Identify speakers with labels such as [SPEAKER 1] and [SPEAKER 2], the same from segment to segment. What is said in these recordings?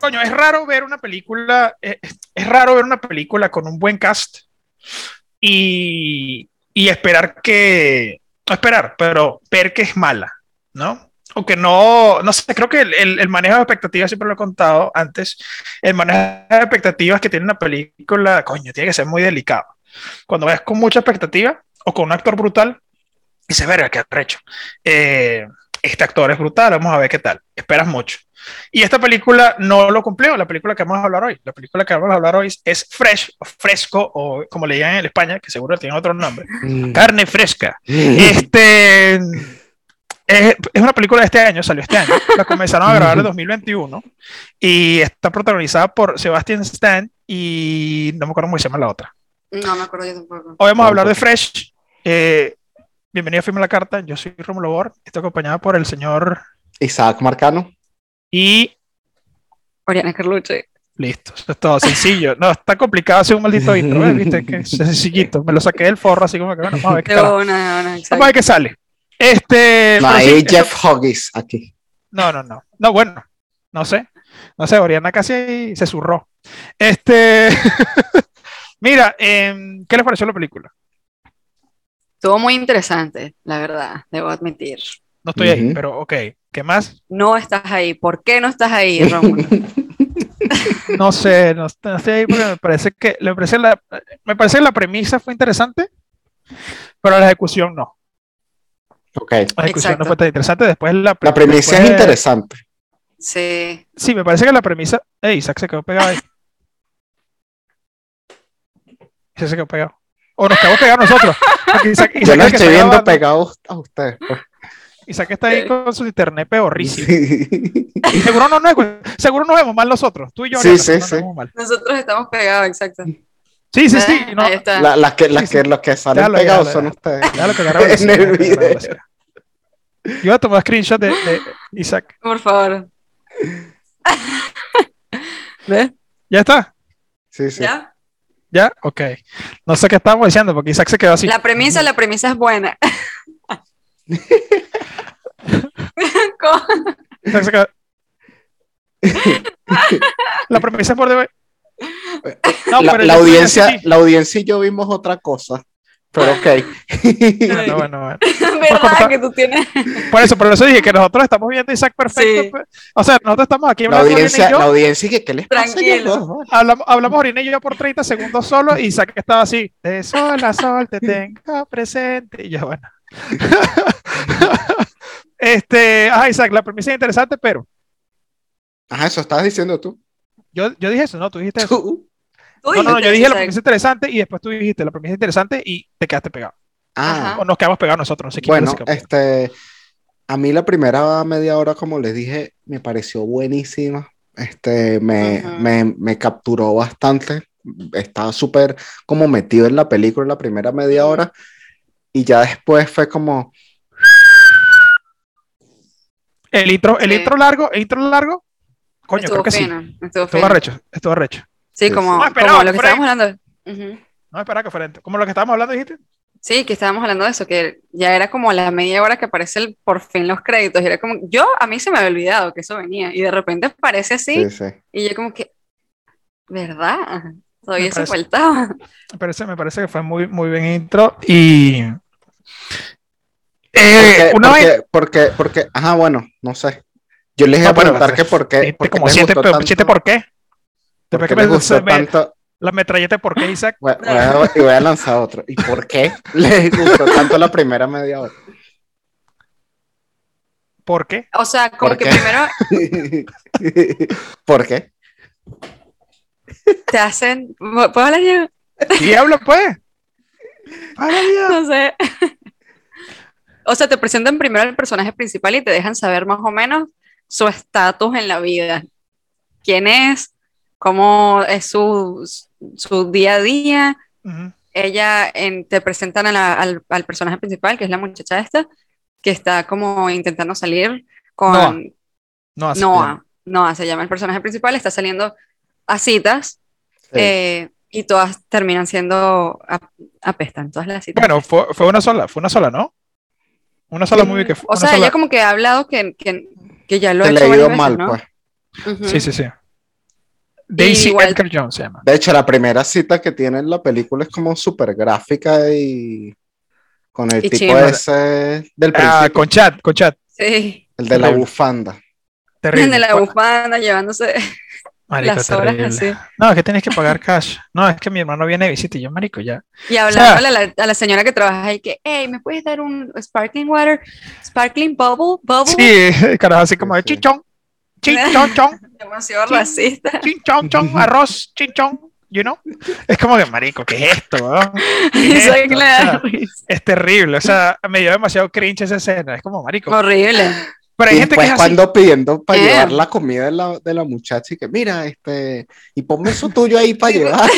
[SPEAKER 1] coño, es raro ver una película, es, es raro ver una película con un buen cast y, y esperar que, no esperar, pero ver que es mala, ¿no? O que no, no sé, creo que el, el- el manejo de expectativas, siempre lo he contado antes, el manejo de expectativas que tiene una película, coño, tiene que ser muy delicado. Cuando ves con mucha expectativa o con un actor brutal, dices, verga, qué arrecho. Eh, este actor es brutal, vamos a ver qué tal. Esperas mucho. Y esta película no lo cumplió, la película que vamos a hablar hoy. La película que vamos a hablar hoy es Fresh, o Fresco, o como le llaman en España, que seguro tiene otro nombre,
[SPEAKER 2] Mm.
[SPEAKER 1] Carne Fresca. Este es, es una película de este año, salió este año. La comenzaron a grabar en 2021 y está protagonizada por Sebastian Stan y no me acuerdo cómo se llama la otra.
[SPEAKER 3] No me acuerdo yo tampoco.
[SPEAKER 1] Hoy vamos a hablar de Fresh. Eh, bienvenido a Firme la Carta. Yo soy Romulo Bor. Estoy acompañado por el señor
[SPEAKER 2] Isaac Marcano.
[SPEAKER 1] y
[SPEAKER 3] Oriana Carluche.
[SPEAKER 1] listo. Eso es todo sencillo. No, está complicado hacer un maldito intro. ¿ves? ¿Viste? Que es sencillito. Me lo saqué del forro así como que bueno, vamos a ver qué,
[SPEAKER 3] De
[SPEAKER 1] carajo.
[SPEAKER 3] una, de
[SPEAKER 1] Vamos a
[SPEAKER 3] una,
[SPEAKER 1] ver
[SPEAKER 3] exacto.
[SPEAKER 1] qué sale. Este,
[SPEAKER 2] No,
[SPEAKER 1] pero sí,
[SPEAKER 2] hay
[SPEAKER 1] esto-
[SPEAKER 2] Jeff Hoggies aquí.
[SPEAKER 1] No, no, no. No, bueno, no sé. No sé, Oriana casi se zurró. Este. Mira, em, ¿qué les pareció la película?
[SPEAKER 3] Estuvo muy interesante, la verdad, debo admitir.
[SPEAKER 1] No estoy ahí,
[SPEAKER 2] Ujú.
[SPEAKER 1] pero ok. ¿Qué más?
[SPEAKER 3] No estás ahí. ¿Por qué no estás ahí, Rómulo?
[SPEAKER 1] No sé, no, no estoy ahí porque me parece que me parece, la, me parece que la premisa fue interesante, pero la ejecución no.
[SPEAKER 2] Ok.
[SPEAKER 1] La ejecución
[SPEAKER 3] Exacto.
[SPEAKER 1] no fue tan interesante. Después la,
[SPEAKER 2] La premisa
[SPEAKER 1] después-
[SPEAKER 2] es interesante.
[SPEAKER 3] Sí.
[SPEAKER 1] Sí, me parece que la premisa. Ey, Isaac se quedó pegado ahí. Isaac se quedó pegado. O nos quedamos pegados nosotros. porque Isaac,
[SPEAKER 2] Yo
[SPEAKER 1] Isaac
[SPEAKER 2] no
[SPEAKER 1] es el que está
[SPEAKER 2] estoy viendo
[SPEAKER 1] grabando.
[SPEAKER 2] pegado a usted. pues.
[SPEAKER 1] Isaac está
[SPEAKER 3] Eh.
[SPEAKER 1] ahí con su internet peorrísimo.
[SPEAKER 2] Sí.
[SPEAKER 1] Y seguro no nos, escu- seguro nos vemos mal nosotros. Tú y yo.
[SPEAKER 2] Sí,
[SPEAKER 1] Oriana,
[SPEAKER 2] sí,
[SPEAKER 1] nos
[SPEAKER 2] sí.
[SPEAKER 1] vemos mal.
[SPEAKER 3] Nosotros estamos pegados, exacto.
[SPEAKER 1] Sí, sí,
[SPEAKER 3] Ah,
[SPEAKER 1] sí. no,
[SPEAKER 3] Ahí está.
[SPEAKER 2] La- Las que, las
[SPEAKER 1] Sí,
[SPEAKER 2] que, los que salen
[SPEAKER 1] Déjalo,
[SPEAKER 2] pegados
[SPEAKER 1] déjalo,
[SPEAKER 2] son ustedes.
[SPEAKER 1] déjalo que agarre velocidad,
[SPEAKER 2] En el
[SPEAKER 1] déjalo que agarre
[SPEAKER 2] video.
[SPEAKER 1] velocidad. Yo voy a tomar screenshot de, de Isaac.
[SPEAKER 3] Por favor. ¿Ves?
[SPEAKER 1] ¿Ya está?
[SPEAKER 2] Sí, sí.
[SPEAKER 3] ¿Ya?
[SPEAKER 1] ¿Ya? Ok. No sé qué estábamos diciendo porque Isaac se quedó así.
[SPEAKER 3] La premisa, la premisa es buena. ¿Cómo?
[SPEAKER 1] Isaac se quedó- la premisa es por debe. No, pero yo
[SPEAKER 2] la, la
[SPEAKER 1] creo que
[SPEAKER 2] audiencia,
[SPEAKER 1] sí.
[SPEAKER 2] la audiencia y yo vimos otra cosa. Pero ok.
[SPEAKER 1] Bueno, bueno, bueno.
[SPEAKER 3] ¿Verdad que tú tienes?
[SPEAKER 1] Por eso, por eso dije que nosotros estamos viendo a Isaac perfecto.
[SPEAKER 3] Sí.
[SPEAKER 1] pues. O sea, nosotros estamos aquí
[SPEAKER 2] la
[SPEAKER 1] hablando Oriana y
[SPEAKER 2] audiencia,
[SPEAKER 1] yo.
[SPEAKER 2] la audiencia, ¿qué, qué les pasa? a ellos
[SPEAKER 3] Tranquilo.
[SPEAKER 2] dos, vale?
[SPEAKER 1] Hablamos, hablamos Orina y yo por 30 segundos solo y Isaac estaba así, de sol a sol te tengo presente. Y yo, bueno. este, ah, Isaac, la premisa es interesante, pero
[SPEAKER 2] Ajá, eso estabas diciendo tú.
[SPEAKER 1] yo, yo dije eso, ¿no? Tú dijiste eso.
[SPEAKER 2] Tú.
[SPEAKER 3] Tú
[SPEAKER 1] No, no, no, yo
[SPEAKER 3] dijiste,
[SPEAKER 1] dije la
[SPEAKER 3] Isaac.
[SPEAKER 1] premisa interesante y después tú dijiste la premisa interesante y te quedaste pegado.
[SPEAKER 2] Ah,
[SPEAKER 3] Ajá.
[SPEAKER 1] O nos quedamos pegados nosotros, no sé quién
[SPEAKER 2] Bueno,
[SPEAKER 1] se quedó pegado.
[SPEAKER 2] este, a mí la primera media hora, como les dije, me pareció buenísima. Este, me,
[SPEAKER 3] Ujú.
[SPEAKER 2] me, me capturó bastante. Estaba súper como metido en la película la primera media
[SPEAKER 3] Ujú.
[SPEAKER 2] hora. Y ya después fue como,
[SPEAKER 1] El intro, el
[SPEAKER 3] Sí.
[SPEAKER 1] intro largo, el intro largo. Coño,
[SPEAKER 3] Estuvo
[SPEAKER 1] creo que sí.
[SPEAKER 3] fino, estuvo
[SPEAKER 1] Estuvo Ah,
[SPEAKER 3] fino.
[SPEAKER 1] arrecho, estuvo arrecho.
[SPEAKER 3] Sí,
[SPEAKER 2] Sí,
[SPEAKER 3] como,
[SPEAKER 1] sí. No,
[SPEAKER 3] como
[SPEAKER 1] esperaba,
[SPEAKER 3] lo que
[SPEAKER 1] por ahí.
[SPEAKER 3] estábamos hablando. Ujú.
[SPEAKER 1] No esperaba que fuera esto. Como lo que estábamos hablando, dijiste.
[SPEAKER 3] Sí, que estábamos hablando de eso, que ya era como la media hora que aparecen por fin los créditos. Y era como, yo a mí se me había olvidado que eso venía. Y de repente aparece así,
[SPEAKER 2] sí, sí.
[SPEAKER 1] Eh,
[SPEAKER 3] y yo como que, ¿verdad?
[SPEAKER 1] Me
[SPEAKER 3] Todavía eso
[SPEAKER 1] parece.
[SPEAKER 3] faltaba.
[SPEAKER 1] Me parece, me parece que fue muy, muy bien intro y... Eh,
[SPEAKER 2] Porque,
[SPEAKER 1] una vez...
[SPEAKER 2] porque, porque, porque- ajá, bueno, no sé. Yo les iba a
[SPEAKER 1] No, pero-
[SPEAKER 2] preguntar que por qué,
[SPEAKER 1] Siete
[SPEAKER 2] por
[SPEAKER 1] pues,
[SPEAKER 2] qué
[SPEAKER 1] como
[SPEAKER 2] les
[SPEAKER 1] siete,
[SPEAKER 2] gustó
[SPEAKER 1] pero-
[SPEAKER 2] tanto-
[SPEAKER 1] siete por qué.
[SPEAKER 2] por
[SPEAKER 1] Después
[SPEAKER 2] qué
[SPEAKER 1] que me,
[SPEAKER 2] les gustó
[SPEAKER 1] se me-
[SPEAKER 2] tanto
[SPEAKER 1] la metralleta, ¿por qué, Isaac?
[SPEAKER 2] Voy, voy a, y voy a lanzar otro. ¿Y por qué les gustó tanto la primera media hora?
[SPEAKER 1] ¿Por qué?
[SPEAKER 3] O sea, como
[SPEAKER 2] ¿Por
[SPEAKER 3] que
[SPEAKER 2] qué?
[SPEAKER 3] primero
[SPEAKER 2] ¿Por qué?
[SPEAKER 3] te hacen, ¿puedo hablar yo?
[SPEAKER 1] Diablo, pues. Para, Dios.
[SPEAKER 3] No sé. O sea, te presentan primero al personaje principal y te dejan saber más o menos su estatus en la vida. ¿Quién es? ¿Cómo es su, su día a día?
[SPEAKER 1] Ujú.
[SPEAKER 3] ella en- te presentan a la- al, al personaje principal, que es la muchacha esta, que está como intentando salir
[SPEAKER 1] Noah.
[SPEAKER 3] con
[SPEAKER 1] No, así
[SPEAKER 3] Noah. Noah se llama el personaje principal, está saliendo a citas
[SPEAKER 2] Sí.
[SPEAKER 3] eh, y todas terminan siendo ap- apestan, todas las
[SPEAKER 1] que-
[SPEAKER 3] citas.
[SPEAKER 1] Bueno, fue, fue una sola, fue una sola, ¿no? Una sola movie que fue...
[SPEAKER 3] o
[SPEAKER 1] una
[SPEAKER 3] sea,
[SPEAKER 1] sola-
[SPEAKER 3] ella como que ha hablado que, que, que ya lo ha
[SPEAKER 2] Te
[SPEAKER 3] hecho
[SPEAKER 2] le ha
[SPEAKER 3] varias
[SPEAKER 2] ido
[SPEAKER 3] veces,
[SPEAKER 2] mal,
[SPEAKER 3] ¿no?
[SPEAKER 2] pues.
[SPEAKER 3] Ujú.
[SPEAKER 1] Sí, sí, sí. Daisy
[SPEAKER 3] Igual.
[SPEAKER 1] Edgar Jones se llama.
[SPEAKER 2] De hecho, la primera cita que tiene en la película es como súper gráfica y con el
[SPEAKER 3] Y
[SPEAKER 2] tipo
[SPEAKER 3] chimba.
[SPEAKER 2] ese del
[SPEAKER 1] Ah,
[SPEAKER 2] principio,
[SPEAKER 1] con chat, con chat.
[SPEAKER 3] Sí,
[SPEAKER 2] el de la
[SPEAKER 1] Horrible.
[SPEAKER 2] bufanda.
[SPEAKER 1] Terrible.
[SPEAKER 3] de la bufanda llevándose
[SPEAKER 1] Marico,
[SPEAKER 3] las horas
[SPEAKER 1] terrible.
[SPEAKER 3] así.
[SPEAKER 1] No, es que tienes que pagar cash. No, es que mi hermano viene de visita y yo, marico, ya.
[SPEAKER 3] Y
[SPEAKER 1] sea-
[SPEAKER 3] hablando a, la, a la señora que trabaja ahí, que, hey, ¿me puedes dar un sparkling water? Sparkling bubble, bubble.
[SPEAKER 1] Sí, el carajo, así como de
[SPEAKER 2] Sí.
[SPEAKER 1] chichón, chichón, chon,
[SPEAKER 3] Demasiado
[SPEAKER 1] Sí.
[SPEAKER 3] racista.
[SPEAKER 1] chinchón, chon, arroz, chinchón, you know. Es como que, marico, ¿qué es esto? weón? ¿Qué es
[SPEAKER 3] Eso
[SPEAKER 1] esto? O sea,
[SPEAKER 3] claro.
[SPEAKER 1] es terrible, o sea, me dio demasiado cringe esa escena, es como, marico.
[SPEAKER 3] Horrible.
[SPEAKER 1] Pero hay
[SPEAKER 2] y
[SPEAKER 1] gente que
[SPEAKER 2] después
[SPEAKER 1] es así.
[SPEAKER 2] cuando pidiendo para
[SPEAKER 3] Eh.
[SPEAKER 2] llevar la comida de la, de la muchacha y que mira, este, y ponme eso tuyo ahí para
[SPEAKER 1] pues.
[SPEAKER 2] llevar.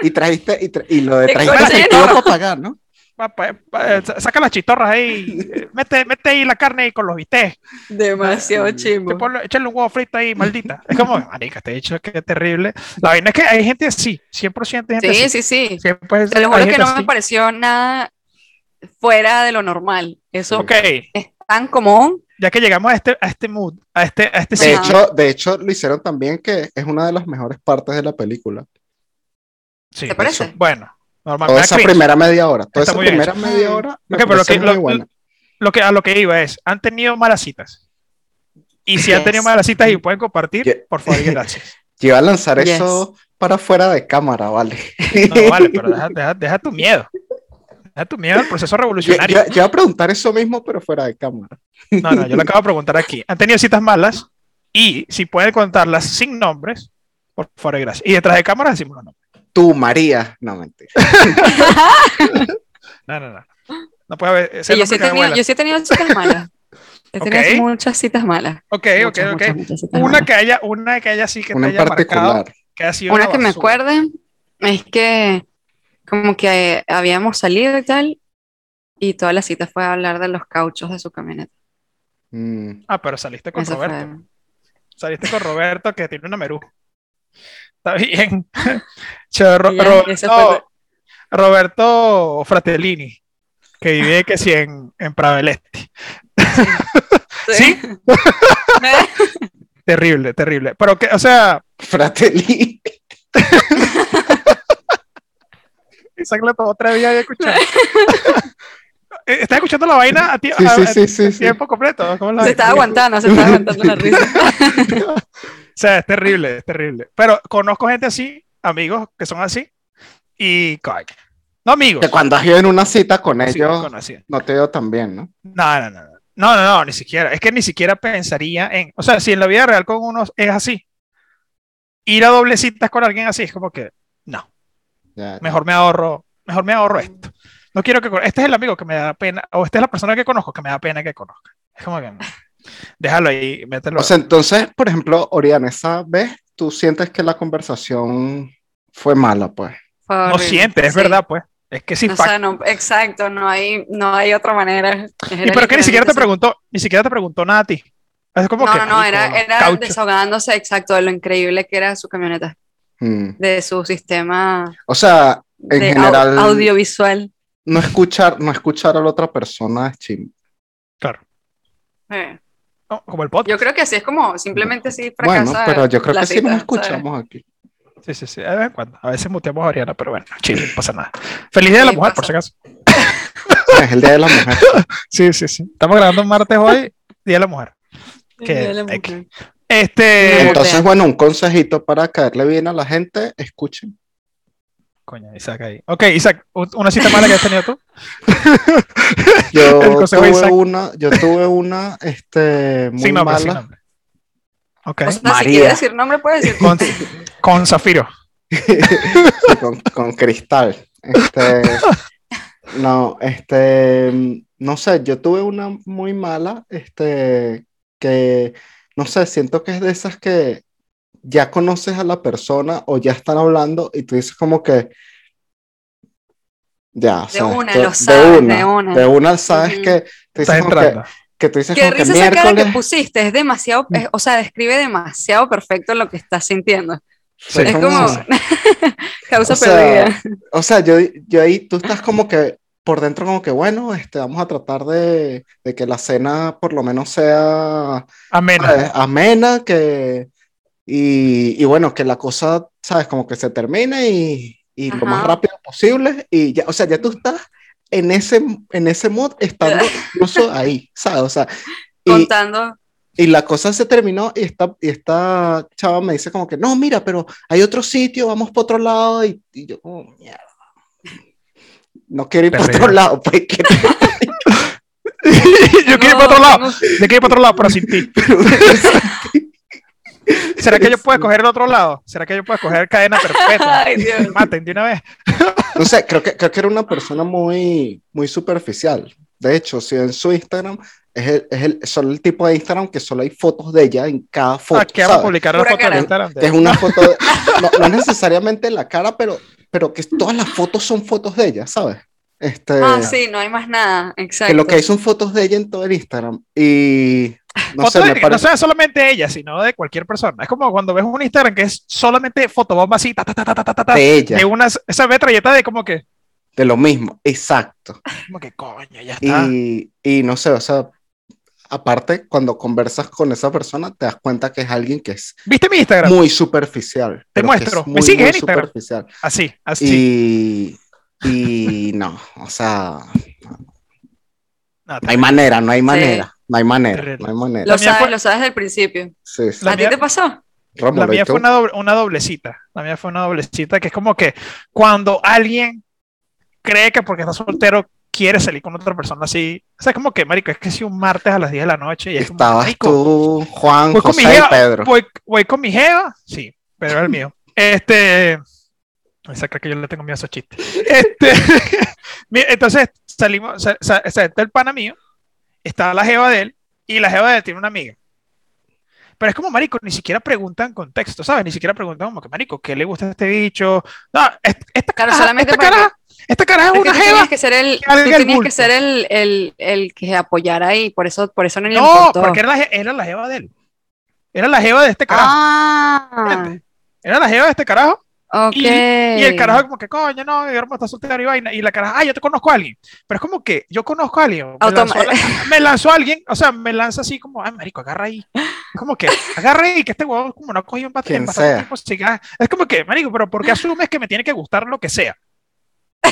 [SPEAKER 2] Y trajiste, y, tra- y lo de
[SPEAKER 3] Qué
[SPEAKER 2] trajiste
[SPEAKER 1] cochino.
[SPEAKER 2] efectivo para pagar, ¿no?
[SPEAKER 1] pa- pa- pa- eh, sa- saca las chitorras ahí, eh, mete, mete ahí la carne ahí con los bistecs,
[SPEAKER 3] Demasiado
[SPEAKER 1] que
[SPEAKER 3] chimbo.
[SPEAKER 1] ponle- échale un huevo frito ahí, maldita. Es como, marica, te he dicho que es terrible. La vaina es que hay gente así, 100% de gente
[SPEAKER 3] Sí,
[SPEAKER 1] así.
[SPEAKER 3] sí, sí.
[SPEAKER 1] Siempre es-
[SPEAKER 3] Te lo
[SPEAKER 1] hay
[SPEAKER 3] juro que
[SPEAKER 1] gente
[SPEAKER 3] no me
[SPEAKER 1] así.
[SPEAKER 3] pareció nada fuera de lo normal. Eso
[SPEAKER 1] Ok,
[SPEAKER 3] es tan común.
[SPEAKER 1] ya que llegamos a este, a este mood, a este, a este
[SPEAKER 2] De
[SPEAKER 3] Ajá.
[SPEAKER 1] sitio.
[SPEAKER 2] hecho, de hecho, lo hicieron también que es una de las mejores partes de la película.
[SPEAKER 1] Sí,
[SPEAKER 3] ¿Te parece?
[SPEAKER 1] Bueno, normal.
[SPEAKER 2] Toda
[SPEAKER 1] me da
[SPEAKER 2] esa
[SPEAKER 1] cringe.
[SPEAKER 2] primera media hora, toda
[SPEAKER 1] Está
[SPEAKER 2] esa
[SPEAKER 1] muy bien.
[SPEAKER 2] primera media
[SPEAKER 3] Mm.
[SPEAKER 2] hora me
[SPEAKER 1] Ok, pero lo
[SPEAKER 2] parece
[SPEAKER 1] que-
[SPEAKER 2] muy
[SPEAKER 1] lo-
[SPEAKER 2] buena.
[SPEAKER 1] Lo que, a lo que iba es, han tenido malas citas. Y si han
[SPEAKER 3] Yes.
[SPEAKER 1] tenido malas citas y pueden compartir,
[SPEAKER 2] Ye-
[SPEAKER 1] por favor, gracias.
[SPEAKER 2] Yo iba a lanzar
[SPEAKER 3] Yes.
[SPEAKER 2] eso para fuera de cámara, ¿vale?
[SPEAKER 1] No, vale, pero deja, deja- deja tu miedo. Deja tu miedo al proceso
[SPEAKER 2] Yo, yo-
[SPEAKER 1] revolucionario.
[SPEAKER 2] yo iba a preguntar eso mismo, pero fuera de cámara.
[SPEAKER 1] No, no, yo le acabo de preguntar aquí. ¿Han tenido citas malas? Y si pueden contarlas sin nombres, por favor, gracias. Y detrás de cámara decimos los nombres.
[SPEAKER 2] Tú, María. No, mentira.
[SPEAKER 1] No, no, no. No puede haber. ese
[SPEAKER 3] Sí, yo,
[SPEAKER 1] nombre
[SPEAKER 3] sí he
[SPEAKER 1] que me
[SPEAKER 3] tenido,
[SPEAKER 1] vuela.
[SPEAKER 3] yo sí he tenido citas malas. He tenido
[SPEAKER 1] Ok.
[SPEAKER 3] muchas citas malas.
[SPEAKER 1] Ok, ok,
[SPEAKER 3] Muchas,
[SPEAKER 1] ok.
[SPEAKER 3] muchas, muchas citas
[SPEAKER 1] Una
[SPEAKER 3] malas.
[SPEAKER 1] que haya, una que haya así que
[SPEAKER 2] Una
[SPEAKER 1] te
[SPEAKER 2] en
[SPEAKER 1] haya marcado,
[SPEAKER 2] particular.
[SPEAKER 1] que ha sido
[SPEAKER 3] Una que me
[SPEAKER 1] basura.
[SPEAKER 3] acuerde es que como que habíamos salido y tal, y toda la cita fue a hablar de los cauchos de su camioneta.
[SPEAKER 2] Mm,
[SPEAKER 1] Ah, pero saliste con
[SPEAKER 3] Eso fue-
[SPEAKER 1] Roberto. Saliste con Roberto que tiene una merú. Está bien. Che, Ro-
[SPEAKER 3] Ya,
[SPEAKER 1] Roberto,
[SPEAKER 3] esa fue-
[SPEAKER 1] Roberto Fratellini, que vive que sí en, en Prado del Este. ¿Sí? Terrible, terrible. Pero que, o sea,
[SPEAKER 2] Fratelli.
[SPEAKER 1] Isaac lo tomó tres días de escuchar. Eh, ¿Estás escuchando la vaina a, ti-
[SPEAKER 2] Sí,
[SPEAKER 1] a-
[SPEAKER 2] sí,
[SPEAKER 1] a
[SPEAKER 2] sí, sí, sí.
[SPEAKER 1] tiempo completo? ¿Cómo es la
[SPEAKER 3] Se
[SPEAKER 1] vaina?
[SPEAKER 3] estaba aguantando, se estaba aguantando la risa.
[SPEAKER 1] O sea, es terrible, es terrible. Pero conozco gente así, amigos que son así, y coño. No amigos.
[SPEAKER 2] Que cuando has ido en una cita con
[SPEAKER 1] conocidos,
[SPEAKER 2] ellos,
[SPEAKER 1] conocidos.
[SPEAKER 2] no te veo tan bien, ¿no?
[SPEAKER 1] No, no, no, no. No, no, no, ni siquiera. Es que ni siquiera pensaría en. O sea, si en la vida real con unos es así, ir a doble citas con alguien así es como que, no,
[SPEAKER 2] Ya.
[SPEAKER 1] mejor me ahorro, mejor me ahorro esto. No quiero que. con- Este es el amigo que me da pena, o esta es la persona que conozco que me da pena que conozca. Es como que, no. Déjalo ahí, mételo.
[SPEAKER 2] O sea, entonces, por ejemplo, Oriana, esa vez tú sientes que la conversación fue mala, pues.
[SPEAKER 3] Fue
[SPEAKER 1] no
[SPEAKER 3] horrible,
[SPEAKER 1] sientes, es
[SPEAKER 3] sí.
[SPEAKER 1] verdad, pues. Es que sí,
[SPEAKER 3] O
[SPEAKER 1] fact-
[SPEAKER 3] sea, no, exacto, no hay, no hay otra manera.
[SPEAKER 1] Y pero que ni siquiera te preguntó, ni siquiera te preguntó nada a ti. Es como
[SPEAKER 3] No,
[SPEAKER 1] que.
[SPEAKER 3] no, no,
[SPEAKER 1] marico,
[SPEAKER 3] era, era
[SPEAKER 1] caucho.
[SPEAKER 3] desahogándose exacto de lo increíble que era su camioneta,
[SPEAKER 2] Mm.
[SPEAKER 3] de su sistema
[SPEAKER 2] O sea, En
[SPEAKER 3] de au-
[SPEAKER 2] general-
[SPEAKER 3] audiovisual.
[SPEAKER 2] no escuchar, no escuchar a la otra persona es chimbo.
[SPEAKER 1] Claro.
[SPEAKER 3] Eh,
[SPEAKER 1] No, como el podcast.
[SPEAKER 3] Yo creo que así es como simplemente así
[SPEAKER 2] Bueno,
[SPEAKER 3] fracasa.
[SPEAKER 2] pero yo creo
[SPEAKER 3] la
[SPEAKER 2] que sí
[SPEAKER 3] cita,
[SPEAKER 2] nos
[SPEAKER 3] ¿sabes?
[SPEAKER 2] escuchamos aquí.
[SPEAKER 1] Sí, sí, sí. De vez en cuando. A veces muteamos a Oriana, pero bueno, chile, no pasa nada. Feliz día de la
[SPEAKER 3] Sí,
[SPEAKER 1] mujer,
[SPEAKER 3] pasa.
[SPEAKER 1] por si acaso.
[SPEAKER 2] Pues, Es el Día de la Mujer.
[SPEAKER 1] Sí, sí, sí. Estamos grabando un martes hoy, día de la mujer. que-
[SPEAKER 3] De la
[SPEAKER 1] que-
[SPEAKER 3] mujer.
[SPEAKER 1] Este.
[SPEAKER 3] Amor.
[SPEAKER 2] Entonces, bueno, un consejito para caerle bien a la gente, escuchen.
[SPEAKER 1] Coño, Isaac ahí. Ok, Isaac, u- una cita mala que has tenido tú.
[SPEAKER 2] Yo
[SPEAKER 1] El consejo de
[SPEAKER 2] tuve
[SPEAKER 1] Isaac.
[SPEAKER 2] una, yo tuve una, este, muy
[SPEAKER 1] sin nombre, sin
[SPEAKER 2] mala.
[SPEAKER 1] nombre. Ok.
[SPEAKER 3] O sea,
[SPEAKER 2] María.
[SPEAKER 3] si quieres decir nombre, puedes decir.
[SPEAKER 1] Con, con Zafiro.
[SPEAKER 2] Sí, con, con cristal. Este, no, este, no sé, yo tuve una muy mala, este, que, no sé, siento que es de esas que ya conoces a la persona o ya están hablando y tú dices como que, ya, o
[SPEAKER 3] De
[SPEAKER 2] sea,
[SPEAKER 3] una,
[SPEAKER 2] esto-
[SPEAKER 3] lo sabes, de una.
[SPEAKER 2] de una sabes
[SPEAKER 3] Ujú.
[SPEAKER 2] que, tú
[SPEAKER 1] Estás
[SPEAKER 2] dices como que,
[SPEAKER 1] entrando.
[SPEAKER 2] que tú dices
[SPEAKER 3] Qué
[SPEAKER 2] como que
[SPEAKER 3] risa esa cara que
[SPEAKER 2] miércoles,
[SPEAKER 3] pusiste, es demasiado, es- o sea, describe demasiado perfecto lo que estás sintiendo.
[SPEAKER 1] Sí.
[SPEAKER 3] Es
[SPEAKER 2] ¿Cómo?
[SPEAKER 3] como causa
[SPEAKER 2] O sea,
[SPEAKER 3] perdida.
[SPEAKER 2] O sea, yo, yo ahí, tú estás como que por dentro como que, bueno, este, vamos a tratar de, de que la cena por lo menos sea
[SPEAKER 1] Amena.
[SPEAKER 2] eh, amena, que Y, y bueno, que la cosa, ¿sabes? Como que se termine y, y lo más
[SPEAKER 3] Ajá.
[SPEAKER 2] rápido posible. Y ya, o sea, ya tú estás en ese, en ese mood, estando incluso ahí, ¿sabes? O sea, y,
[SPEAKER 3] contando.
[SPEAKER 2] y la cosa se terminó y esta, y esta chava me dice como que, no, mira, pero hay otro sitio, vamos para otro lado. Y, y yo, oh, mierda. No quiero ir para
[SPEAKER 1] Terrible.
[SPEAKER 2] otro lado, pues, que-
[SPEAKER 1] yo quiero ir para otro lado.
[SPEAKER 3] no,
[SPEAKER 1] Yo quiero ir para otro lado, pero sin ti. ¿Será que yo puedo escoger el otro lado? ¿Será que yo puedo escoger cadena perpetua?
[SPEAKER 3] Ay, Dios.
[SPEAKER 1] Maten de una vez.
[SPEAKER 2] No sé, creo que, creo que era una persona muy, muy superficial. De hecho, si en su Instagram es el, es el, solo el tipo de Instagram que solo hay fotos de ella en cada foto.
[SPEAKER 1] Ah, ¿Qué vamos a
[SPEAKER 2] ¿sabes?
[SPEAKER 1] publicar la
[SPEAKER 3] Pura
[SPEAKER 1] foto de
[SPEAKER 3] cara.
[SPEAKER 1] Instagram?
[SPEAKER 2] Que es una foto, de- no, no necesariamente la cara, pero, pero que todas las fotos son fotos de ella, ¿sabes? Este,
[SPEAKER 1] Eh.
[SPEAKER 3] Ah, sí, no hay más nada. Exacto.
[SPEAKER 2] Que lo que hay son fotos de ella en todo el Instagram. Y no
[SPEAKER 1] Fotos
[SPEAKER 2] sé,
[SPEAKER 1] de-
[SPEAKER 2] me
[SPEAKER 1] no
[SPEAKER 2] parece.
[SPEAKER 1] sea solamente ella, sino de cualquier persona. Es como cuando ves un Instagram que es solamente fotobomba así, ta, ta, ta, ta, ta, ta, ta,
[SPEAKER 2] De ella,
[SPEAKER 1] de unas, esa metralleta de como que,
[SPEAKER 2] de lo mismo, exacto.
[SPEAKER 1] como que coño, ya está.
[SPEAKER 2] Y, y no sé, o sea, aparte, cuando conversas con esa persona, te das cuenta que es alguien que es
[SPEAKER 1] ¿Viste mi Instagram?
[SPEAKER 2] muy superficial. pero que es
[SPEAKER 1] muestro, me
[SPEAKER 2] muy,
[SPEAKER 1] sigues
[SPEAKER 2] muy
[SPEAKER 1] en Instagram.
[SPEAKER 2] superficial.
[SPEAKER 1] Así, así.
[SPEAKER 2] Y, y no, o sea,
[SPEAKER 1] No,
[SPEAKER 2] no hay manera, no hay manera, no hay manera,
[SPEAKER 1] Terrible.
[SPEAKER 2] no hay manera.
[SPEAKER 1] La
[SPEAKER 3] Lo
[SPEAKER 1] mía
[SPEAKER 3] sabes,
[SPEAKER 1] fue-
[SPEAKER 3] lo sabes desde el principio.
[SPEAKER 2] Sí, sí.
[SPEAKER 1] La
[SPEAKER 3] ¿A ti
[SPEAKER 1] mía-
[SPEAKER 3] te pasó?
[SPEAKER 2] Rómulo,
[SPEAKER 1] La
[SPEAKER 2] ¿y
[SPEAKER 1] mía
[SPEAKER 2] tú?
[SPEAKER 1] fue una, doble- una doblecita. La mía fue una doblecita que es como que cuando alguien cree que porque está soltero quiere salir con otra persona así. O sea, es como que, marico, es que si un martes a las 10 de la noche y es como,
[SPEAKER 2] Estabas
[SPEAKER 1] marico,
[SPEAKER 2] tú, Juan,
[SPEAKER 1] Voy con mi
[SPEAKER 2] José
[SPEAKER 1] jeva,
[SPEAKER 2] y Pedro.
[SPEAKER 1] Voy, voy con mi jeva, sí, pero era el mío. Este, esa creo que yo le tengo miedo a esos chistes. Este, mi- entonces salimos, sa- sa- sa- está el pana mío, está la jeva de él, y la jeva de él tiene una amiga. Pero es como, marico, ni siquiera preguntan contexto, ¿sabes? Ni siquiera preguntan como que, marico, ¿qué le gusta a este bicho? No, es- esta
[SPEAKER 3] Claro,
[SPEAKER 1] caraja,
[SPEAKER 3] solamente
[SPEAKER 1] esta
[SPEAKER 3] para-
[SPEAKER 1] caraja, esta caraja es
[SPEAKER 3] Es que
[SPEAKER 1] una
[SPEAKER 3] tú tenías
[SPEAKER 1] jeva.
[SPEAKER 3] que ser el,
[SPEAKER 1] que
[SPEAKER 3] tú
[SPEAKER 1] valga el
[SPEAKER 3] tenías
[SPEAKER 1] bulto.
[SPEAKER 3] que ser el, el, el que apoyara ahí, por eso, por eso no le
[SPEAKER 1] No,
[SPEAKER 3] importó.
[SPEAKER 1] porque era la, je- era la jeva de él. Era la jeva de este carajo.
[SPEAKER 3] Ah,
[SPEAKER 1] Era la jeva de este carajo.
[SPEAKER 3] ok.
[SPEAKER 1] Y el carajo como que, coño, no, Guillermo está soltero y vaina. Y la caraja, ah, yo te conozco a alguien. Pero es como que yo conozco a alguien. Me,
[SPEAKER 3] Automa-
[SPEAKER 1] lanzó, a la- me lanzó a alguien, o sea, me lanza así como, ay, marico, agarra ahí. Como que, agarra ahí, que este huevón como no ha cogido un bate
[SPEAKER 2] Quien
[SPEAKER 1] en bastante
[SPEAKER 2] sea.
[SPEAKER 1] tiempo. siga- Es como que, marico, pero ¿por qué asumes que me tiene que gustar lo que sea?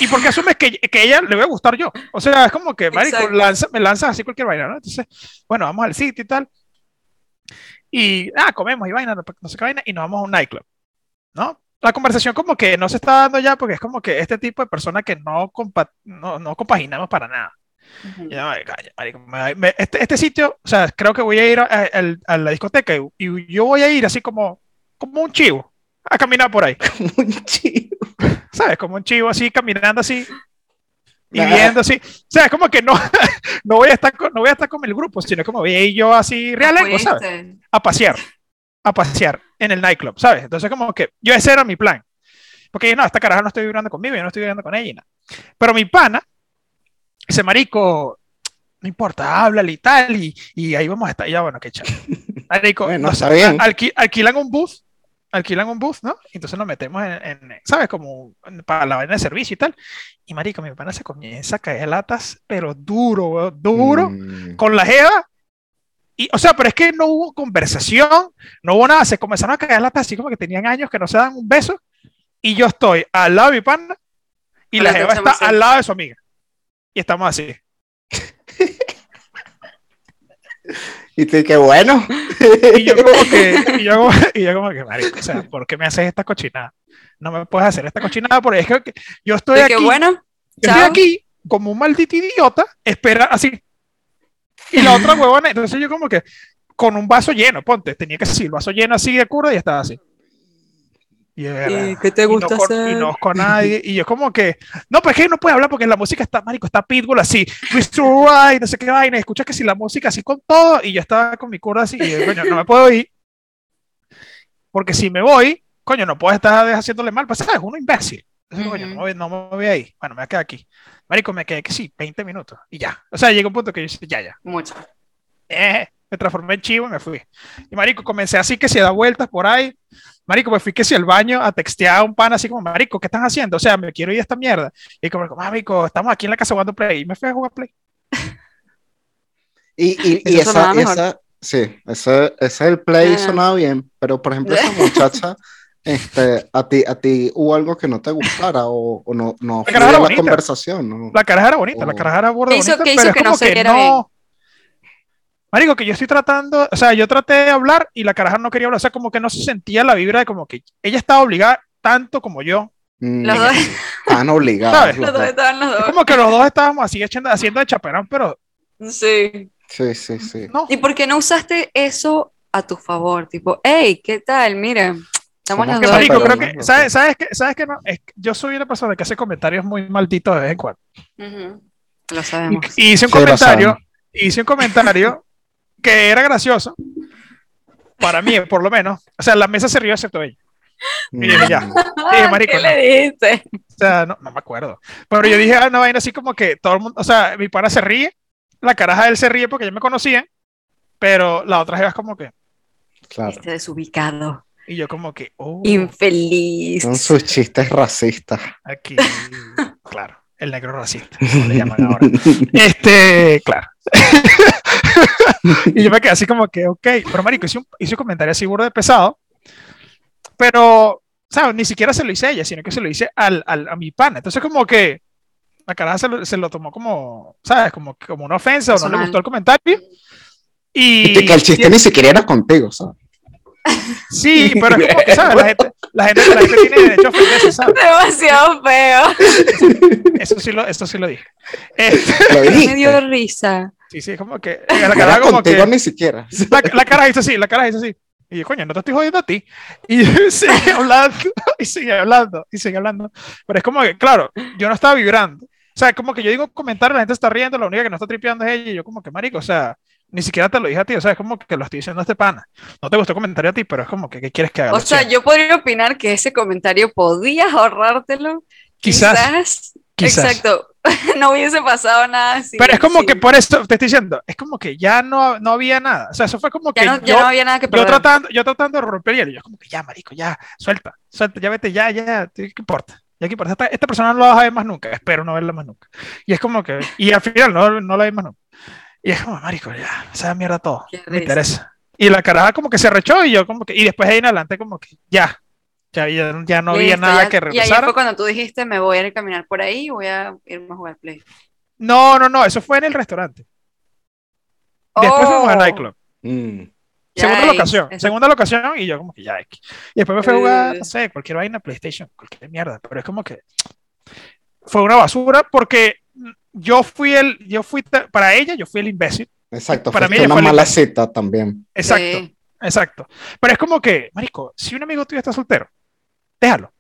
[SPEAKER 1] ¿Y por qué asumes que, que ella le voy a gustar yo? O sea, es como que, marico,
[SPEAKER 3] Exacto.
[SPEAKER 1] lanza, me lanzas así cualquier vaina, ¿no? Entonces, bueno, vamos al sitio y tal. Y, ah, comemos y vaina, no no sé qué vaina, y nos vamos a un nightclub. ¿no? La conversación como que no se está dando ya porque es como que este tipo de persona que no, compa- no, no compaginamos para nada. Y yo, "Ay, calla, marico, me- me- este, este sitio, o sea, creo que voy a ir a, a- al- a la discoteca y, y yo voy a ir así como, como un chivo a caminar por ahí,
[SPEAKER 2] Muy chido.
[SPEAKER 1] ¿sabes? Como un chivo así, caminando así y
[SPEAKER 2] Nah.
[SPEAKER 1] viendo así. O sea, es como que no, no, voy a estar con, no voy a estar con el grupo, sino como voy a ir yo así
[SPEAKER 3] Pues,
[SPEAKER 1] realengo,
[SPEAKER 3] ¿eh?
[SPEAKER 1] ¿sabes?
[SPEAKER 3] Fuiste.
[SPEAKER 1] a pasear, a pasear en el nightclub, ¿sabes? Entonces como que yo ese era mi plan. Porque no, esta caraja no estoy vibrando conmigo, yo no estoy vibrando con ella. y nada. Pero mi pana, ese marico, no importa, háblale y tal, y, y ahí vamos a estar, ya bueno, qué chaval. Marico,
[SPEAKER 2] Bueno,
[SPEAKER 1] no sé,
[SPEAKER 2] está bien.
[SPEAKER 1] alqui- alquilan un bus, alquilan un bus, ¿no? Entonces nos metemos en, en, ¿sabes? Como en- para la vaina de servicio y tal. Y marico, mi pana se comienza a caer latas, pero duro, weón, duro
[SPEAKER 2] Mm.
[SPEAKER 1] con la jeva. Y, o sea, pero es que no hubo conversación, no hubo nada, se comenzaron a caer latas así como que tenían años que no se dan un beso. Y yo estoy al lado de mi pana y
[SPEAKER 3] Con
[SPEAKER 1] la
[SPEAKER 3] las
[SPEAKER 1] jeva
[SPEAKER 3] dos
[SPEAKER 1] está
[SPEAKER 3] chamas ahí.
[SPEAKER 1] al lado de su amiga. Y estamos así.
[SPEAKER 2] Y te dije, bueno.
[SPEAKER 1] Y yo como que, y yo como, y yo como que, marico, o sea, ¿por qué me haces esta cochinada? No me puedes hacer esta cochinada porque es que yo estoy
[SPEAKER 3] De que
[SPEAKER 1] aquí,
[SPEAKER 3] bueno,
[SPEAKER 1] yo estoy
[SPEAKER 3] chao.
[SPEAKER 1] aquí como un maldito idiota, espera así. Y la otra huevona, entonces yo como que con un vaso lleno, ponte, tenía que decir, el vaso lleno así de cura y estaba así. Y, yo, verga,
[SPEAKER 3] ¿Y qué te gusta
[SPEAKER 1] y no, con, y
[SPEAKER 3] hacer?
[SPEAKER 1] no con nadie. Y yo como que, no, pues es que no puede hablar porque la música está, marico, está Pitbull así, Twist to Ride, no sé qué vaina, escucha que si la música así con todo, y yo estaba con mi cura así, y yo, coño, no me puedo ir, porque si me voy, coño, no puedo estar haciéndole mal, pues sabes, uno imbécil. Entonces, coño,
[SPEAKER 3] Ujú.
[SPEAKER 1] no, me voy- no me voy ahí, bueno, me voy a quedar aquí. Marico, me quedé que sí, 20 minutos, y ya. O sea, llega un punto que yo dije, ya, ya
[SPEAKER 3] Mucho.
[SPEAKER 1] eh, me transformé en chivo y me fui. Y marico, comencé así que se da vueltas por ahí. Marico, me fui que si al baño a textear a un pan así como, marico, ¿qué están haciendo? O sea, me quiero ir a esta mierda. Y como, marico, estamos aquí en la casa jugando Play. Y me fui a jugar Play.
[SPEAKER 2] Y, y, y
[SPEAKER 3] Eso
[SPEAKER 2] esa,
[SPEAKER 3] sonaba mejor.
[SPEAKER 2] esa, sí, ese, ese el play
[SPEAKER 3] Ah.
[SPEAKER 2] sonaba bien, pero por ejemplo, esa muchacha, este, a ti, a ti hubo algo que no te gustara o, o no, no
[SPEAKER 1] La caraja
[SPEAKER 2] fluía la
[SPEAKER 1] bonita.
[SPEAKER 2] conversación, ¿no?
[SPEAKER 1] La caraja era bonita,
[SPEAKER 2] Oh.
[SPEAKER 1] la caraja era burda
[SPEAKER 3] ¿Qué hizo-
[SPEAKER 1] bonita,
[SPEAKER 3] qué hizo
[SPEAKER 1] pero es
[SPEAKER 3] que no
[SPEAKER 1] como
[SPEAKER 3] se
[SPEAKER 1] que
[SPEAKER 3] viera bien?
[SPEAKER 1] no. Marico, que yo estoy tratando, o sea, yo traté de hablar y la caraja no quería hablar, o sea, como que no se sentía la vibra de como que ella estaba obligada tanto como yo.
[SPEAKER 2] Mm,
[SPEAKER 3] Los dos,
[SPEAKER 2] Estaban obligados.
[SPEAKER 1] ¿Sabes?
[SPEAKER 2] los
[SPEAKER 3] los dos
[SPEAKER 2] dos.
[SPEAKER 3] estaban los
[SPEAKER 1] Es
[SPEAKER 3] dos.
[SPEAKER 1] como que los dos estábamos así echando- haciendo de chaperón, pero
[SPEAKER 3] Sí.
[SPEAKER 2] Sí, sí, sí.
[SPEAKER 1] no.
[SPEAKER 3] ¿Y por qué no usaste eso a tu favor? Tipo, hey, ¿qué tal? Mira, estamos
[SPEAKER 2] Somos
[SPEAKER 3] los
[SPEAKER 1] Que
[SPEAKER 3] dos.
[SPEAKER 2] chaperón.
[SPEAKER 1] marico,
[SPEAKER 3] aquí.
[SPEAKER 1] creo
[SPEAKER 2] chaperón,
[SPEAKER 1] que,
[SPEAKER 2] ¿no?
[SPEAKER 1] ¿sabes, sabes que, sabes que no? Es que yo soy una persona que hace comentarios muy malditos de vez en cuando.
[SPEAKER 3] Ujú, Lo sabemos.
[SPEAKER 1] Y hice un
[SPEAKER 2] Sí, lo
[SPEAKER 1] comentario,
[SPEAKER 2] saben.
[SPEAKER 1] hice un comentario que era gracioso. Para mí, por lo menos. O sea, la mesa se rió excepto ella. Y dije, ya.
[SPEAKER 2] Mm,
[SPEAKER 3] Ah,
[SPEAKER 1] marico,
[SPEAKER 3] ¿Qué
[SPEAKER 1] no.
[SPEAKER 3] le dijiste?
[SPEAKER 1] O sea, no, no me acuerdo. Pero yo dije, ah, no, vaina así como que todo el mundo, o sea, mi pana se ríe, la caraja de él se ríe porque ya me conocía, pero la otra jeva es como que,
[SPEAKER 2] Claro.
[SPEAKER 3] Este desubicado.
[SPEAKER 1] y yo como que, oh,
[SPEAKER 3] Uh. Infeliz.
[SPEAKER 2] Son sus chistes racistas.
[SPEAKER 1] aquí, claro, el negro racista, como le llaman ahora. Este, claro. y yo me quedé así como que, ok, pero marico, hice un, hice un comentario así burdo de pesado, pero, ¿sabes? Ni siquiera se lo hice a ella, sino que se lo hice al, al- a mi pana. Entonces como que la caraja se lo, se lo tomó como, ¿sabes? Como, como una ofensa o no le
[SPEAKER 3] Personal.
[SPEAKER 1] gustó el comentario. Y,
[SPEAKER 2] Y que el chiste ni siquiera era contigo, ¿sabes?
[SPEAKER 1] Sí, pero es como que, ¿sabes? La gente, la gente, la gente tiene derecho a ofenderse, ¿sabes?
[SPEAKER 3] Demasiado feo.
[SPEAKER 1] Eso sí lo, eso sí lo dije. Este,
[SPEAKER 2] Lo
[SPEAKER 3] Me
[SPEAKER 2] dijiste.
[SPEAKER 3] dio risa.
[SPEAKER 1] sí, sí, es como que eh, la
[SPEAKER 2] No
[SPEAKER 1] caraja
[SPEAKER 2] era
[SPEAKER 1] como
[SPEAKER 2] contigo
[SPEAKER 1] que...
[SPEAKER 2] ni siquiera.
[SPEAKER 1] La, la cara hizo así, la cara hizo así. Y yo, coño, no te estoy jodiendo a ti. Y yo seguí hablando, y seguí hablando, y seguí hablando. Pero es como que, claro, yo no estaba vibrando. O sea, como que yo digo un comentario, la gente está riendo, la única que no está tripeando es ella. Y yo, como que, marico, o sea, ni siquiera te lo dije a ti. O sea, es como que lo estoy diciendo a este pana. No te gustó el comentario a ti, pero es como que, ¿qué quieres que haga?
[SPEAKER 3] O
[SPEAKER 1] Lo
[SPEAKER 3] sea,
[SPEAKER 1] siento.
[SPEAKER 3] yo podría opinar que ese comentario podías ahorrártelo.
[SPEAKER 1] quizás, quizás.
[SPEAKER 3] Exacto. no hubiese pasado nada así.
[SPEAKER 1] Pero es como que por eso te estoy diciendo, es como que ya no, no había nada. O sea, eso fue como que.
[SPEAKER 3] Ya no, ya
[SPEAKER 1] yo-
[SPEAKER 3] no había nada que
[SPEAKER 1] yo
[SPEAKER 3] perder.
[SPEAKER 1] tratando, yo tratando de romper el hielo, yo como que ya, marico, ya, suelta, suelta, ya vete, ya, ya, ¿qué importa? Ya, ¿qué importa? Esta, esta persona no la vas a ver más nunca, espero no verla más nunca. Y es como que, y al final no, no la vi más nunca. Y es como, marico, ya, esa mierda todo,
[SPEAKER 3] Qué
[SPEAKER 1] me
[SPEAKER 3] risa.
[SPEAKER 1] interesa. Y la caraja como que se rechó y yo como que, y después de ahí en adelante como que, ya, ya, ya, ya no había
[SPEAKER 3] Listo,
[SPEAKER 1] nada
[SPEAKER 3] ya-
[SPEAKER 1] que
[SPEAKER 3] Y ahí
[SPEAKER 1] regresar.
[SPEAKER 3] fue cuando tú dijiste, me voy a ir a caminar por ahí, voy a irme a jugar Play.
[SPEAKER 1] No, no, no, eso fue en el restaurante. Después fuimos al
[SPEAKER 3] Oh,
[SPEAKER 1] nightclub.
[SPEAKER 2] Mm.
[SPEAKER 3] ya
[SPEAKER 1] segunda
[SPEAKER 3] es-
[SPEAKER 1] locación,
[SPEAKER 3] es-
[SPEAKER 1] segunda locación y yo como que ya X. Y después me fui a jugar,
[SPEAKER 3] Eh.
[SPEAKER 1] no sé, cualquier vaina, PlayStation, cualquier mierda, pero es como que fue una basura porque yo fui el, yo fui, ta- para ella yo fui el imbécil,
[SPEAKER 2] Exacto,
[SPEAKER 1] Para
[SPEAKER 2] para
[SPEAKER 1] mí ella
[SPEAKER 2] una
[SPEAKER 1] fue la
[SPEAKER 2] mala
[SPEAKER 1] imbécil.
[SPEAKER 2] cita también.
[SPEAKER 1] exacto,
[SPEAKER 3] sí.
[SPEAKER 1] exacto. Pero es como que, marico, si un amigo tuyo está soltero, déjalo,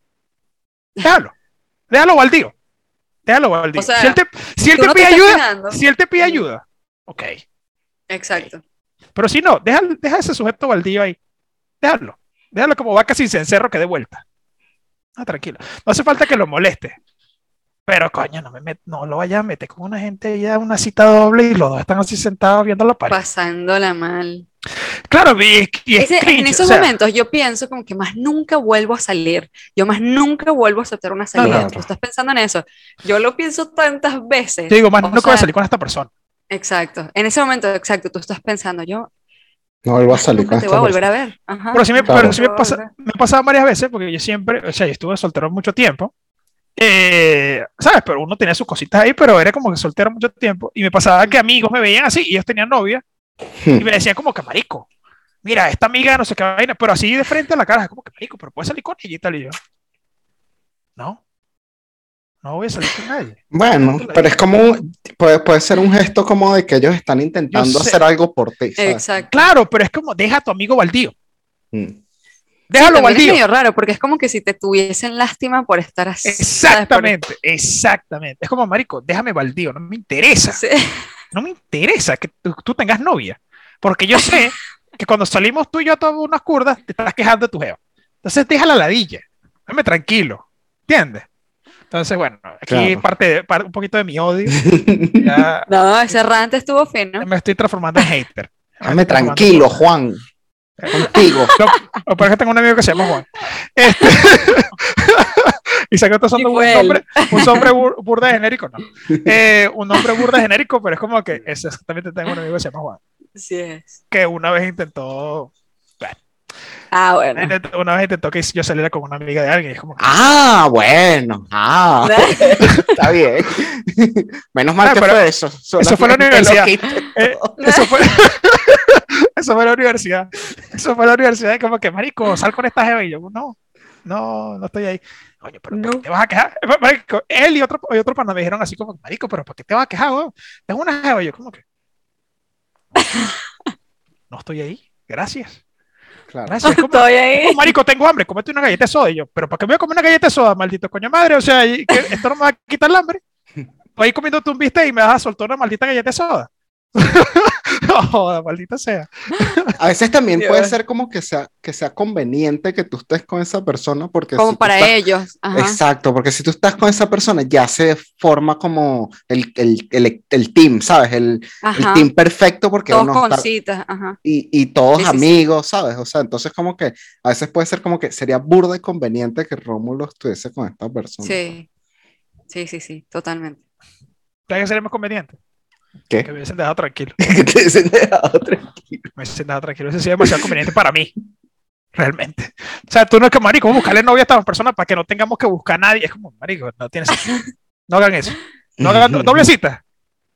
[SPEAKER 1] déjalo, déjalo baldío, déjalo baldío.
[SPEAKER 3] O sea,
[SPEAKER 1] si él te, si él
[SPEAKER 3] Tú
[SPEAKER 1] te
[SPEAKER 3] no te
[SPEAKER 1] pide
[SPEAKER 3] estás
[SPEAKER 1] ayuda,
[SPEAKER 3] cuidando.
[SPEAKER 1] si él te pide ayuda, ok,
[SPEAKER 3] Exacto.
[SPEAKER 1] pero si no, deja, deja ese sujeto baldío ahí, déjalo, déjalo como vaca sin cencerro que dé vuelta. Ah, tranquilo. No hace falta que lo moleste. Pero coño, no, me met- no lo vayas a meter con una gente ya una cita doble y los dos están así sentados viendo la pared.
[SPEAKER 3] Pasándola mal.
[SPEAKER 1] Claro, y, es- y es
[SPEAKER 3] Ese- en
[SPEAKER 1] cringe,
[SPEAKER 3] esos
[SPEAKER 1] o sea,
[SPEAKER 3] momentos yo pienso como que más nunca vuelvo a salir. Yo más nunca vuelvo a aceptar una salida.
[SPEAKER 2] Claro.
[SPEAKER 3] Tú estás pensando en eso. Yo lo pienso tantas veces.
[SPEAKER 1] Yo digo, más
[SPEAKER 3] O
[SPEAKER 1] nunca voy a
[SPEAKER 3] sea,
[SPEAKER 1] salir con esta persona.
[SPEAKER 3] Exacto. En ese momento, exacto, tú estás pensando, yo
[SPEAKER 2] No vuelvo a salir
[SPEAKER 3] nunca
[SPEAKER 2] con
[SPEAKER 3] te
[SPEAKER 2] esta
[SPEAKER 3] voy a volver
[SPEAKER 2] persona.
[SPEAKER 3] a ver. Ajá.
[SPEAKER 1] Pero sí me,
[SPEAKER 2] Claro.
[SPEAKER 1] pero sí me,
[SPEAKER 3] Nunca te voy a
[SPEAKER 1] pasa-
[SPEAKER 3] volver.
[SPEAKER 1] me ha pasado varias veces porque yo siempre, o sea, yo estuve soltero mucho tiempo. eh, ¿Sabes? Pero uno tenía sus cositas ahí, pero era como que soltero mucho tiempo. Y me pasaba que amigos me veían así y ellos tenían novia y me decían como que marico. Mira, esta amiga no sé qué vaina, pero así de frente a la cara, como que marico, pero puedes salir con ella y tal. Y yo, no, no voy a salir con nadie.
[SPEAKER 2] Bueno, pero es como, un- puede, puede ser un gesto como de que ellos están intentando
[SPEAKER 1] Yo sé.
[SPEAKER 2] hacer algo por ti. ¿sabes?
[SPEAKER 3] Exacto.
[SPEAKER 1] Claro, pero es como, deja a tu amigo baldío,
[SPEAKER 2] Mm.
[SPEAKER 1] déjalo
[SPEAKER 3] También es
[SPEAKER 1] baldío.
[SPEAKER 3] medio raro porque es como que si te tuviesen lástima por estar así. ¿sabes? Por-
[SPEAKER 1] Exactamente, exactamente. Es como, marico, déjame baldío, no me interesa,
[SPEAKER 3] Sí.
[SPEAKER 1] no me interesa que tú, tú tengas novia, porque yo sé que cuando salimos tú y yo a todas unas curdas, te estás quejando de tu geo. Entonces, deja la ladilla, déjame tranquilo, ¿entiendes? Entonces, bueno, aquí
[SPEAKER 2] Claro.
[SPEAKER 1] parte de- par- un poquito de mi odio.
[SPEAKER 2] Mm.
[SPEAKER 1] Ya,
[SPEAKER 3] No, ese rant estuvo fino.
[SPEAKER 1] me estoy transformando en hater.
[SPEAKER 2] Dame tranquilo, Juan. Contigo.
[SPEAKER 1] Lo, lo peor es que tengo un amigo que se llama Juan. Este, y sé que estos son
[SPEAKER 3] Y
[SPEAKER 1] un
[SPEAKER 3] fue él.
[SPEAKER 1] nombre, un nombre bur- burda de genérico, no. Eh, un nombre burda de genérico, pero es como que es exactamente tengo un amigo que se llama Juan.
[SPEAKER 3] Así es.
[SPEAKER 1] que una vez intentó,
[SPEAKER 3] Ah, bueno.
[SPEAKER 1] una vez intentó que yo saliera con una amiga de alguien. y es como que-
[SPEAKER 2] Ah, bueno. Ah, está bien. Menos mal
[SPEAKER 1] Ah,
[SPEAKER 2] que
[SPEAKER 1] pero
[SPEAKER 2] fue eso.
[SPEAKER 1] eso fue la
[SPEAKER 2] Solamente lo
[SPEAKER 1] universidad.
[SPEAKER 2] quité.
[SPEAKER 1] Eh, eso fue. eso fue la universidad. Eso fue la universidad. y Como que, marico, sal con esta jeva. Y yo, no, no, no estoy ahí. Coño, pero ¿por qué
[SPEAKER 3] No.
[SPEAKER 1] te vas a quejar? Eh, Marico, él y otro, y otro pana me dijeron así como, marico, pero ¿por qué te vas a quejar, weón? Tengo una jeva. Y yo, como que. No estoy ahí. Gracias.
[SPEAKER 2] Claro.
[SPEAKER 1] Gracias. Como,
[SPEAKER 3] Estoy ahí.
[SPEAKER 1] "Oh, marico, tengo hambre. Comete una galleta de soda. Y yo, pero ¿para qué me voy a comer una galleta de soda, maldito coño madre? O sea, y que esto no me va a quitar el hambre. Estoy ahí comiéndote un bistec y me vas a soltar una maldita galleta de soda. no joda, maldita sea.
[SPEAKER 2] A veces también
[SPEAKER 3] Dios.
[SPEAKER 2] puede ser como que sea, que sea conveniente que tú estés con esa persona porque si
[SPEAKER 3] Como
[SPEAKER 2] tú
[SPEAKER 3] para
[SPEAKER 2] estás-
[SPEAKER 3] ellos. Ajá.
[SPEAKER 2] Exacto, porque si tú estás con esa persona ya se forma como el, el- el- el team, ¿sabes? El, el
[SPEAKER 3] Ajá.
[SPEAKER 2] team perfecto porque
[SPEAKER 3] Todos
[SPEAKER 2] uno
[SPEAKER 3] con
[SPEAKER 2] está-
[SPEAKER 3] citas. Ajá.
[SPEAKER 2] y, y todos
[SPEAKER 3] Sí, sí, sí.
[SPEAKER 2] amigos, ¿sabes? O sea, entonces como que a veces puede ser como que sería burda y conveniente que Rómulo estuviese con esta persona.
[SPEAKER 3] Sí. Sí, sí, sí. Totalmente.
[SPEAKER 1] ¿Sabes qué sería más conveniente?
[SPEAKER 2] ¿Qué?
[SPEAKER 1] Que me hubiesen dejado tranquilo.
[SPEAKER 2] Que te hubiesen dejado tranquilo.
[SPEAKER 1] Me hubiesen dejado tranquilo. Eso sería demasiado conveniente para mí. Realmente. O sea, tú no es que, marico, vamos a buscarle novia a esta persona para que no tengamos que buscar a nadie. Es como, marico, no tienes No hagan eso. No hagan do- doble cita.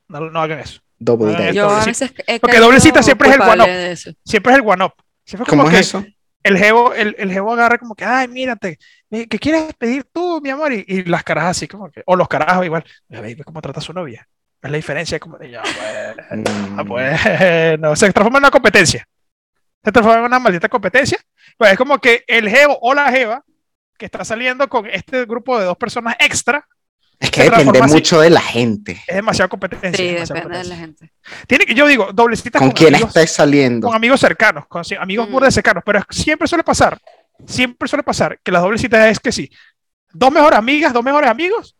[SPEAKER 1] No, no hagan eso.
[SPEAKER 2] Double
[SPEAKER 1] Ah,
[SPEAKER 2] date.
[SPEAKER 3] Yo a
[SPEAKER 1] doble
[SPEAKER 3] veces he
[SPEAKER 1] Porque doble
[SPEAKER 3] caído
[SPEAKER 1] cita siempre es el
[SPEAKER 3] culpable
[SPEAKER 1] one-up.
[SPEAKER 3] de eso.
[SPEAKER 1] Siempre es el one-up. Siempre es como
[SPEAKER 2] ¿Cómo
[SPEAKER 1] que
[SPEAKER 2] es eso?
[SPEAKER 1] el jevo, el, el jevo agarra como que, ay, mírate, eh, ¿qué quieres pedir tú, mi amor? Y, y las caras así como que, o los carajos igual. Mira, ve ve cómo trata a su novia. Es la diferencia, es como de, ya, pues. Ah,
[SPEAKER 2] Mm.
[SPEAKER 1] bueno, se transforma en una competencia. Se transforma en una maldita competencia. Pues es como que el jevo o la jeva que está saliendo con este grupo de dos personas extra
[SPEAKER 2] Es que
[SPEAKER 1] se
[SPEAKER 2] depende
[SPEAKER 1] transforma así.
[SPEAKER 2] mucho de la gente.
[SPEAKER 1] es demasiado competencia.
[SPEAKER 3] Sí,
[SPEAKER 1] es demasiado
[SPEAKER 3] depende de la
[SPEAKER 1] competencia.
[SPEAKER 3] gente.
[SPEAKER 1] Tiene que, yo digo, doble cita
[SPEAKER 2] ¿Con
[SPEAKER 1] con,
[SPEAKER 2] quién
[SPEAKER 1] amigos,
[SPEAKER 2] estés saliendo?
[SPEAKER 1] con amigos cercanos, con si- amigos
[SPEAKER 3] Mm.
[SPEAKER 1] burda de cercanos, pero es- siempre suele pasar, siempre suele pasar que las doble citas es que sí, dos mejores amigas, dos mejores amigos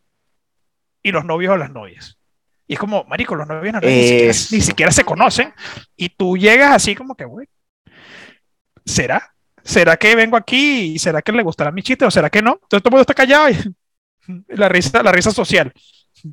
[SPEAKER 1] y los novios o las novias. Y es como, marico, los novios no, ni, siquiera,
[SPEAKER 2] Eso.
[SPEAKER 1] ni siquiera se conocen. Y tú llegas así como que, güey, ¿será? ¿Será que vengo aquí y será que le gustará mi chiste o será que no? Entonces todo el mundo está callado y la risa, la risa social. Sí,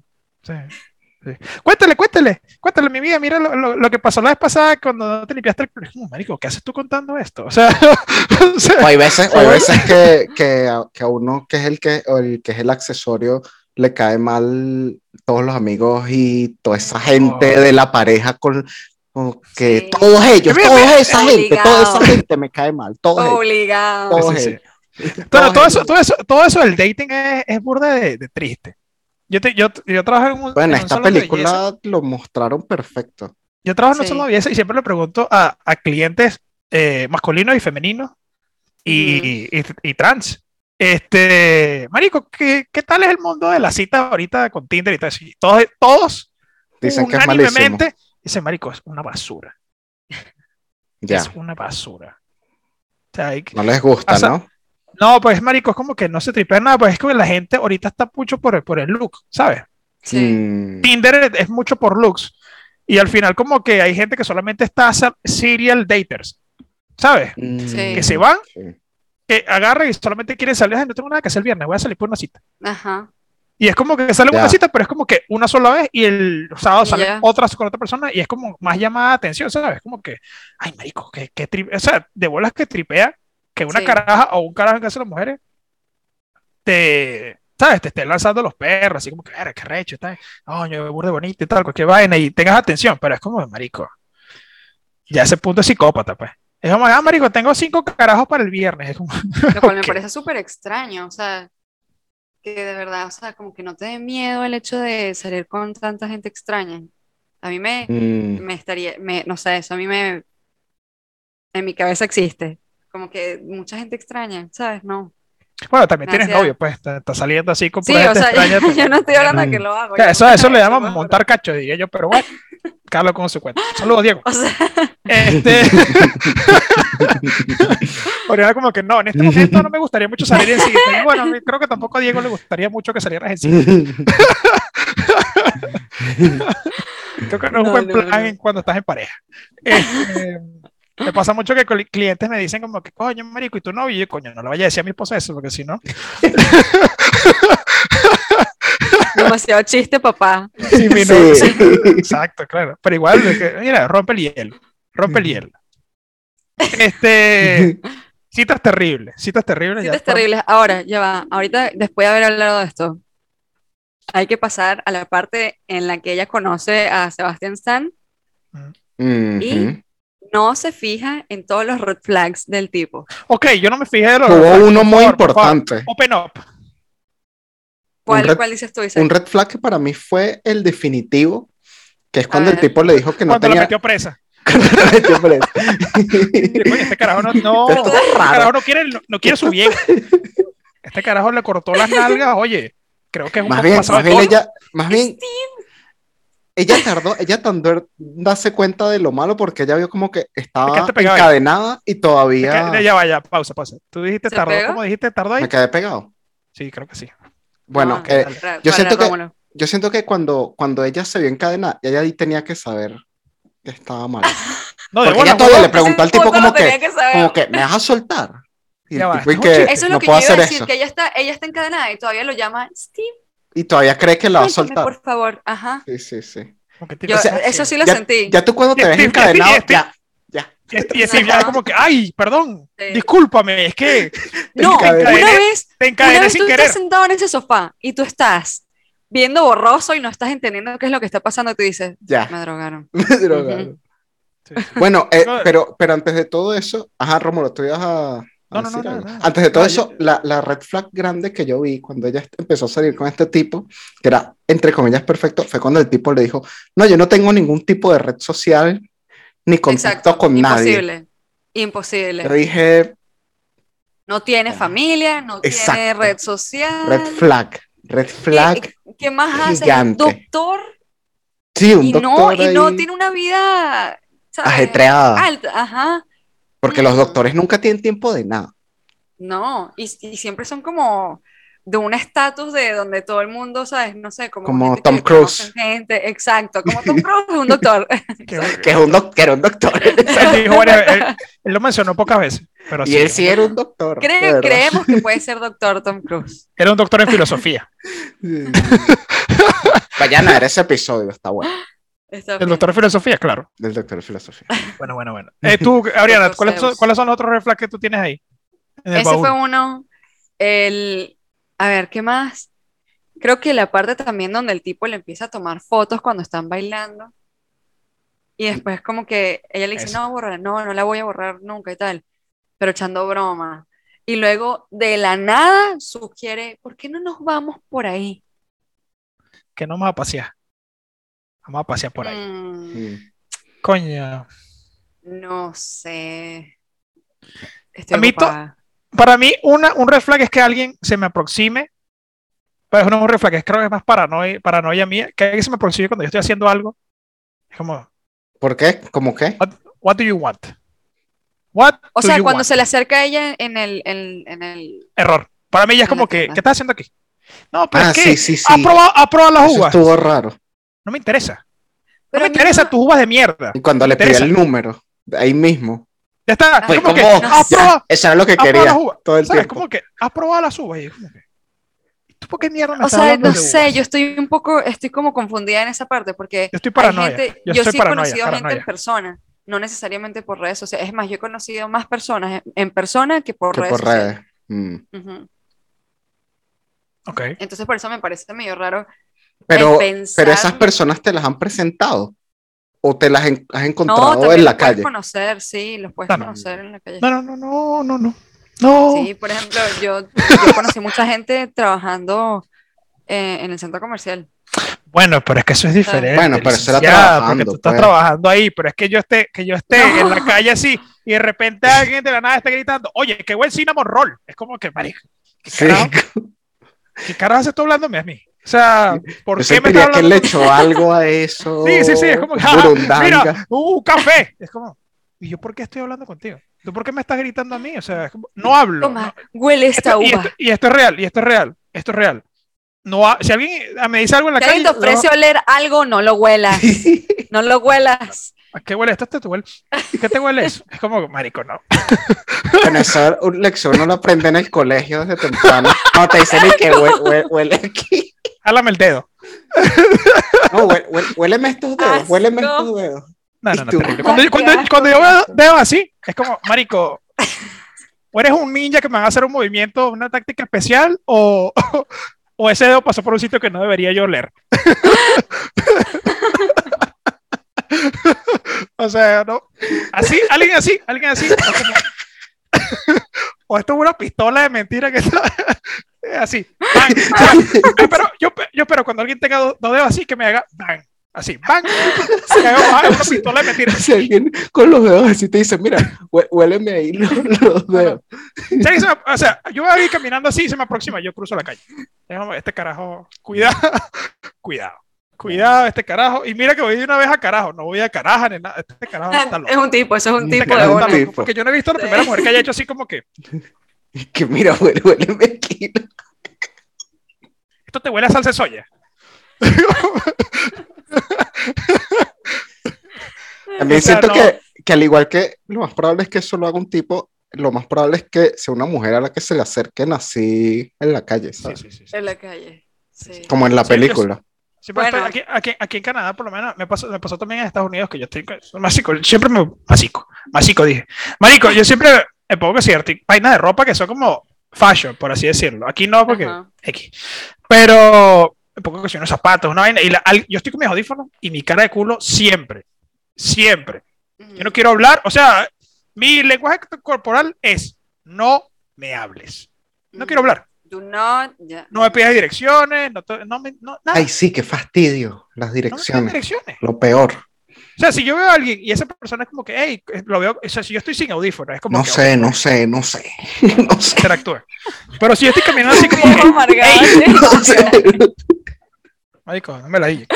[SPEAKER 1] sí. Cuéntale, cuéntale, cuéntale mi vida, mira lo, lo- lo que pasó la vez pasada cuando no te limpiaste el culo. Es como, Marico, ¿qué haces tú contando esto? O sea, o sea,
[SPEAKER 2] O hay veces, o hay veces que, que, a, que a uno que es el que, o el que es el accesorio le cae mal todos los amigos y toda esa gente de la pareja con, con que
[SPEAKER 3] Sí.
[SPEAKER 2] todos ellos,
[SPEAKER 1] Mira,
[SPEAKER 2] toda
[SPEAKER 1] mira,
[SPEAKER 2] esa gente, toda esa
[SPEAKER 3] obligado.
[SPEAKER 2] gente me cae mal, todos ellos,
[SPEAKER 3] Obligado.
[SPEAKER 2] todos
[SPEAKER 1] Sí, sí,
[SPEAKER 2] ellos.
[SPEAKER 1] Todo,
[SPEAKER 2] Todos
[SPEAKER 1] todo
[SPEAKER 2] ellos.
[SPEAKER 1] eso, todo eso, todo eso del dating es, es burda de, de triste. Yo, te, yo, yo trabajo en un,
[SPEAKER 2] Bueno,
[SPEAKER 1] en un
[SPEAKER 2] esta
[SPEAKER 1] salón de belleza.
[SPEAKER 2] película lo mostraron perfecto.
[SPEAKER 1] Yo trabajo en un
[SPEAKER 3] Sí.
[SPEAKER 1] salón de belleza y siempre le pregunto a, a clientes eh, masculinos y femeninos y, y- y trans. Este, Marico, ¿qué, qué tal es el mundo de la cita ahorita con Tinder y todo eso? Y todos, todos
[SPEAKER 2] Dicen que es malísimo.
[SPEAKER 1] unánimemente dicen, Marico, es una basura.
[SPEAKER 2] Ya,
[SPEAKER 1] Es una basura. O sea, hay que-
[SPEAKER 2] no les gusta,
[SPEAKER 1] O sea,
[SPEAKER 2] ¿no?
[SPEAKER 1] no, pues Marico, es como que no se tripea nada, pues es que la gente ahorita está mucho por el, por el look, ¿sabes?
[SPEAKER 3] Sí.
[SPEAKER 2] Mm,
[SPEAKER 1] Tinder es- es mucho por looks. Y al final como que hay gente que solamente está ser- serial daters, ¿sabes?
[SPEAKER 2] mm,
[SPEAKER 3] Sí.
[SPEAKER 1] Que se van,
[SPEAKER 2] sí.
[SPEAKER 1] que agarran y solamente quieren salir, "Ay, no tengo nada que hacer el viernes, voy a salir por una cita.
[SPEAKER 3] Ajá.
[SPEAKER 1] Y es como que salen
[SPEAKER 2] Ya.
[SPEAKER 1] una cita, pero es como que una sola vez y el sábado
[SPEAKER 3] Y
[SPEAKER 1] salen
[SPEAKER 3] ya.
[SPEAKER 1] otras con otra persona y es como más llamada de atención, ¿sabes? Como que, ay, marico, que, que tri- O sea, de bolas que tripea que una
[SPEAKER 3] Sí.
[SPEAKER 1] caraja o un carajo en casa de las mujeres te, ¿sabes? Te esté lanzando los perros, así como que, "Verga, qué recho, está, coño, burde bonito y tal, cualquier vaina y tengas atención, pero es como, marico, ya ese punto es psicópata, pues. Es como, ah, marico, tengo cinco carajos para el viernes. Es como,
[SPEAKER 3] Lo cual me
[SPEAKER 1] Ok.
[SPEAKER 3] parece súper extraño. O sea, que de verdad, o sea, como que no te dé miedo el hecho de salir con tanta gente extraña. A mí me,
[SPEAKER 2] Mm,
[SPEAKER 3] me estaría, me, no sé, eso a mí me, en mi cabeza existe. Como que mucha gente extraña, ¿sabes? No.
[SPEAKER 1] bueno, también tienes
[SPEAKER 3] Gracias.
[SPEAKER 1] novio, pues, está, está saliendo así con
[SPEAKER 3] Sí,
[SPEAKER 1] pura
[SPEAKER 3] o
[SPEAKER 1] gente
[SPEAKER 3] sea,
[SPEAKER 1] extraña,
[SPEAKER 3] yo,
[SPEAKER 1] te-
[SPEAKER 3] no estoy hablando de pues, que lo hago.
[SPEAKER 1] O sea,
[SPEAKER 3] yo
[SPEAKER 1] eso,
[SPEAKER 3] no-
[SPEAKER 1] eso le llaman
[SPEAKER 3] bueno,
[SPEAKER 1] montar cacho, diría yo, pero bueno, Carlos con su cuenta. Saludos, Diego.
[SPEAKER 3] O sea,
[SPEAKER 1] Este... Pero era como que no, en este momento no me gustaría mucho salir en cita. Y bueno, a mí creo que tampoco a Diego le gustaría mucho que salieras en cita. Creo que no es un
[SPEAKER 3] No,
[SPEAKER 1] buen
[SPEAKER 3] no,
[SPEAKER 1] plan
[SPEAKER 3] no.
[SPEAKER 1] en cuando estás en pareja. Este, me pasa mucho que cli- clientes me dicen como que, coño, marico, ¿y tu novio? Y yo, coño, no le vaya a decir a mi esposa eso, porque si no...
[SPEAKER 3] demasiado chiste, papá.
[SPEAKER 1] si mi
[SPEAKER 2] Sí.
[SPEAKER 1] novio- Exacto, claro. Pero igual, de que, mira, rompe el hielo. Rompe el
[SPEAKER 2] Ujú.
[SPEAKER 1] hielo. Este, citas terribles, citas terribles. ya
[SPEAKER 3] Citas
[SPEAKER 1] está.
[SPEAKER 3] terribles. Ahora, ya va. Ahorita, después de haber hablado de esto, hay que pasar a la parte en la que ella conoce a Sebastian Stan.
[SPEAKER 2] Mm. Ujú.
[SPEAKER 3] No se fija en todos los red flags del tipo.
[SPEAKER 1] Ok, yo no me fijé de los
[SPEAKER 2] Hubo uno muy
[SPEAKER 1] por favor.
[SPEAKER 2] importante.
[SPEAKER 1] Open up.
[SPEAKER 3] ¿Cuál,
[SPEAKER 2] red-
[SPEAKER 3] cuál dices "Ah, tú, Isaac?
[SPEAKER 2] Un red flag que para mí fue el definitivo, que es cuando el
[SPEAKER 3] ver.
[SPEAKER 2] tipo le dijo que no
[SPEAKER 1] cuando la
[SPEAKER 2] tenía.
[SPEAKER 1] metió presa.
[SPEAKER 2] la metió presa.
[SPEAKER 1] Digo, "Oye, Este carajo no, no,
[SPEAKER 2] Esto
[SPEAKER 1] este
[SPEAKER 2] es
[SPEAKER 1] carajo
[SPEAKER 2] raro.
[SPEAKER 1] no quiere, no, no quiere su bien. Este carajo le cortó las nalgas, oye. Creo que es un
[SPEAKER 2] Más
[SPEAKER 1] poco
[SPEAKER 2] bien,
[SPEAKER 1] pasado
[SPEAKER 2] más
[SPEAKER 1] de
[SPEAKER 2] bien
[SPEAKER 1] tono.
[SPEAKER 2] ella, más bien. Ella tardó, ella tardó en darse cuenta de lo malo porque ella vio como que estaba
[SPEAKER 1] quedaste pegado ahí.
[SPEAKER 2] encadenada y
[SPEAKER 1] Es que-
[SPEAKER 2] todavía
[SPEAKER 1] Ya vaya, pausa, pausa. Tú dijiste
[SPEAKER 3] ¿Se
[SPEAKER 1] tardó,
[SPEAKER 3] pegó?
[SPEAKER 1] ¿cómo dijiste tardó ahí? Ah,
[SPEAKER 2] me quedé pegado.
[SPEAKER 1] Sí, creo que sí.
[SPEAKER 2] Bueno,
[SPEAKER 3] No,
[SPEAKER 2] eh,
[SPEAKER 1] dale.
[SPEAKER 3] para-
[SPEAKER 2] yo
[SPEAKER 3] para
[SPEAKER 2] siento que-
[SPEAKER 3] Rómulo.
[SPEAKER 2] yo siento que cuando, cuando ella se vio encadenada, ella ahí tenía que saber que estaba mal.
[SPEAKER 1] No, de
[SPEAKER 2] Porque
[SPEAKER 1] bola,
[SPEAKER 2] ella todavía
[SPEAKER 1] huevón.
[SPEAKER 2] le preguntó al
[SPEAKER 3] Ese
[SPEAKER 2] tipo
[SPEAKER 3] punto
[SPEAKER 2] como
[SPEAKER 3] lo tenía
[SPEAKER 2] que,
[SPEAKER 3] saber.
[SPEAKER 2] como que, ¿me vas a soltar? Y el
[SPEAKER 1] Ya va,
[SPEAKER 2] tipo, y
[SPEAKER 1] es un
[SPEAKER 2] que,
[SPEAKER 1] chiste.
[SPEAKER 3] Eso es lo
[SPEAKER 2] no
[SPEAKER 3] que
[SPEAKER 2] puedo
[SPEAKER 3] yo iba
[SPEAKER 2] hacer
[SPEAKER 3] a decir,
[SPEAKER 2] eso.
[SPEAKER 3] que ella está, ella está encadenada y todavía lo llama Steve.
[SPEAKER 2] Y todavía crees que la va a
[SPEAKER 3] Suéltame,
[SPEAKER 2] soltar.
[SPEAKER 3] por favor. Ajá.
[SPEAKER 2] Sí, sí, sí.
[SPEAKER 1] Como que tipo,
[SPEAKER 3] Yo,
[SPEAKER 2] O sea,
[SPEAKER 3] eso sí lo
[SPEAKER 2] ya-
[SPEAKER 3] sentí.
[SPEAKER 2] Ya tú cuando te
[SPEAKER 1] Ya
[SPEAKER 2] ves
[SPEAKER 1] estoy- ya estoy-
[SPEAKER 2] encadenado,
[SPEAKER 1] ya estoy-
[SPEAKER 2] ya, ya.
[SPEAKER 1] Y, este, y así ya
[SPEAKER 3] Ajá.
[SPEAKER 1] como que, ay, perdón,
[SPEAKER 3] Sí.
[SPEAKER 1] discúlpame, es que
[SPEAKER 3] No, una
[SPEAKER 2] encadené.
[SPEAKER 3] vez,
[SPEAKER 1] te
[SPEAKER 3] una
[SPEAKER 1] encadené
[SPEAKER 3] vez tú
[SPEAKER 1] sin
[SPEAKER 3] estás
[SPEAKER 1] querer.
[SPEAKER 3] sentado en ese sofá y tú estás viendo borroso y no estás entendiendo qué es lo que está pasando, tú dices,
[SPEAKER 2] Ya.
[SPEAKER 3] me drogaron.
[SPEAKER 2] Me drogaron.
[SPEAKER 1] Sí,
[SPEAKER 2] Bueno, eh,
[SPEAKER 1] No.
[SPEAKER 2] pero, pero antes de todo eso, ajá, Rómulo, tú ibas a. a
[SPEAKER 1] No, no, no,
[SPEAKER 2] decir
[SPEAKER 1] nada,
[SPEAKER 2] algo.
[SPEAKER 1] nada.
[SPEAKER 2] Antes de todo
[SPEAKER 1] No,
[SPEAKER 2] eso,
[SPEAKER 1] yo-
[SPEAKER 2] la, la red flag grande que yo vi cuando ella empezó a salir con este tipo, que era entre comillas perfecto, fue cuando el tipo le dijo: No, yo no tengo ningún tipo de red social ni contacto
[SPEAKER 3] Exacto.
[SPEAKER 2] con nadie.
[SPEAKER 3] Imposible.
[SPEAKER 2] Yo
[SPEAKER 3] Imposible.
[SPEAKER 2] dije:
[SPEAKER 3] No tiene familia, no tiene
[SPEAKER 2] Exacto.
[SPEAKER 3] red social.
[SPEAKER 1] Ah.
[SPEAKER 2] Red flag, red
[SPEAKER 3] ¿Qué-
[SPEAKER 2] flag.
[SPEAKER 3] ¿Qué, más hace?
[SPEAKER 2] gigante.
[SPEAKER 3] Doctor
[SPEAKER 2] Sí, un
[SPEAKER 3] y no,
[SPEAKER 2] doctor
[SPEAKER 3] y no
[SPEAKER 2] ahí
[SPEAKER 3] tiene una vida ¿sabes?
[SPEAKER 2] ajetreada,
[SPEAKER 3] alta. Ajá.
[SPEAKER 2] porque los doctores nunca tienen tiempo de nada.
[SPEAKER 3] No, y, y siempre son como de un estatus de donde todo el mundo, ¿sabes? No sé, como,
[SPEAKER 2] Como
[SPEAKER 3] gente
[SPEAKER 2] Tom
[SPEAKER 3] que conoce
[SPEAKER 2] Cruise.
[SPEAKER 3] Gente, exacto, como Tom Cruise es un doctor.
[SPEAKER 1] que-
[SPEAKER 2] Que es un, doc- que era un doctor.
[SPEAKER 1] él, dijo varias- él- él lo mencionó pocas veces, pero
[SPEAKER 2] Y
[SPEAKER 1] sí,
[SPEAKER 2] él sí era un doctor.
[SPEAKER 3] Cre-
[SPEAKER 2] de verdad.
[SPEAKER 3] creemos que puede ser doctor Tom Cruise.
[SPEAKER 1] era un doctor en filosofía.
[SPEAKER 2] Vayan a ver ese episodio, está bueno.
[SPEAKER 3] Está
[SPEAKER 1] El
[SPEAKER 3] bien.
[SPEAKER 1] doctor en filosofía, claro.
[SPEAKER 2] Del doctor de filosofía.
[SPEAKER 3] Ah.
[SPEAKER 1] Bueno, bueno, bueno. Eh, tú, Ariana,
[SPEAKER 3] Doctor
[SPEAKER 1] ¿cuáles son,
[SPEAKER 3] Zeus.
[SPEAKER 1] ¿cuáles son los otros reflex que tú tienes ahí? En el
[SPEAKER 3] Ese
[SPEAKER 1] baúl.
[SPEAKER 3] fue uno. El, a ver, ¿qué más? Creo que la parte también donde el tipo le empieza a tomar fotos cuando están bailando. Y después como que ella le dice,
[SPEAKER 1] Eso.
[SPEAKER 3] no, borrar, no, no la voy a borrar nunca y tal. Pero echando broma. Y luego de la nada sugiere, ¿por qué no nos vamos por ahí?
[SPEAKER 1] Que no vamos a pasear. Vamos a pasear por ahí.
[SPEAKER 3] Mm,
[SPEAKER 1] Coño.
[SPEAKER 3] no sé. Estoy
[SPEAKER 1] A mí to-
[SPEAKER 3] ocupada.
[SPEAKER 1] Para mí, una, un red flag es que alguien se me aproxime. Pero no es un red flag, es, creo que es más paranoia, paranoia mía. Que alguien se me aproxime cuando yo estoy haciendo algo. Es como,
[SPEAKER 2] ¿Por qué? ¿Cómo qué?
[SPEAKER 1] what do you want? What
[SPEAKER 3] O
[SPEAKER 1] do
[SPEAKER 3] sea,
[SPEAKER 1] you
[SPEAKER 3] cuando
[SPEAKER 1] want?
[SPEAKER 3] se le acerca a ella en el, en, en el...
[SPEAKER 1] Error. Para mí ya es
[SPEAKER 3] en la
[SPEAKER 1] como que,
[SPEAKER 3] tienda.
[SPEAKER 1] ¿qué estás haciendo aquí? No, pero
[SPEAKER 2] Ah,
[SPEAKER 1] es que
[SPEAKER 2] sí, sí, sí.
[SPEAKER 1] ha probado, ha probado las
[SPEAKER 2] Eso
[SPEAKER 1] uvas.
[SPEAKER 2] estuvo raro.
[SPEAKER 1] No me interesa.
[SPEAKER 3] Pero
[SPEAKER 1] no me
[SPEAKER 3] a mí
[SPEAKER 1] interesa
[SPEAKER 3] no-
[SPEAKER 1] tus uvas de mierda.
[SPEAKER 2] Y cuando le pidió
[SPEAKER 1] Teresa.
[SPEAKER 2] el número, ahí mismo.
[SPEAKER 1] Ya está.
[SPEAKER 3] Ah.
[SPEAKER 2] Fue
[SPEAKER 1] es como que,
[SPEAKER 2] como,
[SPEAKER 3] no
[SPEAKER 1] has
[SPEAKER 3] sé.
[SPEAKER 1] probado,
[SPEAKER 2] ya, eso era lo que
[SPEAKER 1] has probado
[SPEAKER 2] quería
[SPEAKER 1] las uvas.
[SPEAKER 2] todo el
[SPEAKER 1] ¿Sabes?
[SPEAKER 2] tiempo.
[SPEAKER 1] Como que, has probado las uvas. Y yo como que, ¿tú por qué mierda me
[SPEAKER 3] O
[SPEAKER 1] estás
[SPEAKER 3] sea,
[SPEAKER 1] hablando
[SPEAKER 3] no
[SPEAKER 1] de
[SPEAKER 3] sé,
[SPEAKER 1] uvas?
[SPEAKER 3] yo estoy un poco, estoy como confundida en esa parte porque
[SPEAKER 1] Yo estoy
[SPEAKER 3] hay
[SPEAKER 1] paranoia.
[SPEAKER 3] gente,
[SPEAKER 1] yo,
[SPEAKER 3] yo
[SPEAKER 1] estoy
[SPEAKER 3] sí he
[SPEAKER 1] paranoia,
[SPEAKER 3] conocido gente
[SPEAKER 1] paranoia.
[SPEAKER 3] en persona, no necesariamente por redes sociales. Es más, yo he conocido más personas en, en persona que por
[SPEAKER 2] Que
[SPEAKER 3] redes
[SPEAKER 2] por
[SPEAKER 3] sociales.
[SPEAKER 2] redes. Mm.
[SPEAKER 3] Ujú.
[SPEAKER 1] Ok.
[SPEAKER 3] Entonces, por eso me parece medio raro
[SPEAKER 2] Pero,
[SPEAKER 3] el pensar.
[SPEAKER 2] pero esas personas te las han presentado. O te las en- has
[SPEAKER 3] no,
[SPEAKER 2] encontrado
[SPEAKER 3] también
[SPEAKER 2] en
[SPEAKER 3] los
[SPEAKER 2] la
[SPEAKER 3] puedes
[SPEAKER 2] calle.
[SPEAKER 3] conocer, sí, los puedes
[SPEAKER 1] No, no.
[SPEAKER 3] conocer en la calle.
[SPEAKER 1] No, no, no, no, no, no. No.
[SPEAKER 3] Sí, por ejemplo, yo, yo conocí mucha gente trabajando eh, en el centro comercial.
[SPEAKER 1] Bueno, pero es que eso es diferente.
[SPEAKER 2] Bueno, pero eso era
[SPEAKER 1] licenciada,
[SPEAKER 2] trabajando,
[SPEAKER 1] Porque tú estás
[SPEAKER 2] pues.
[SPEAKER 1] trabajando ahí, pero es que yo esté, que yo esté
[SPEAKER 3] No.
[SPEAKER 1] en la calle así y de repente alguien de la nada esté gritando, oye, qué buen cinnamon roll. Es como que, marico, ¿qué
[SPEAKER 2] Sí.
[SPEAKER 1] carajo, qué carajo haces tú hablándome a mí? O sea, ¿por
[SPEAKER 2] Yo
[SPEAKER 1] qué me estás
[SPEAKER 2] sentiría que
[SPEAKER 1] hablando?
[SPEAKER 2] le echó algo a eso.
[SPEAKER 1] Sí, sí, sí, es como, ah, "Ja, ja,
[SPEAKER 2] burundanga.
[SPEAKER 1] mira, un café. Es como, ¿y yo por qué estoy hablando contigo? ¿Tú por qué me estás gritando a mí? O sea, es como, no hablo. no-
[SPEAKER 3] Toma, huele esta
[SPEAKER 1] esto- y,
[SPEAKER 3] uva.
[SPEAKER 1] esto, y esto es real, y esto es real, esto es real. No, ha- si alguien ah, me dice algo en la
[SPEAKER 3] Si
[SPEAKER 1] calle,
[SPEAKER 3] alguien te
[SPEAKER 1] yo-
[SPEAKER 3] ofrece oler algo, no lo huelas. No lo huelas.
[SPEAKER 1] ¿A qué huele esto? ¿Este te huele? ¿Qué te huele eso? Es como, marico, no.
[SPEAKER 2] Bueno, esa un- lección no lo aprende en el colegio desde temprano. No, te dicen "Ay, que hue- hue- huele, aquí.
[SPEAKER 1] Álame el dedo.
[SPEAKER 2] No, hue- hue- huéleme estos dedos,
[SPEAKER 3] Asco.
[SPEAKER 2] huéleme estos dedos.
[SPEAKER 1] No, no, no,
[SPEAKER 2] tú?
[SPEAKER 1] terrible. Cuando, yo- cuando-
[SPEAKER 3] Qué asco,
[SPEAKER 1] cuando yo
[SPEAKER 3] qué
[SPEAKER 1] veo,
[SPEAKER 3] asco.
[SPEAKER 1] veo así, es como, marico, o eres un ninja que me van a hacer un movimiento, una táctica especial, o, o ese dedo pasó por un sitio que no debería yo leer. o sea, no. Así, alguien así, alguien así. O, como- o esto es una pistola de mentira que está. Así. bang, bang. Yo espero, yo, yo espero cuando alguien tenga dos, dos dedos así que me haga bang. Así, bang. Se haga bang, una pistola de mentira.
[SPEAKER 2] Si alguien con los dedos así te dice, mira, hue- huéleme ahí los, los dedos.
[SPEAKER 1] Si alguien se me- o sea, yo voy a ir caminando así y se me aproxima, yo cruzo la calle. Déjame, Este carajo, cuidado, cuidado, cuidado, este carajo. Y mira que voy de una vez a carajo, no voy a caraja ni nada. Este carajo está loco.
[SPEAKER 3] Ah, Es un tipo, eso es un
[SPEAKER 2] Este
[SPEAKER 1] Este
[SPEAKER 3] tipo de
[SPEAKER 1] carajo está
[SPEAKER 3] uno.
[SPEAKER 2] bueno.
[SPEAKER 1] loco, Porque yo no he visto a la primera mujer que haya hecho así como que
[SPEAKER 2] Que mira, hué- huéleme aquí.
[SPEAKER 3] Mm.
[SPEAKER 1] esto te huele a salsa de soya.
[SPEAKER 2] También
[SPEAKER 1] O sea,
[SPEAKER 2] siento
[SPEAKER 1] no.
[SPEAKER 2] que, que al igual que lo más probable es que eso lo haga un tipo, lo más probable es que sea una mujer a la que se le acerquen así en la calle,
[SPEAKER 1] Sí,
[SPEAKER 2] ¿sabes?
[SPEAKER 1] sí, sí. sí.
[SPEAKER 3] En la calle. Sí.
[SPEAKER 2] Como en la
[SPEAKER 1] Sí,
[SPEAKER 2] película.
[SPEAKER 1] Sí, pero
[SPEAKER 3] Bueno.
[SPEAKER 1] estoy aquí, aquí, aquí en Canadá, por lo menos, me pasó, me pasó también en Estados Unidos que yo estoy con- masico, siempre me masico, masico dije. Marico, yo siempre me pongo ciertas vainas de ropa que son como fashion, por así decirlo. Aquí no, porque
[SPEAKER 3] Ajá.
[SPEAKER 1] X. Pero me pongo que si unos zapatos, una vaina, y la- al- yo estoy con mis audífonos y mi cara de culo siempre, siempre. Yo no quiero hablar, o sea, mi lenguaje corporal es no me hables. No
[SPEAKER 3] Mm.
[SPEAKER 1] quiero hablar,
[SPEAKER 3] Do not, ya.
[SPEAKER 1] no me pidas direcciones, no, te- no me, no, nada,
[SPEAKER 2] Ay, sí, qué fastidio.
[SPEAKER 1] Ah. no
[SPEAKER 2] Las
[SPEAKER 1] me pidas
[SPEAKER 2] direcciones.
[SPEAKER 1] direcciones.
[SPEAKER 2] Lo peor.
[SPEAKER 1] O sea, si yo veo a alguien y esa persona es como que, hey, lo veo, o sea, si yo estoy sin audífono, es como
[SPEAKER 2] No
[SPEAKER 1] que
[SPEAKER 2] sé, no sé, no sé. No sé.
[SPEAKER 1] interactúa. Pero si yo estoy caminando así como
[SPEAKER 3] Como
[SPEAKER 1] que,
[SPEAKER 3] amargado, sí.
[SPEAKER 2] No sé.
[SPEAKER 1] marico, no me la dije.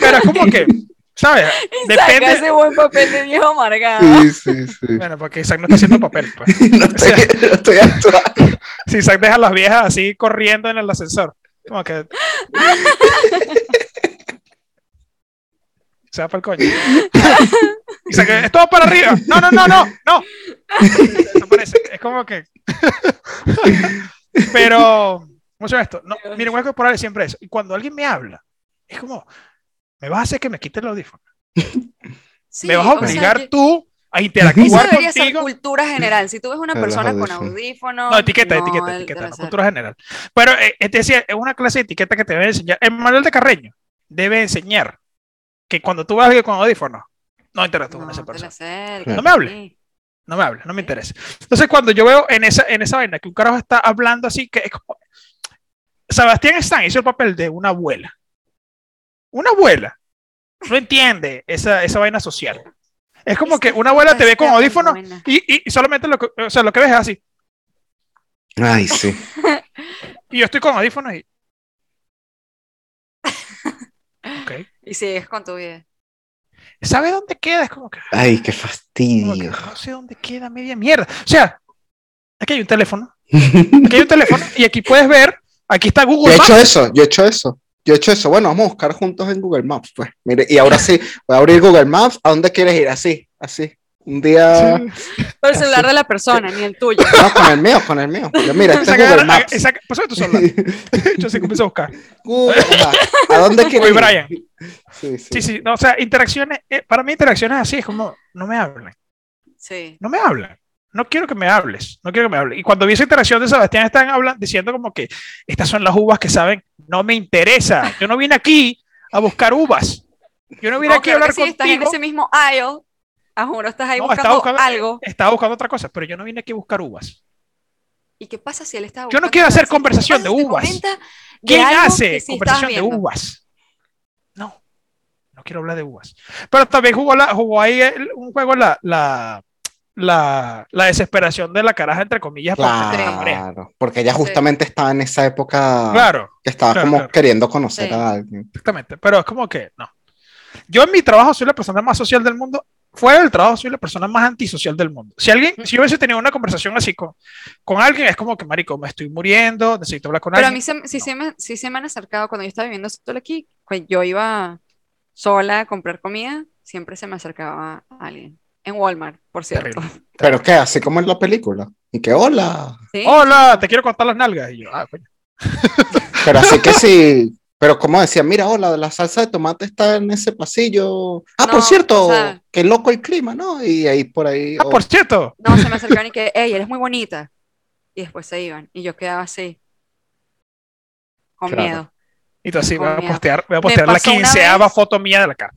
[SPEAKER 1] Pero es como que, ¿sabes?
[SPEAKER 3] Y saca
[SPEAKER 1] Depende.
[SPEAKER 3] ese buen papel de viejo amargado.
[SPEAKER 2] Sí, sí, sí.
[SPEAKER 1] Bueno, porque Isaac no está haciendo papel. Pues.
[SPEAKER 2] No estoy, no estoy actuando.
[SPEAKER 1] Si Isaac deja a las viejas así corriendo en el ascensor, como que. Se va para el coño. Isaac, es todo para arriba. No, no, no, no, no. Desaparece. Es como que. Pero, ¿cómo se llama esto? No, mi lenguaje corporal es siempre eso. Y cuando alguien me habla, es como, me vas a hacer que me quite el audífono.
[SPEAKER 3] Sí,
[SPEAKER 1] me vas
[SPEAKER 3] o
[SPEAKER 1] a
[SPEAKER 3] sea,
[SPEAKER 1] obligar
[SPEAKER 3] yo-
[SPEAKER 1] tú a
[SPEAKER 3] Eso
[SPEAKER 1] interactuar
[SPEAKER 3] debería ser
[SPEAKER 1] contigo.
[SPEAKER 3] cultura general. Si tú ves una
[SPEAKER 2] De los
[SPEAKER 3] persona con
[SPEAKER 2] audífonos.
[SPEAKER 3] audífonos.
[SPEAKER 1] No, etiqueta,
[SPEAKER 3] no,
[SPEAKER 1] etiqueta,
[SPEAKER 3] el-
[SPEAKER 1] etiqueta,
[SPEAKER 3] o
[SPEAKER 1] no,
[SPEAKER 3] sea,
[SPEAKER 1] cultura general. Pero eh, es decir, es una clase de etiqueta que te debe enseñar. El manual de Carreño debe enseñar que cuando tú vas a alguien con audífonos, no interactúes
[SPEAKER 3] no,
[SPEAKER 1] con esa
[SPEAKER 3] te la
[SPEAKER 1] persona.
[SPEAKER 3] acerques,
[SPEAKER 1] No me hables.
[SPEAKER 3] sí.
[SPEAKER 1] No me hables, no me interesa. Entonces, cuando yo veo en esa, en esa vaina que un carajo está hablando así, que es como. Sebastián Stan hizo el papel de una abuela. Una abuela. No entiende esa, esa vaina social. Es como
[SPEAKER 3] Es
[SPEAKER 1] que una
[SPEAKER 3] esta
[SPEAKER 1] abuela te ve
[SPEAKER 3] está
[SPEAKER 1] con
[SPEAKER 3] muy
[SPEAKER 1] audífonos
[SPEAKER 3] buena.
[SPEAKER 1] y, y solamente lo que, o sea, lo que ves es así.
[SPEAKER 2] Ay, sí.
[SPEAKER 1] Y yo estoy con audífonos y. Ok.
[SPEAKER 3] Y sigues con tu vida.
[SPEAKER 1] ¿Sabe dónde queda? Es como que. "Ah,
[SPEAKER 2] Ay,
[SPEAKER 1] como
[SPEAKER 2] qué
[SPEAKER 1] que
[SPEAKER 2] fastidio.
[SPEAKER 1] no sé dónde queda, media mierda. O sea, aquí hay un teléfono. Aquí hay un teléfono y aquí puedes ver. Aquí está
[SPEAKER 2] Yo he
[SPEAKER 1] Google
[SPEAKER 2] hecho
[SPEAKER 1] Maps.
[SPEAKER 2] eso, yo he hecho eso. Yo he hecho eso. Bueno, vamos a buscar juntos en Google Maps, pues. Mire, y ahora sí, voy a abrir Google Maps. ¿A dónde quieres ir? Así, así. Un día.
[SPEAKER 3] Pero el celular de la persona, ni el tuyo.
[SPEAKER 2] No, con el mío, con el mío. Yo, mira, este es Google
[SPEAKER 1] Saca-
[SPEAKER 2] Maps.
[SPEAKER 1] saca- Pásame tu celular. Yo sí comienzo a buscar.
[SPEAKER 2] Google, ajá. ¿A dónde quieres
[SPEAKER 1] Uy,
[SPEAKER 2] ir?
[SPEAKER 1] Brian.
[SPEAKER 2] Sí, sí.
[SPEAKER 1] Sí, sí. No, o sea, interacciones. eh, para mí, interacciones así es como. No me hablen.
[SPEAKER 3] Sí.
[SPEAKER 1] no me hablan. No quiero que me hables, no quiero que me hables. Y cuando vi esa interacción de Sebastián, están hablando, diciendo como que estas son las uvas que saben, no me interesa. Yo no vine aquí a buscar uvas. Yo no vine
[SPEAKER 3] No,
[SPEAKER 1] aquí a
[SPEAKER 3] claro
[SPEAKER 1] hablar
[SPEAKER 3] que sí, estás en
[SPEAKER 1] contigo.
[SPEAKER 3] ese mismo aisle. A juro, estás ahí
[SPEAKER 1] No,
[SPEAKER 3] buscando,
[SPEAKER 1] estaba buscando-
[SPEAKER 3] algo.
[SPEAKER 1] Estaba buscando otra cosa, pero yo no vine aquí a buscar uvas.
[SPEAKER 3] ¿Y qué pasa si él está
[SPEAKER 1] Yo
[SPEAKER 3] buscando?
[SPEAKER 1] no quiero hacer
[SPEAKER 3] algo? ¿Qué
[SPEAKER 1] conversación
[SPEAKER 3] pasa
[SPEAKER 1] de
[SPEAKER 3] si te
[SPEAKER 1] uvas.
[SPEAKER 3] comenta de
[SPEAKER 1] ¿Quién
[SPEAKER 3] algo que
[SPEAKER 1] hace
[SPEAKER 3] sí
[SPEAKER 1] conversación
[SPEAKER 3] estabas
[SPEAKER 1] de
[SPEAKER 3] viendo?
[SPEAKER 1] uvas? No, no quiero hablar de uvas. Pero también jugó, la, jugó ahí el- un juego la, la, la, la desesperación de la caraja, entre comillas, por tener una pareja.
[SPEAKER 2] Claro, porque ella justamente estaba en esa época
[SPEAKER 1] Claro.
[SPEAKER 2] que estaba
[SPEAKER 1] claro,
[SPEAKER 2] como
[SPEAKER 1] claro.
[SPEAKER 2] queriendo conocer
[SPEAKER 3] Sí.
[SPEAKER 2] a alguien.
[SPEAKER 1] Exactamente, pero es como que no. Yo en mi trabajo soy la persona más social del mundo. Fuera del trabajo soy la persona más antisocial del mundo. Si alguien, si yo hubiese tenido una conversación así con, con alguien, es como que, marico, me estoy muriendo, necesito hablar con
[SPEAKER 3] Pero a
[SPEAKER 1] alguien.
[SPEAKER 3] mí se, sí, se me, sí se me han acercado cuando yo estaba viviendo sola aquí, pues yo iba sola a comprar comida, siempre se me acercaba alguien. En Walmart, por cierto.
[SPEAKER 1] Terrible.
[SPEAKER 2] Pero que así como en la película. Y que hola.
[SPEAKER 3] Sí.
[SPEAKER 1] Oh. Hola, te quiero contar las nalgas. Y yo, ah, coño.
[SPEAKER 2] Pero así que sí, Pero como decía, mira, hola, la salsa de tomate está en ese pasillo. Ah,
[SPEAKER 3] No,
[SPEAKER 2] por cierto,
[SPEAKER 3] o sea-
[SPEAKER 2] qué loco el clima, ¿no? Y ahí por ahí.
[SPEAKER 1] Ah,
[SPEAKER 2] o-
[SPEAKER 1] por cierto.
[SPEAKER 3] No, se me acercaron y que, hey, eres muy bonita. Y después se iban. Y yo quedaba así. Con
[SPEAKER 2] Claro.
[SPEAKER 3] miedo.
[SPEAKER 1] Y tú así, voy a
[SPEAKER 3] Coño.
[SPEAKER 1] postear, voy a postear la
[SPEAKER 3] pasó una
[SPEAKER 1] quinceava
[SPEAKER 3] vez.
[SPEAKER 1] foto mía de la cara.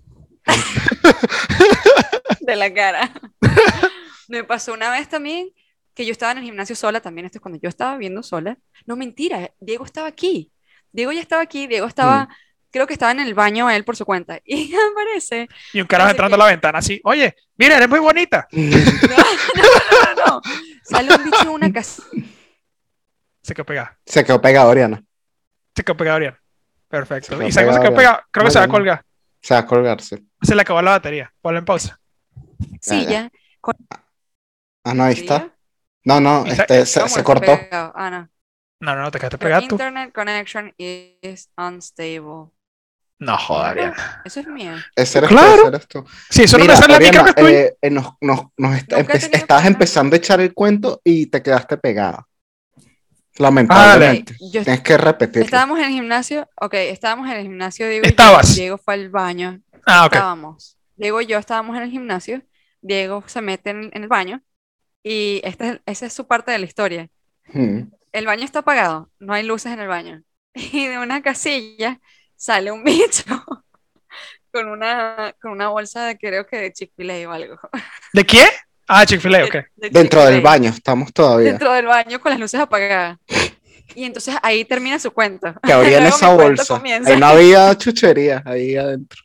[SPEAKER 3] De la cara. Me pasó una vez también que yo estaba en el gimnasio sola, también esto es cuando yo estaba viendo sola. No, mentira, Diego estaba aquí. Diego ya estaba aquí, Diego estaba,
[SPEAKER 2] Mm.
[SPEAKER 3] creo que estaba en el baño él por su cuenta. Y aparece.
[SPEAKER 1] Y un carajo
[SPEAKER 3] Parece
[SPEAKER 1] entrando
[SPEAKER 3] que-
[SPEAKER 1] a la ventana así, oye, mira, eres muy bonita.
[SPEAKER 2] oh,
[SPEAKER 3] No, no, no, no. Sale un bicho en una casa.
[SPEAKER 1] Se quedó pegada,
[SPEAKER 2] Se quedó pegado, Oriana.
[SPEAKER 1] se quedó pegada Ariel. Perfecto.
[SPEAKER 2] Se quedó
[SPEAKER 1] y esa cosa se quedó
[SPEAKER 2] pegada,
[SPEAKER 1] pegada, creo que se va a
[SPEAKER 2] Bueno.
[SPEAKER 1] colgar.
[SPEAKER 2] Se va a colgarse.
[SPEAKER 1] Se le acabó la batería. Ponla en pausa.
[SPEAKER 3] Sí,
[SPEAKER 2] Ya, ya.
[SPEAKER 3] ya.
[SPEAKER 2] Ah, no, ahí está. No, no,
[SPEAKER 1] Ahí está.
[SPEAKER 2] este, se,
[SPEAKER 3] ¿Cómo
[SPEAKER 2] se
[SPEAKER 3] está
[SPEAKER 2] cortó.
[SPEAKER 3] pegado? Ah, no.
[SPEAKER 1] No, no, no, te quedaste
[SPEAKER 3] Your
[SPEAKER 1] pegada tú.
[SPEAKER 3] internet connection is unstable.
[SPEAKER 1] No, joder, Ariel.
[SPEAKER 3] Eso es mío.
[SPEAKER 2] Ese eres
[SPEAKER 1] Claro.
[SPEAKER 2] tú, ese eres tú.
[SPEAKER 1] Si eso
[SPEAKER 2] Mira,
[SPEAKER 1] no me sale a mí, creo
[SPEAKER 2] Oriana,
[SPEAKER 1] que estoy.
[SPEAKER 2] eh, eh, nos, nos, nos está-
[SPEAKER 3] Nunca he
[SPEAKER 2] empe-
[SPEAKER 3] tenido
[SPEAKER 2] estabas
[SPEAKER 3] problema.
[SPEAKER 2] empezando a echar el cuento y te quedaste pegada. Lamentablemente.
[SPEAKER 3] Ok, yo-
[SPEAKER 2] Tienes que repetirlo.
[SPEAKER 3] Estábamos en el gimnasio, ok, estábamos en el gimnasio, Diego, y yo.
[SPEAKER 1] Estabas.
[SPEAKER 3] Diego fue al baño,
[SPEAKER 2] eh,
[SPEAKER 1] ah, ok.
[SPEAKER 3] estábamos, Diego y yo estábamos en el gimnasio, Diego se mete en, en el baño, y esta es- esa es su parte de la historia.
[SPEAKER 2] Hmm.
[SPEAKER 3] El baño está apagado, no hay luces en el baño, y de una casilla sale un bicho con una, con una bolsa de, creo que de Chick-fil-A o algo.
[SPEAKER 1] ¿De quién? Ah,
[SPEAKER 3] Eh,
[SPEAKER 1] Chick-fil-A, ok.
[SPEAKER 3] De
[SPEAKER 2] Dentro del
[SPEAKER 3] Chick-fil-A.
[SPEAKER 2] baño, estamos todavía.
[SPEAKER 3] Dentro del baño con las luces apagadas. Y entonces ahí termina su cuento.
[SPEAKER 2] Que abrían
[SPEAKER 3] Luego
[SPEAKER 2] esa
[SPEAKER 3] mi cuento
[SPEAKER 2] bolsa.
[SPEAKER 3] comienza.
[SPEAKER 2] Ahí no había chucherías ahí adentro.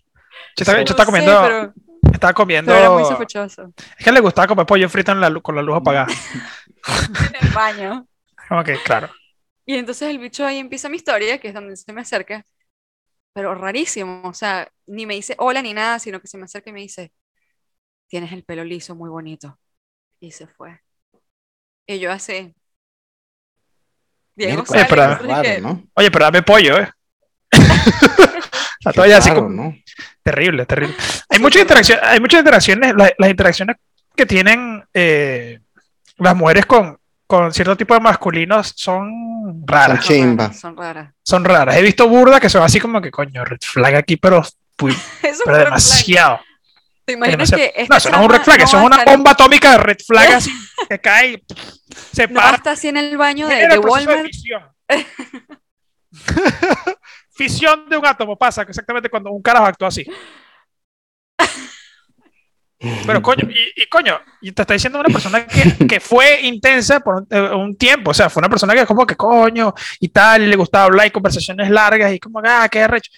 [SPEAKER 1] Yo estaba, yo
[SPEAKER 3] No
[SPEAKER 1] estaba
[SPEAKER 3] sé,
[SPEAKER 1] comiendo.
[SPEAKER 3] pero-
[SPEAKER 1] Estaba comiendo.
[SPEAKER 3] pero era muy sospechoso.
[SPEAKER 1] Es que le gustaba comer pollo frito en la, lu- con la luz apagada.
[SPEAKER 3] en el baño.
[SPEAKER 1] Ok, claro.
[SPEAKER 3] Y entonces el bicho ahí empieza mi historia, que es donde se me acerca, pero rarísimo, o sea, ni me dice hola ni nada, sino que se me acerca y me dice, tienes el pelo liso, muy bonito. Y se fue. Y yo así. Diego
[SPEAKER 2] Miércoles,
[SPEAKER 3] sale,
[SPEAKER 1] Oye, pero-
[SPEAKER 3] entonces
[SPEAKER 2] raro,
[SPEAKER 3] dije,
[SPEAKER 2] ¿no?
[SPEAKER 1] Oye, pero dame pollo, ¿eh? La
[SPEAKER 2] Qué
[SPEAKER 1] toalla Ah, así
[SPEAKER 2] raro,
[SPEAKER 1] como-
[SPEAKER 2] ¿no?
[SPEAKER 1] Terrible, terrible. Hay muchas
[SPEAKER 3] Sí, terrible.
[SPEAKER 1] interacciones, hay muchas interacciones, la- las, interacciones que tienen eh, las mujeres con, con cierto tipo de masculinos son
[SPEAKER 2] Son
[SPEAKER 1] raras,
[SPEAKER 2] chimba.
[SPEAKER 3] Son raras.
[SPEAKER 1] son raras. He visto burdas que son así como que, coño, red flag aquí, pero, uy,
[SPEAKER 3] Eso
[SPEAKER 1] pero
[SPEAKER 3] fue
[SPEAKER 1] demasiado.
[SPEAKER 3] ¿Te imaginas
[SPEAKER 1] demasiado.
[SPEAKER 3] que esta
[SPEAKER 1] No, eso no es un red
[SPEAKER 3] chama
[SPEAKER 1] flag,
[SPEAKER 3] no
[SPEAKER 1] eso es
[SPEAKER 3] va a
[SPEAKER 1] una
[SPEAKER 3] estar en-
[SPEAKER 1] bomba atómica de red flag así que cae y pff, se
[SPEAKER 3] No
[SPEAKER 1] para.
[SPEAKER 3] hasta así en el baño de,
[SPEAKER 1] Genera
[SPEAKER 3] de
[SPEAKER 1] el proceso de
[SPEAKER 3] Walmart.
[SPEAKER 1] fisión. fisión de un átomo pasa exactamente cuando un carajo actúa así. Pero coño, y, y coño, y te está diciendo una persona que, que fue intensa por un, eh, un tiempo, o sea, fue una persona que como que coño y tal, y le gustaba hablar y conversaciones largas y como, ah, qué arrecho.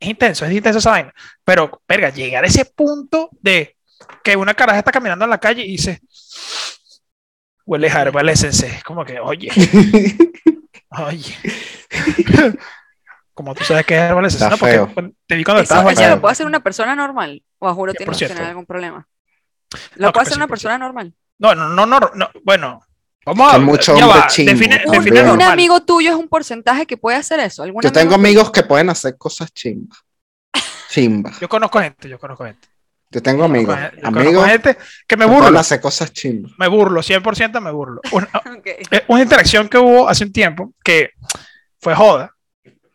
[SPEAKER 1] Es intenso, es intenso esa vaina. Pero, verga, llegar a ese punto de que una caraja está caminando en la calle y dice, huele a huele Es como que, oye, oye. como tú sabes que es herbales,
[SPEAKER 2] Está
[SPEAKER 1] no, porque
[SPEAKER 2] feo.
[SPEAKER 1] cuando- te vi cuando
[SPEAKER 3] Eso,
[SPEAKER 1] estabas
[SPEAKER 3] eso
[SPEAKER 2] feo.
[SPEAKER 3] lo puede hacer una persona normal. O juro, tienes que
[SPEAKER 1] 100%.
[SPEAKER 3] tener algún problema.
[SPEAKER 1] No,
[SPEAKER 3] Lo
[SPEAKER 1] creo
[SPEAKER 3] puede
[SPEAKER 1] que
[SPEAKER 3] hacer una
[SPEAKER 1] 100%.
[SPEAKER 3] persona normal.
[SPEAKER 1] No, no, no, no, no, bueno. Vamos a.
[SPEAKER 2] Hay mucho
[SPEAKER 1] ya
[SPEAKER 2] hombre
[SPEAKER 1] va,
[SPEAKER 2] chimbo
[SPEAKER 1] define,
[SPEAKER 2] también.
[SPEAKER 3] Un,
[SPEAKER 1] define
[SPEAKER 3] un
[SPEAKER 1] normal.
[SPEAKER 3] amigo tuyo es un porcentaje que puede hacer eso. ¿Algún
[SPEAKER 2] Yo
[SPEAKER 3] amigo
[SPEAKER 2] tengo
[SPEAKER 3] tuyo?
[SPEAKER 2] amigos que pueden hacer cosas chimba. Chimba.
[SPEAKER 1] Yo conozco gente, yo conozco gente.
[SPEAKER 2] Yo tengo amigos.
[SPEAKER 1] Yo conozco
[SPEAKER 2] Amigos que
[SPEAKER 1] gente que me
[SPEAKER 2] pueden
[SPEAKER 1] burlo,
[SPEAKER 2] hacer cosas chimba.
[SPEAKER 1] me burlo, 100% me burlo. Una,
[SPEAKER 3] Ok.
[SPEAKER 1] eh, una interacción que hubo hace un tiempo que fue joda,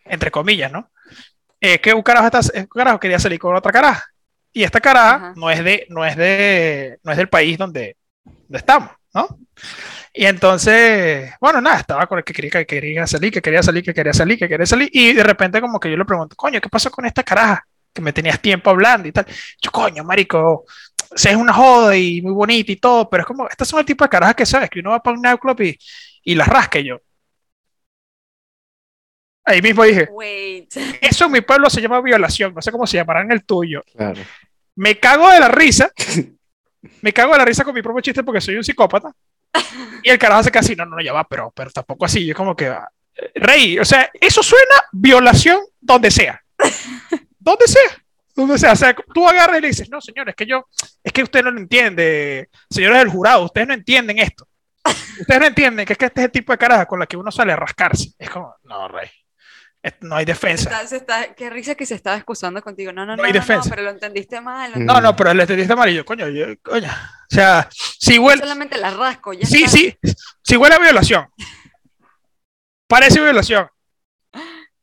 [SPEAKER 1] entre comillas, ¿no? Es que un carajo, está- un carajo quería salir con otra caraja. Y esta caraja
[SPEAKER 3] Ajá.
[SPEAKER 1] no es de, no es de, no es del país donde, donde estamos, ¿no? Y entonces, bueno, nada, estaba con el que quería, que quería salir, que quería salir, que quería salir, que quería salir. Y de repente como que yo le pregunto, coño, ¿qué pasó con esta caraja? Que me tenías tiempo hablando y tal. Yo, coño, marico, sí, es una joda y muy bonita y todo, pero es como, estas son el tipo de carajas que sabes, que uno va para un nightclub y, y las rasca y yo. Ahí mismo dije,
[SPEAKER 3] Wait.
[SPEAKER 1] eso en mi pueblo se llama violación, no sé cómo se llamará en el tuyo.
[SPEAKER 2] Claro.
[SPEAKER 1] Me cago de la risa, me cago de la risa con mi propio chiste porque soy un psicópata. Y el carajo se casi, no, no, no, ya va, pero, pero tampoco así, yo como que, ah, rey, o sea, eso suena violación donde sea. Donde sea. Donde sea, o sea, tú agarras y le dices, no, señor, es que yo, es que usted no lo entiende, señores del jurado, ustedes no entienden esto. Ustedes no entienden que es que este es el tipo de caraja con la que uno sale a rascarse. Es como, no, rey, es- no hay defensa.
[SPEAKER 3] Está- se está- qué risa que se estaba excusando contigo. No, no,
[SPEAKER 1] No
[SPEAKER 3] no,
[SPEAKER 1] hay
[SPEAKER 3] no, no,
[SPEAKER 1] defensa.
[SPEAKER 3] pero lo entendiste mal. lo
[SPEAKER 1] No,
[SPEAKER 2] No,
[SPEAKER 3] entendiste
[SPEAKER 1] no, pero el entendiste amarillo, coño, yo- coño. O sea, si
[SPEAKER 3] mal.
[SPEAKER 1] huele,
[SPEAKER 3] Solamente la rasco. Ya
[SPEAKER 1] sí,
[SPEAKER 3] está.
[SPEAKER 1] sí, si huele a violación, parece violación,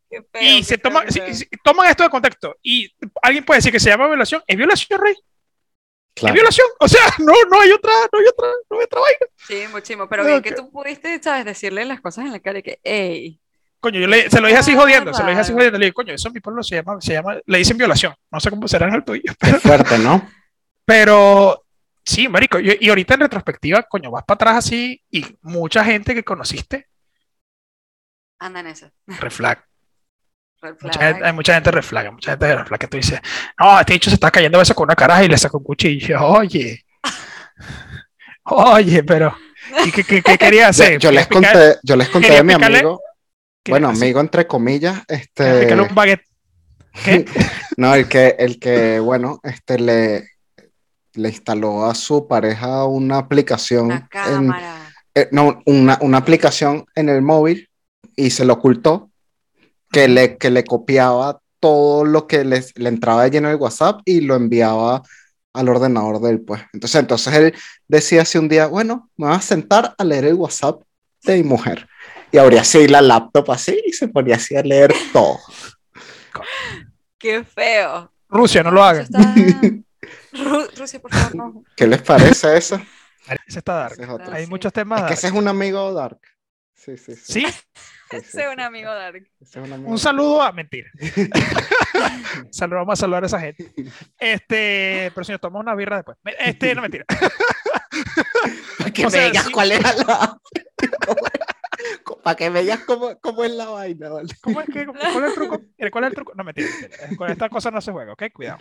[SPEAKER 3] Qué feo,
[SPEAKER 1] Y
[SPEAKER 3] qué
[SPEAKER 1] se
[SPEAKER 3] feo,
[SPEAKER 1] toman,
[SPEAKER 3] qué
[SPEAKER 1] si-
[SPEAKER 3] feo.
[SPEAKER 1] si toman esto de contexto. Y alguien puede decir que se llama violación. ¿Es violación, Rey? ¿Es
[SPEAKER 2] Claro.
[SPEAKER 1] violación? O sea, no, no hay otra, no hay otra, no hay otra vaina.
[SPEAKER 3] Chimbo, chimbo, pero
[SPEAKER 1] No,
[SPEAKER 3] bien que
[SPEAKER 1] que-
[SPEAKER 3] tú pudiste, ¿sabes? Decirle las cosas en la cara y que, hey,
[SPEAKER 1] Coño, yo le- se lo dije así
[SPEAKER 3] Ah,
[SPEAKER 1] jodiendo, se lo dije así
[SPEAKER 3] vale.
[SPEAKER 1] jodiendo. Le dije, coño, eso en mi pueblo se llama, se llama, le dicen violación. No sé cómo será en el tuyo.
[SPEAKER 2] Qué fuerte, ¿no?
[SPEAKER 1] Pero sí, marico, y, y ahorita en retrospectiva, coño, vas para atrás así y mucha gente que conociste,
[SPEAKER 3] anda en eso.
[SPEAKER 1] reflag.
[SPEAKER 3] red
[SPEAKER 1] Mucha
[SPEAKER 3] flag".
[SPEAKER 1] gente- hay mucha gente reflag, mucha gente reflag que tú dices, no, este dicho se está cayendo a besos con una caraja y le sacó un cuchillo. Oye, oye, pero ¿y qué, qué- qué quería
[SPEAKER 2] Yo,
[SPEAKER 1] hacer?
[SPEAKER 2] yo les
[SPEAKER 1] Quería picar-
[SPEAKER 2] conté, yo les conté
[SPEAKER 1] quería
[SPEAKER 2] de mi
[SPEAKER 1] picarle-
[SPEAKER 2] amigo,
[SPEAKER 1] quería
[SPEAKER 2] bueno,
[SPEAKER 1] hacer-
[SPEAKER 2] amigo entre comillas,
[SPEAKER 1] quería
[SPEAKER 2] este,
[SPEAKER 1] picarle un baguette. ¿Qué?
[SPEAKER 2] no, el que, el que, bueno, este le, le instaló a su pareja una aplicación
[SPEAKER 3] Una
[SPEAKER 2] en,
[SPEAKER 3] cámara.
[SPEAKER 2] eh, no, una, una aplicación en el móvil y se lo ocultó, que le, que le copiaba todo lo que les, le entraba de lleno el WhatsApp y lo enviaba al ordenador de él, pues. Entonces, entonces él decía así un día, bueno, me voy a sentar a leer el WhatsApp de mi mujer. Y abría así la laptop así y se ponía así a leer todo.
[SPEAKER 3] Qué feo.
[SPEAKER 1] Rusia, no lo
[SPEAKER 3] Eso
[SPEAKER 1] hagan.
[SPEAKER 3] está- Ru- Rusia, por favor, no.
[SPEAKER 2] ¿Qué les parece eso?
[SPEAKER 1] Ese está dark.
[SPEAKER 2] Ese es otro.
[SPEAKER 3] Ah,
[SPEAKER 1] Hay
[SPEAKER 3] sí.
[SPEAKER 1] muchos
[SPEAKER 2] Es
[SPEAKER 1] temas.
[SPEAKER 2] que ese es
[SPEAKER 1] dark.
[SPEAKER 2] un amigo dark. Sí, sí, sí.
[SPEAKER 1] Sí,
[SPEAKER 2] Sí, sí,
[SPEAKER 3] Ese es
[SPEAKER 2] sí,
[SPEAKER 3] un amigo dark.
[SPEAKER 2] Ese es un amigo
[SPEAKER 1] un
[SPEAKER 2] dark.
[SPEAKER 1] saludo a mentira. Saludos, vamos a saludar a esa gente. Este, pero si nos tomamos una birra después. Este, no mentira.
[SPEAKER 2] Para que
[SPEAKER 1] O
[SPEAKER 2] me
[SPEAKER 1] sea,
[SPEAKER 2] digas
[SPEAKER 1] sí.
[SPEAKER 2] cuál era la. Para que me digas cómo, cómo es la vaina, ¿vale?
[SPEAKER 1] ¿Cómo es que, ¿Cuál es el truco? Eh, ¿Cuál es el truco? No, mentira. mentira. Con estas cosas no se juega, ¿ok? Cuidado.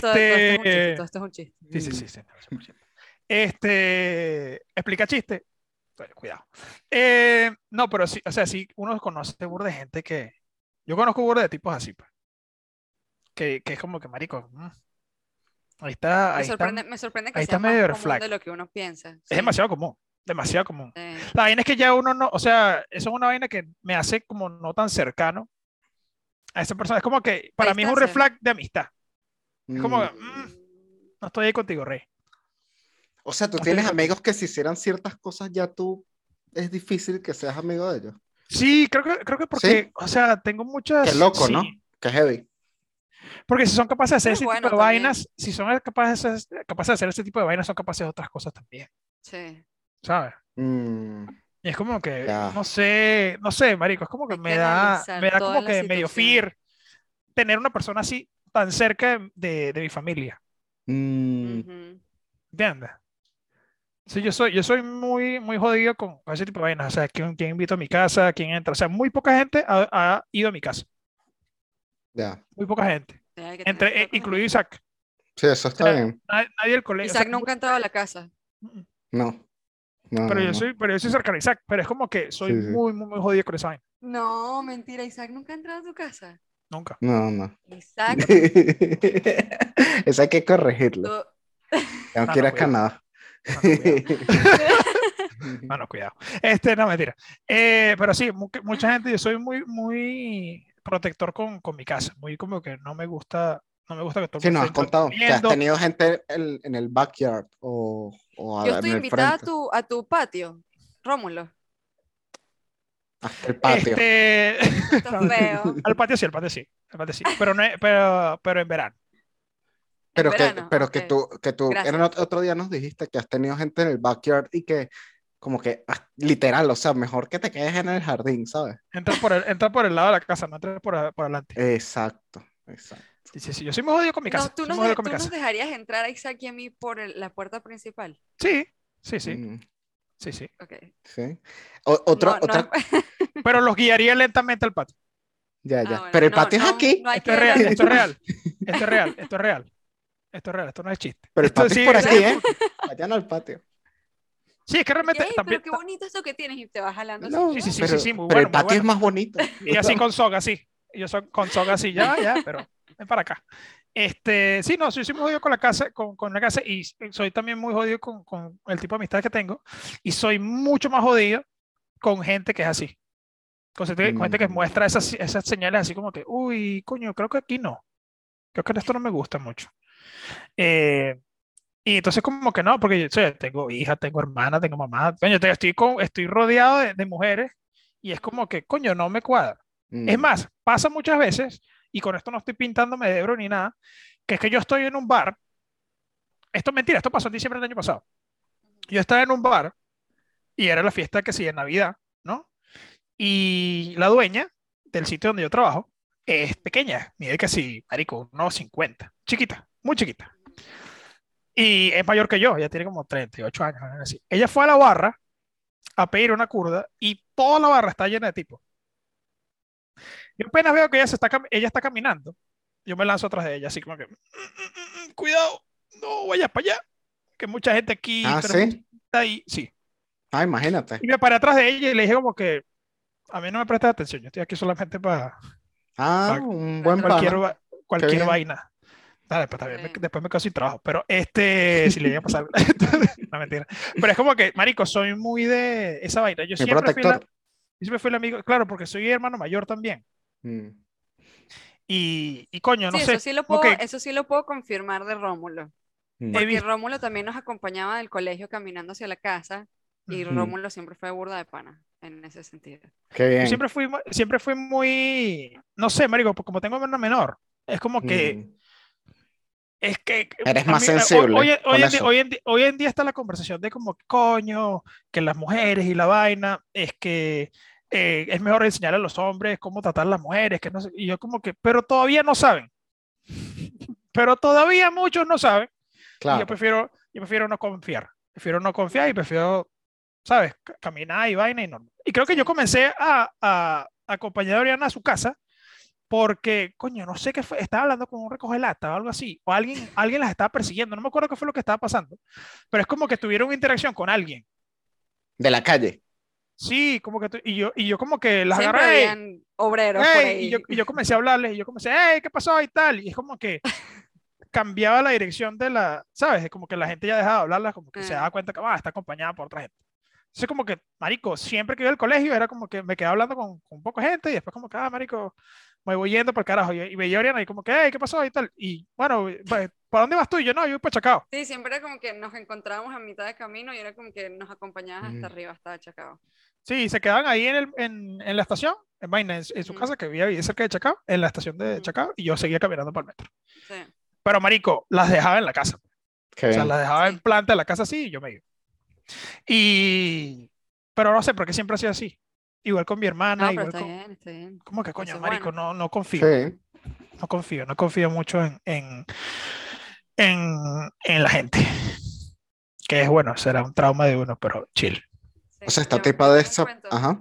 [SPEAKER 3] Todo, todo esto es un chiste,
[SPEAKER 1] Este.
[SPEAKER 3] todo esto es un chiste.
[SPEAKER 1] Sí, sí, sí, sí, 100%. Este. Explica chiste. Bueno, Cuidado. Eh, no, pero sí, o sea, sí, uno conoce burda de gente que. Yo conozco burda de tipos así, pues. Que, que es como que, marico. mm. Ahí está.
[SPEAKER 3] Me
[SPEAKER 1] Ahí están-
[SPEAKER 3] sorprende, me sorprende que
[SPEAKER 1] ahí
[SPEAKER 3] sea
[SPEAKER 1] está medio
[SPEAKER 3] más
[SPEAKER 1] red
[SPEAKER 3] común
[SPEAKER 1] flag.
[SPEAKER 3] de lo que uno piensa.
[SPEAKER 1] Es demasiado común. Demasiado común.
[SPEAKER 3] Sí, sí.
[SPEAKER 1] La vaina es que ya uno no, o sea, eso es una vaina que me hace como no tan cercano a esa persona. Es como que para mí es un red
[SPEAKER 3] distancia.
[SPEAKER 1] flag de amistad. Es como, mm, no estoy ahí contigo, Rey.
[SPEAKER 2] O sea, tú
[SPEAKER 1] Hasta
[SPEAKER 2] tienes
[SPEAKER 1] ahí.
[SPEAKER 2] amigos que si hicieran ciertas cosas ya tú es difícil que seas amigo de ellos.
[SPEAKER 1] Sí, creo que, creo que porque, o sea, tengo muchas.
[SPEAKER 2] Qué loco, ¿no?
[SPEAKER 1] Ah, sí,
[SPEAKER 2] Que heavy.
[SPEAKER 1] Porque si son capaces de hacer
[SPEAKER 3] Pero
[SPEAKER 1] ese
[SPEAKER 3] bueno,
[SPEAKER 1] tipo de
[SPEAKER 3] también.
[SPEAKER 1] vainas, si son capaces, capaces de hacer ese tipo de vainas, son capaces de otras cosas también,
[SPEAKER 3] sí.
[SPEAKER 1] ¿sabes?
[SPEAKER 2] Mm,
[SPEAKER 1] Y es como que,
[SPEAKER 2] Ya.
[SPEAKER 1] no sé, no sé, marico, es como que
[SPEAKER 3] Hay
[SPEAKER 1] me
[SPEAKER 3] que
[SPEAKER 1] da,
[SPEAKER 3] analizar
[SPEAKER 1] me da
[SPEAKER 3] toda
[SPEAKER 1] como
[SPEAKER 3] la
[SPEAKER 1] que medio
[SPEAKER 3] situación.
[SPEAKER 1] fear tener una persona así tan cerca de- de- de mi familia.
[SPEAKER 2] mm,
[SPEAKER 3] Ujú.
[SPEAKER 1] ¿Entiendes? Sí, yo soy, yo soy muy, muy jodido con, con ese tipo de vainas. O sea, ¿quién, quién invito a mi casa? ¿Quién entra? O sea, muy poca gente ha, ha ido a mi casa.
[SPEAKER 2] ya.
[SPEAKER 1] Muy poca gente.
[SPEAKER 3] Sí, hay que tener
[SPEAKER 1] Entre,
[SPEAKER 3] cuidado
[SPEAKER 1] eh,
[SPEAKER 3] con eso.
[SPEAKER 1] incluido Isaac.
[SPEAKER 2] Sí, eso está
[SPEAKER 1] Será-
[SPEAKER 2] bien.
[SPEAKER 1] Nadie, nadie del colegio. eh, o sea,
[SPEAKER 3] Isaac nunca ha entrado a la casa.
[SPEAKER 1] muy-
[SPEAKER 2] No. No,
[SPEAKER 1] Pero
[SPEAKER 2] no,
[SPEAKER 1] yo
[SPEAKER 2] no.
[SPEAKER 1] soy, pero yo soy cercano a Isaac. Pero es como que soy
[SPEAKER 2] Sí, sí.
[SPEAKER 1] muy, muy, muy jodido con esa vaina.
[SPEAKER 3] No, mentira, Isaac nunca ha entrado a tu casa.
[SPEAKER 1] Nunca.
[SPEAKER 2] No, no.
[SPEAKER 1] Ah,
[SPEAKER 3] Isaac,
[SPEAKER 2] eso hay que corregirlo.
[SPEAKER 3] tú-
[SPEAKER 2] Ya
[SPEAKER 1] no,
[SPEAKER 2] no quieras
[SPEAKER 1] cuidado.
[SPEAKER 2] Canadá.
[SPEAKER 1] Mano, cuidado. Mano, cuidado. Este, no, mentira. Eh, pero sí, mu- que mucha gente, yo soy muy, muy protector con, con mi casa. Muy como que no me gusta, no me gusta que todo el
[SPEAKER 2] Sí,
[SPEAKER 1] mundo
[SPEAKER 2] nos has
[SPEAKER 1] esté
[SPEAKER 2] contado que has
[SPEAKER 1] interviniendo.
[SPEAKER 2] tenido gente en, en el backyard o, o a-
[SPEAKER 3] yo estoy
[SPEAKER 2] en el
[SPEAKER 3] invitada a
[SPEAKER 2] frente,
[SPEAKER 3] tu, a tu patio, Rómulo.
[SPEAKER 2] hasta el patio.
[SPEAKER 1] Este...
[SPEAKER 3] Esto es feo.
[SPEAKER 1] Al patio sí, al patio sí. Al patio sí. Pero, no es- pero, pero en verano.
[SPEAKER 2] Pero,
[SPEAKER 3] En
[SPEAKER 2] que,
[SPEAKER 3] verano,
[SPEAKER 2] pero
[SPEAKER 3] ok.
[SPEAKER 2] que tú, que tú
[SPEAKER 3] Gracias.
[SPEAKER 2] en el ot- otro día nos dijiste que has tenido gente en el backyard y que, como que, ah, literal, o sea, mejor que te quedes en el jardín, ¿sabes?
[SPEAKER 1] Entra por el, entra por el lado de la casa, no entra por, a- por
[SPEAKER 2] Eh.
[SPEAKER 1] adelante.
[SPEAKER 2] Exacto, exacto.
[SPEAKER 1] Sí, sí, sí, Yo soy muy jodido con mi casa.
[SPEAKER 3] No, tú
[SPEAKER 1] soy
[SPEAKER 3] nos,
[SPEAKER 1] muy jodido
[SPEAKER 3] de-
[SPEAKER 1] con mi
[SPEAKER 3] tú nos
[SPEAKER 1] casa.
[SPEAKER 3] dejarías entrar a Isaac y a mí por el- la puerta principal.
[SPEAKER 1] Sí, sí, sí,
[SPEAKER 2] Mm,
[SPEAKER 1] sí, sí.
[SPEAKER 3] Ok.
[SPEAKER 2] sí. O- otro,
[SPEAKER 3] No, no
[SPEAKER 2] otra,
[SPEAKER 3] es-
[SPEAKER 1] Pero los guiaría lentamente al patio.
[SPEAKER 2] ya,
[SPEAKER 3] ah,
[SPEAKER 2] ya.
[SPEAKER 3] bueno,
[SPEAKER 2] pero el
[SPEAKER 3] no,
[SPEAKER 2] patio
[SPEAKER 3] no,
[SPEAKER 2] es aquí,
[SPEAKER 3] no hay
[SPEAKER 1] Esto
[SPEAKER 3] que
[SPEAKER 1] es real,
[SPEAKER 3] hablar-
[SPEAKER 1] esto es real. Esto es real, esto es real. Esto es real, esto no es chiste.
[SPEAKER 2] pero el
[SPEAKER 1] Esto
[SPEAKER 2] patio
[SPEAKER 1] sí,
[SPEAKER 2] es por
[SPEAKER 1] o sea,
[SPEAKER 2] aquí, ¿eh? Vayan al patio.
[SPEAKER 1] Sí, es que realmente
[SPEAKER 3] Ey,
[SPEAKER 1] también.
[SPEAKER 3] pero qué bonito esto que tienes y te vas jalando. así.
[SPEAKER 2] No,
[SPEAKER 1] sí, sí, sí,
[SPEAKER 2] pero,
[SPEAKER 1] sí, muy
[SPEAKER 2] pero
[SPEAKER 1] bueno,
[SPEAKER 2] el
[SPEAKER 1] muy
[SPEAKER 2] patio
[SPEAKER 1] bueno.
[SPEAKER 2] es más bonito. Mm.
[SPEAKER 1] Y así con soga, sí. Y Yo soy con soga, sí, ya, ya, pero ven para acá. Este, sí, no, soy, soy muy jodido con la casa, con, con la casa y soy también muy jodido con, con el tipo de amistad que tengo y soy mucho más jodido con gente que es así. Con gente, con gente que
[SPEAKER 2] Mm.
[SPEAKER 1] muestra esas, esas señales así como que, uy, coño, creo que aquí no. Creo que esto no me gusta mucho. Eh, y entonces como que no, porque yo o sea, tengo hija, tengo hermana, tengo mamá, coño, te- estoy, con, estoy rodeado de, de mujeres y es como que, coño, no me cuadra.
[SPEAKER 2] Mm.
[SPEAKER 1] Es más, pasa muchas veces, y con esto no estoy pintándome de ebro ni nada, que es que yo estoy en un bar. Esto es mentira, esto pasó en diciembre del año pasado. Yo estaba en un bar y era la fiesta que sigue en Navidad, ¿no? Y la dueña del sitio donde yo trabajo es pequeña, mide casi, marico, unos 50, chiquita, muy chiquita. Y es mayor que yo, ella tiene como 38 años, algo así. Ella fue a la barra a pedir una curda y toda la barra está llena de tipos. Yo apenas veo que ella, se está, cam- ella está caminando. Yo me lanzo atrás de ella, así como que, "Mm, mm, mm, cuidado, no vayas para allá, que mucha gente aquí,
[SPEAKER 2] Ah,
[SPEAKER 1] tú eres
[SPEAKER 2] sí.
[SPEAKER 1] mucha gente ahí". sí.
[SPEAKER 2] Ah, imagínate.
[SPEAKER 1] Y me paré atrás de ella y le dije como que, a mí no me prestas atención, yo estoy aquí solamente para
[SPEAKER 2] Ah,
[SPEAKER 1] Pa-
[SPEAKER 2] un buen pana.
[SPEAKER 1] cualquier, va- cualquier
[SPEAKER 2] bien.
[SPEAKER 1] vaina. Ah, después, también me-
[SPEAKER 3] Sí.
[SPEAKER 1] después me quedo sin trabajo, pero este, si le llega a pasar, no mentira. Pero es como que, marico, soy muy de esa vaina. Yo
[SPEAKER 2] Mi
[SPEAKER 1] siempre fui, la-
[SPEAKER 2] protector.
[SPEAKER 1] yo siempre fui el amigo, claro, porque soy hermano mayor también.
[SPEAKER 2] Mm.
[SPEAKER 1] Y, y coño, no
[SPEAKER 3] Sí,
[SPEAKER 1] sé,
[SPEAKER 3] eso sí lo
[SPEAKER 1] como
[SPEAKER 3] puedo,
[SPEAKER 1] que-
[SPEAKER 3] eso sí lo puedo confirmar de Rómulo.
[SPEAKER 2] Mm.
[SPEAKER 1] He
[SPEAKER 3] Porque
[SPEAKER 1] visto-
[SPEAKER 3] Rómulo también nos acompañaba del colegio caminando hacia la casa y
[SPEAKER 2] Ujú.
[SPEAKER 3] Rómulo siempre fue burda de pana en ese sentido.
[SPEAKER 2] Qué bien.
[SPEAKER 1] Yo siempre fui, mu- siempre fui muy, no sé, marico, porque como tengo hermana menor, es como que, pues,
[SPEAKER 2] Mm.
[SPEAKER 1] es que... eh,
[SPEAKER 2] Eres
[SPEAKER 1] a
[SPEAKER 2] más
[SPEAKER 1] mí- hoy-
[SPEAKER 2] sensible
[SPEAKER 1] Hoy, hoy
[SPEAKER 2] con
[SPEAKER 1] en di-
[SPEAKER 2] eso.
[SPEAKER 1] hoy en di- hoy en día está la conversación de como, coño, que las mujeres y la vaina, es que eh, es mejor enseñar a los hombres cómo tratar a las mujeres, que no sé, y yo como que, pero todavía no saben. Pero todavía muchos no saben. Y
[SPEAKER 2] Claro.
[SPEAKER 1] yo prefiero, yo prefiero no confiar. Prefiero no confiar y prefiero, ¿sabes? C- Caminar y vaina y normal. Y creo que yo comencé a, a acompañar a Oriana a su casa porque, coño, no sé qué fue. Estaba hablando con un recogelata o algo así. O alguien, alguien las estaba persiguiendo. No me acuerdo qué fue lo que estaba pasando. Pero es como que tuvieron interacción con alguien.
[SPEAKER 2] De la calle.
[SPEAKER 1] Sí, como que... tu- Y yo, y yo como que las
[SPEAKER 3] Siempre
[SPEAKER 1] agarré.
[SPEAKER 3] habían obreros por
[SPEAKER 1] "Ey",
[SPEAKER 3] ahí.
[SPEAKER 1] y, yo, y yo comencé a hablarles y yo comencé, hey, ¿qué pasó? Y tal. Y es como que cambiaba la dirección de la, ¿sabes? Es como que la gente ya dejaba de hablarlas, como que se
[SPEAKER 3] Ah.
[SPEAKER 1] daba cuenta que "Ah, está acompañada por otra gente. Entonces como que, marico, siempre que iba al colegio era como que me quedaba hablando con, con poca gente y después como que, ah, marico, me voy yendo por el carajo. Y, y veía a Oriana y como que, hey, ¿qué pasó? Y tal. Y bueno, pues, ¿para dónde vas tú? Y yo, no, yo voy para Chacao.
[SPEAKER 3] Sí, siempre era como que nos encontrábamos a mitad de camino y era como que nos acompañabas hasta
[SPEAKER 2] Ujú.
[SPEAKER 3] arriba, hasta Chacao.
[SPEAKER 1] Sí, se quedaban ahí en, el- en- en la estación, en, vaina, en, su- en su
[SPEAKER 3] Ujú.
[SPEAKER 1] casa que vivía cerca de Chacao, en la estación de
[SPEAKER 3] Ujú.
[SPEAKER 1] Chacao, y yo seguía caminando por el metro.
[SPEAKER 3] Sí.
[SPEAKER 1] Pero, marico, las dejaba en la casa.
[SPEAKER 2] Qué
[SPEAKER 1] O sea,
[SPEAKER 2] bien.
[SPEAKER 1] las dejaba
[SPEAKER 3] Sí.
[SPEAKER 1] en planta de la casa así y yo me iba. Y... Pero no sé por qué siempre ha sido así. Igual con mi hermana,
[SPEAKER 3] No,
[SPEAKER 1] igual
[SPEAKER 3] pero está
[SPEAKER 1] con...
[SPEAKER 3] bien, está bien.
[SPEAKER 1] ¿Cómo que coño,
[SPEAKER 3] Eso es
[SPEAKER 1] marico? No, no confío,
[SPEAKER 2] Sí.
[SPEAKER 1] no confío, no confío mucho en, en, en, en la gente. Que es bueno, será un trauma de uno, pero chill.
[SPEAKER 3] Sí,
[SPEAKER 2] O sea, esta
[SPEAKER 3] yo-
[SPEAKER 2] tipa
[SPEAKER 3] yo
[SPEAKER 2] de
[SPEAKER 3] tengo un
[SPEAKER 2] esa.
[SPEAKER 3] cuento.
[SPEAKER 2] Ajá.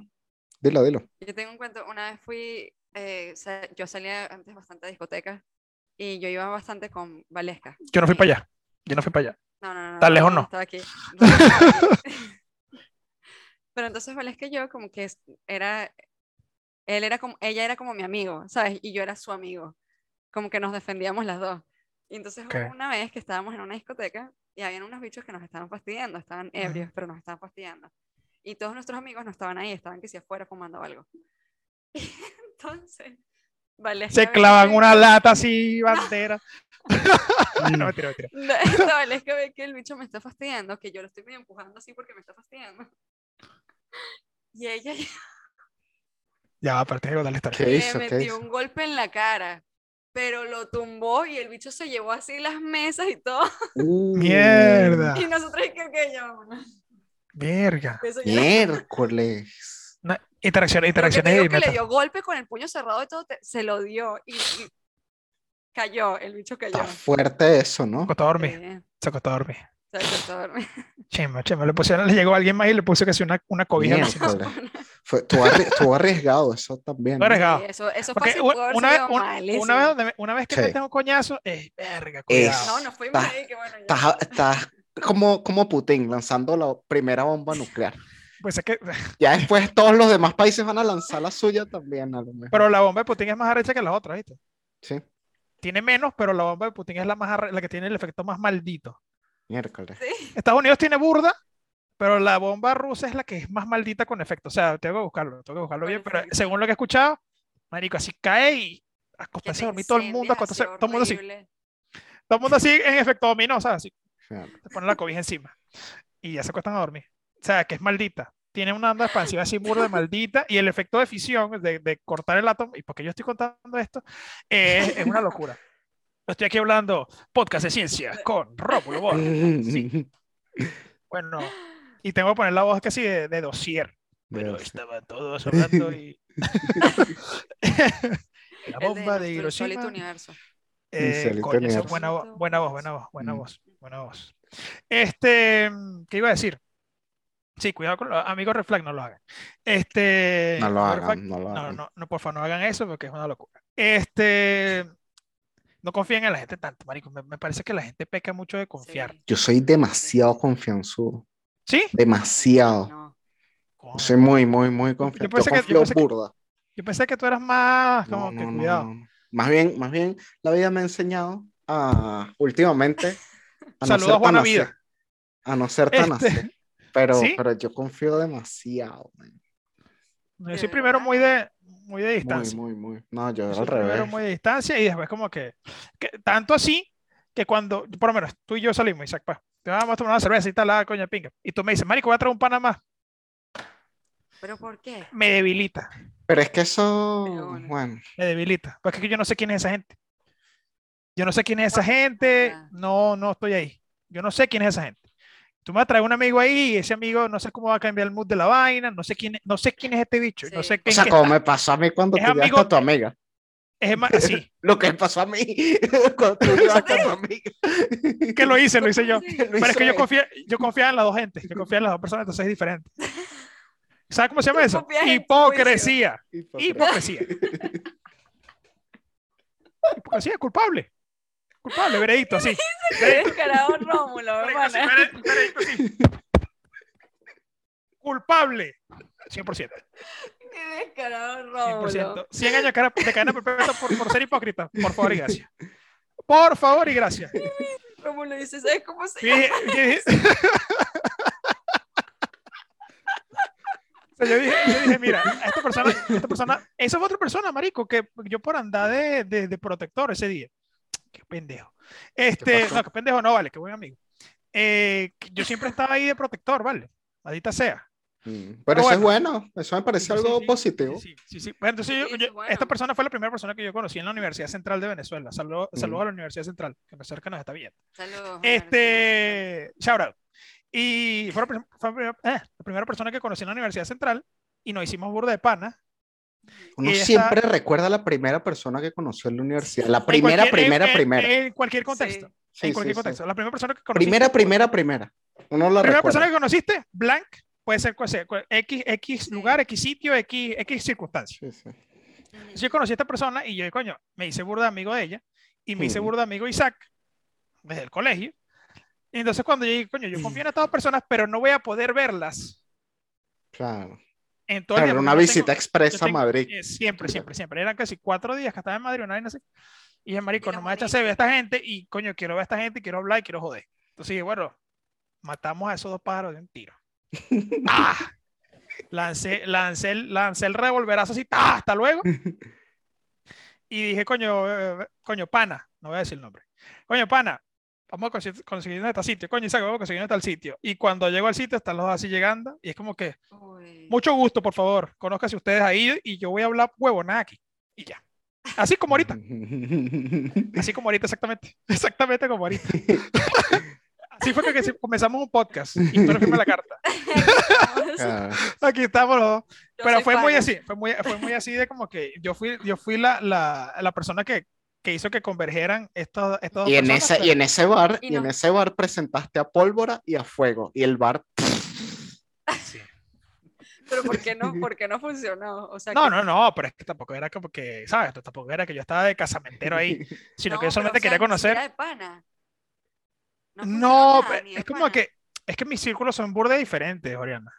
[SPEAKER 2] Dilo, dilo.
[SPEAKER 3] Yo tengo un cuento, una vez fui, eh, sa- yo salía antes bastante a discotecas y yo iba bastante con Valesca.
[SPEAKER 1] Yo no fui
[SPEAKER 3] Sí.
[SPEAKER 1] para allá. Yo no fui para allá.
[SPEAKER 3] No, no, no.
[SPEAKER 1] ¿Tan lejos no?
[SPEAKER 3] Estaba aquí. No, no, estaba aquí. Pero entonces Valesca y yo como que es- era, él era como, ella era como mi amigo, ¿sabes? Y yo era su amigo. Como que nos defendíamos las dos. Y entonces
[SPEAKER 1] Ok.
[SPEAKER 3] hubo una vez que estábamos en una discoteca y habían unos bichos que nos estaban fastidiando, estaban ebrios, pero nos estaban fastidiando. Y todos nuestros amigos no estaban ahí, estaban que si afuera fumando algo. Y entonces, Valesca
[SPEAKER 1] Se
[SPEAKER 3] venía y
[SPEAKER 1] clavan
[SPEAKER 3] me
[SPEAKER 1] una
[SPEAKER 3] dijo-
[SPEAKER 1] lata así, bandera. No, mentira, mentira.
[SPEAKER 3] No, esta vale, es que ve que el bicho me está fastidiando, que yo lo estoy medio empujando así porque me está fastidiando. Y ella
[SPEAKER 1] Ya, va, pero tienes que contar la historia.
[SPEAKER 2] ¿Qué
[SPEAKER 3] le
[SPEAKER 2] hizo? ¿Qué
[SPEAKER 3] metió
[SPEAKER 2] hizo?
[SPEAKER 3] un golpe en la cara, pero lo tumbó y el bicho se llevó así las mesas y todo.
[SPEAKER 2] Uh,
[SPEAKER 1] Mierda.
[SPEAKER 3] Y nosotros, ¿qué, qué llamamos?
[SPEAKER 1] Verga.
[SPEAKER 3] Eso yo-
[SPEAKER 2] Miércoles.
[SPEAKER 1] No, interacciones,
[SPEAKER 3] Lo que te
[SPEAKER 1] interacciones
[SPEAKER 3] digo que le
[SPEAKER 1] inmediatas.
[SPEAKER 3] dio golpe con el puño cerrado y todo, te- se lo dio y, y cayó, el bicho cayó.
[SPEAKER 2] Está fuerte eso,
[SPEAKER 1] Se
[SPEAKER 2] ¿no?
[SPEAKER 1] acostó a dormir,
[SPEAKER 3] Sí,
[SPEAKER 1] se acostó a dormir.
[SPEAKER 3] se acostó a dormir.
[SPEAKER 1] Chema, chema, le pusieron, le llegó alguien más y le puso que sí una, una cobija.
[SPEAKER 2] Miércoles. Fue, estuvo arri- estuvo arriesgado eso también.
[SPEAKER 1] Fue
[SPEAKER 2] ¿no?
[SPEAKER 1] arriesgado.
[SPEAKER 3] Sí, eso, eso
[SPEAKER 1] Porque
[SPEAKER 3] fácil
[SPEAKER 1] u-
[SPEAKER 3] pudo haber
[SPEAKER 1] una, vez,
[SPEAKER 3] sido
[SPEAKER 1] un-
[SPEAKER 3] malísimo.
[SPEAKER 1] una vez donde me- una vez que
[SPEAKER 2] Sí.
[SPEAKER 1] te tengo un coñazo, es verga,
[SPEAKER 2] Es-
[SPEAKER 1] cuidado.
[SPEAKER 3] No, nos fuimos
[SPEAKER 2] Ta-
[SPEAKER 3] ahí, que bueno, ya.
[SPEAKER 2] Estás, estás como, como Putin lanzando la primera bomba nuclear.
[SPEAKER 1] Pues es que,
[SPEAKER 2] Ya después todos los demás países van a lanzar la suya también, a lo mejor.
[SPEAKER 1] pero la bomba de Putin es más arrecha que las otras, ¿viste?
[SPEAKER 2] Sí,
[SPEAKER 1] Tiene menos, pero la bomba de Putin es la, más arre- la que tiene el efecto más maldito.
[SPEAKER 2] miércoles.
[SPEAKER 3] Sí,
[SPEAKER 1] Estados Unidos tiene burda, pero la bomba rusa es la que es más maldita con efecto. O sea, tengo que buscarlo, tengo que buscarlo
[SPEAKER 3] Con
[SPEAKER 1] bien, pero
[SPEAKER 3] efecto.
[SPEAKER 1] según lo que he escuchado, marico, así cae y
[SPEAKER 3] que
[SPEAKER 1] acostarse
[SPEAKER 3] te
[SPEAKER 1] a dormir todo el mundo,
[SPEAKER 3] incendias
[SPEAKER 1] acostarse,
[SPEAKER 3] así
[SPEAKER 1] todo el mundo así,
[SPEAKER 3] horrible.
[SPEAKER 1] todo el mundo así en efecto dominó, o sea, así.
[SPEAKER 2] Claro.
[SPEAKER 1] te ponen la cobija encima y ya se acuestan a dormir. O sea, que es maldita. tiene una onda expansiva así burda maldita y el efecto de fisión, de, de cortar el átomo, y porque yo estoy contando esto, eh, es una locura. Estoy aquí hablando podcast de ciencia con Rómulo Borges. Sí. Bueno, y tengo que poner la voz casi de, de dossier, pero este,
[SPEAKER 2] Dios.
[SPEAKER 1] estaba todo hablando y... la
[SPEAKER 3] El
[SPEAKER 1] bomba de
[SPEAKER 3] nuestro insólito
[SPEAKER 1] Hiroshima.
[SPEAKER 3] universo.
[SPEAKER 1] Eh,
[SPEAKER 2] Insólito
[SPEAKER 1] coño, esa
[SPEAKER 2] universo.
[SPEAKER 1] es buena, vo- buena voz, buena voz, buena
[SPEAKER 2] Mm.
[SPEAKER 1] voz, buena voz. Este, ¿qué iba a decir? Sí, cuidado con los amigos Red Flag, no lo hagan. Este,
[SPEAKER 2] No lo
[SPEAKER 1] amigos Red Flag,
[SPEAKER 2] hagan, no lo
[SPEAKER 1] no,
[SPEAKER 2] hagan.
[SPEAKER 1] no, no, por favor, no hagan eso porque es una locura. Este, no confíen en la gente tanto, marico. Me, me parece que la gente peca mucho de confiar.
[SPEAKER 3] Sí.
[SPEAKER 2] Yo soy demasiado confianzudo.
[SPEAKER 1] ¿Sí?
[SPEAKER 2] Demasiado.
[SPEAKER 3] No.
[SPEAKER 1] Coño,
[SPEAKER 2] Soy muy, muy, muy confianzudo.
[SPEAKER 1] pensé que- yo
[SPEAKER 2] confío
[SPEAKER 1] pensé que-
[SPEAKER 2] burda.
[SPEAKER 1] Yo pensé que tú eras más como
[SPEAKER 2] No,
[SPEAKER 1] que
[SPEAKER 2] no, no,
[SPEAKER 1] cuidado.
[SPEAKER 2] no. Más bien, más bien, la vida me ha enseñado a últimamente a
[SPEAKER 1] Saludos,
[SPEAKER 2] ser tan
[SPEAKER 1] buena
[SPEAKER 2] así,
[SPEAKER 1] vida.
[SPEAKER 2] a no ser tan
[SPEAKER 1] Este,
[SPEAKER 2] así. Pero,
[SPEAKER 1] ¿sí?
[SPEAKER 2] pero yo confío demasiado. man.
[SPEAKER 1] Yo
[SPEAKER 3] De
[SPEAKER 1] soy primero muy de, muy de distancia.
[SPEAKER 2] Muy, muy, muy. No, yo era
[SPEAKER 1] Eso
[SPEAKER 2] al
[SPEAKER 1] primero
[SPEAKER 2] revés.
[SPEAKER 1] muy de distancia y después como que, que tanto así que cuando, por lo menos tú y yo salimos, Isaac, pa, te vamos a tomar una cerveza y tal, la coña pinga. Y tú me dices, marico, voy a traer un pana más.
[SPEAKER 3] ¿Pero por qué?
[SPEAKER 1] Me debilita,
[SPEAKER 2] Pero es que eso,
[SPEAKER 3] Pero bueno.
[SPEAKER 2] bueno,
[SPEAKER 1] me debilita. Porque es que yo no sé quién es esa gente. Yo no sé quién es esa gente.
[SPEAKER 3] Ah.
[SPEAKER 1] No, no estoy ahí. Yo no sé quién es esa gente. Tú me traes un amigo ahí y ese amigo no sé cómo va a cambiar el mood de la vaina. No sé quién, es- no sé quién es este bicho. No
[SPEAKER 3] Sí.
[SPEAKER 1] sé
[SPEAKER 2] o
[SPEAKER 1] quién
[SPEAKER 2] sea,
[SPEAKER 1] que
[SPEAKER 2] como
[SPEAKER 1] está.
[SPEAKER 2] me pasó a mí cuando
[SPEAKER 1] Es
[SPEAKER 2] tú llegaste
[SPEAKER 1] amigo-
[SPEAKER 2] a tu amiga.
[SPEAKER 1] Es más, así.
[SPEAKER 2] Lo que pasó a mí cuando tú llegaste a tu amiga.
[SPEAKER 1] Que lo hice, lo hice yo.
[SPEAKER 3] Sí.
[SPEAKER 2] Lo
[SPEAKER 1] Pero es
[SPEAKER 2] hizo
[SPEAKER 1] que yo
[SPEAKER 2] él.
[SPEAKER 1] confía, yo confiaba en las dos gentes, yo confiaba en las dos personas, entonces es diferente. ¿Sabes cómo se llama
[SPEAKER 3] Tú
[SPEAKER 1] eso?
[SPEAKER 3] confías en tu
[SPEAKER 1] Hipocresía.
[SPEAKER 2] Hipócrita.
[SPEAKER 1] Hipocresía. Hipocresía, culpable. Culpable, veredicto, así.
[SPEAKER 3] Qué descarado Rómulo,
[SPEAKER 1] Veredicto así,
[SPEAKER 3] hermana.
[SPEAKER 1] vere- veredicto así. Culpable. 100%.
[SPEAKER 3] Qué descarado Rómulo.
[SPEAKER 1] 100%. 100 años de cadena- de cadena perpetua por, por ser hipócrita. Por favor y gracias. Por favor y gracias.
[SPEAKER 3] Rómulo dice, ¿sabes cómo se
[SPEAKER 1] Yo dije- yo dije- O sea, yo dije, yo dije, mira, a esta persona, a esta persona, esa fue otra persona, marico, que yo por andar de, de- de protector ese día. Qué pendejo.
[SPEAKER 2] ¿Qué
[SPEAKER 1] Este,
[SPEAKER 2] pasó?
[SPEAKER 1] no, qué pendejo no, vale, qué buen amigo. Eh, que yo siempre estaba ahí de protector, vale, adita sea.
[SPEAKER 2] Mm,
[SPEAKER 1] Pero
[SPEAKER 2] Pero eso es
[SPEAKER 1] bueno.
[SPEAKER 2] bueno, eso me
[SPEAKER 1] Sí,
[SPEAKER 2] parece
[SPEAKER 1] sí,
[SPEAKER 2] algo
[SPEAKER 1] sí,
[SPEAKER 2] positivo.
[SPEAKER 1] Sí, sí, sí. Bueno, entonces yo-
[SPEAKER 3] Sí,
[SPEAKER 1] yo-
[SPEAKER 3] sí, bueno.
[SPEAKER 1] esta persona fue la primera persona que yo conocí en la Universidad Central de Venezuela. Saludos
[SPEAKER 2] Mm.
[SPEAKER 1] saludos a la Universidad Central, que me cerca nos está viendo.
[SPEAKER 3] Saludos. Marcelo.
[SPEAKER 1] Este, shout out. Y fue, la prim- fue la primera- eh, la primera persona que conocí en la Universidad Central y nos hicimos burda de pana.
[SPEAKER 2] Uno
[SPEAKER 1] Y esa-
[SPEAKER 2] siempre recuerda a la primera persona que conoció en la universidad. La
[SPEAKER 3] En
[SPEAKER 1] En
[SPEAKER 2] primera,
[SPEAKER 1] cualquier-
[SPEAKER 2] primera,
[SPEAKER 1] en- en-
[SPEAKER 2] primera.
[SPEAKER 1] En cualquier contexto.
[SPEAKER 3] Sí.
[SPEAKER 2] Sí,
[SPEAKER 1] en
[SPEAKER 2] sí,
[SPEAKER 1] cualquier
[SPEAKER 2] sí.
[SPEAKER 1] contexto. La primera persona que conociste.
[SPEAKER 2] Primera, primera, primera. Uno la
[SPEAKER 1] la primera
[SPEAKER 2] recuerda.
[SPEAKER 1] persona que conociste, blank, puede ser cual sea, cual- X, X lugar, X sitio, X, X circunstancia.
[SPEAKER 2] Sí, sí.
[SPEAKER 1] Entonces Yo conocí a esta persona y yo, coño, me hice burda de amigo de ella y me hice
[SPEAKER 2] Mm.
[SPEAKER 1] burda de amigo de Isaac desde el colegio. Y entonces cuando yo dije, coño, yo confío en estas dos personas, pero no voy a poder verlas
[SPEAKER 2] Claro.
[SPEAKER 1] en todo el día,
[SPEAKER 2] Claro, era
[SPEAKER 1] porque
[SPEAKER 2] una
[SPEAKER 1] no
[SPEAKER 2] visita
[SPEAKER 1] tengo-
[SPEAKER 2] expresa
[SPEAKER 1] yo tengo-
[SPEAKER 2] a Madrid.
[SPEAKER 1] Eh, siempre, siempre, siempre. Eran casi cuatro días que estaba en Madrid, una vaina así. Y dije, marico,
[SPEAKER 3] Mira,
[SPEAKER 1] no me da
[SPEAKER 3] marico.
[SPEAKER 1] chance de ver a esta gente y, coño, quiero ver a esta gente, quiero hablar y quiero joder. Entonces dije, bueno, matamos a esos dos pájaros de un tiro. ¡Ah! Lancé, lancé, el- lancé el revolverazo así, ¡ah! hasta luego. Y dije, coño, eh, coño, pana, no voy a decir el nombre. Coño, pana, vamos a conseguir, conseguirnos este sitio. Coño, Isaac, vamos a conseguirnos tal sitio. Y cuando llego al sitio, están los dos así llegando y es como que,
[SPEAKER 3] Uy.
[SPEAKER 1] mucho gusto, por favor. Conózcase ustedes ahí y yo voy a hablar huevonada aquí. Y ya. Así como ahorita. Así como ahorita, exactamente. Exactamente como ahorita. Así fue que que comenzamos un podcast. Y tú no firmas la carta.
[SPEAKER 2] Claro.
[SPEAKER 1] Aquí estamos los dos.
[SPEAKER 3] Yo
[SPEAKER 1] Pero
[SPEAKER 3] soy
[SPEAKER 1] fue muy
[SPEAKER 3] pana.
[SPEAKER 1] así. Fue muy, fue muy así de como que yo fui, yo fui la, la, la persona que, que hizo que convergeran estos, estos dos
[SPEAKER 2] Y en,
[SPEAKER 1] personas,
[SPEAKER 2] ese,
[SPEAKER 1] pero-
[SPEAKER 2] y en ese bar,
[SPEAKER 3] Y
[SPEAKER 2] y en
[SPEAKER 3] no.
[SPEAKER 2] ese bar presentaste a pólvora y a fuego. Y el bar,
[SPEAKER 1] Sí.
[SPEAKER 3] Pero ¿por qué no, por qué no funcionó? O sea,
[SPEAKER 1] No,
[SPEAKER 3] que-
[SPEAKER 1] no, no, pero es que tampoco era como que, ¿sabes? Tampoco era que yo estaba de casamentero ahí, sino
[SPEAKER 3] no,
[SPEAKER 1] que yo
[SPEAKER 3] pero,
[SPEAKER 1] solamente
[SPEAKER 3] o sea,
[SPEAKER 1] quería
[SPEAKER 3] ni
[SPEAKER 1] conocer.
[SPEAKER 3] siquiera de pana. No, funcionó
[SPEAKER 1] No,
[SPEAKER 3] nada,
[SPEAKER 1] pero
[SPEAKER 3] ni de
[SPEAKER 1] es como
[SPEAKER 3] pana.
[SPEAKER 1] que es que mis círculos son burda diferentes, Oriana.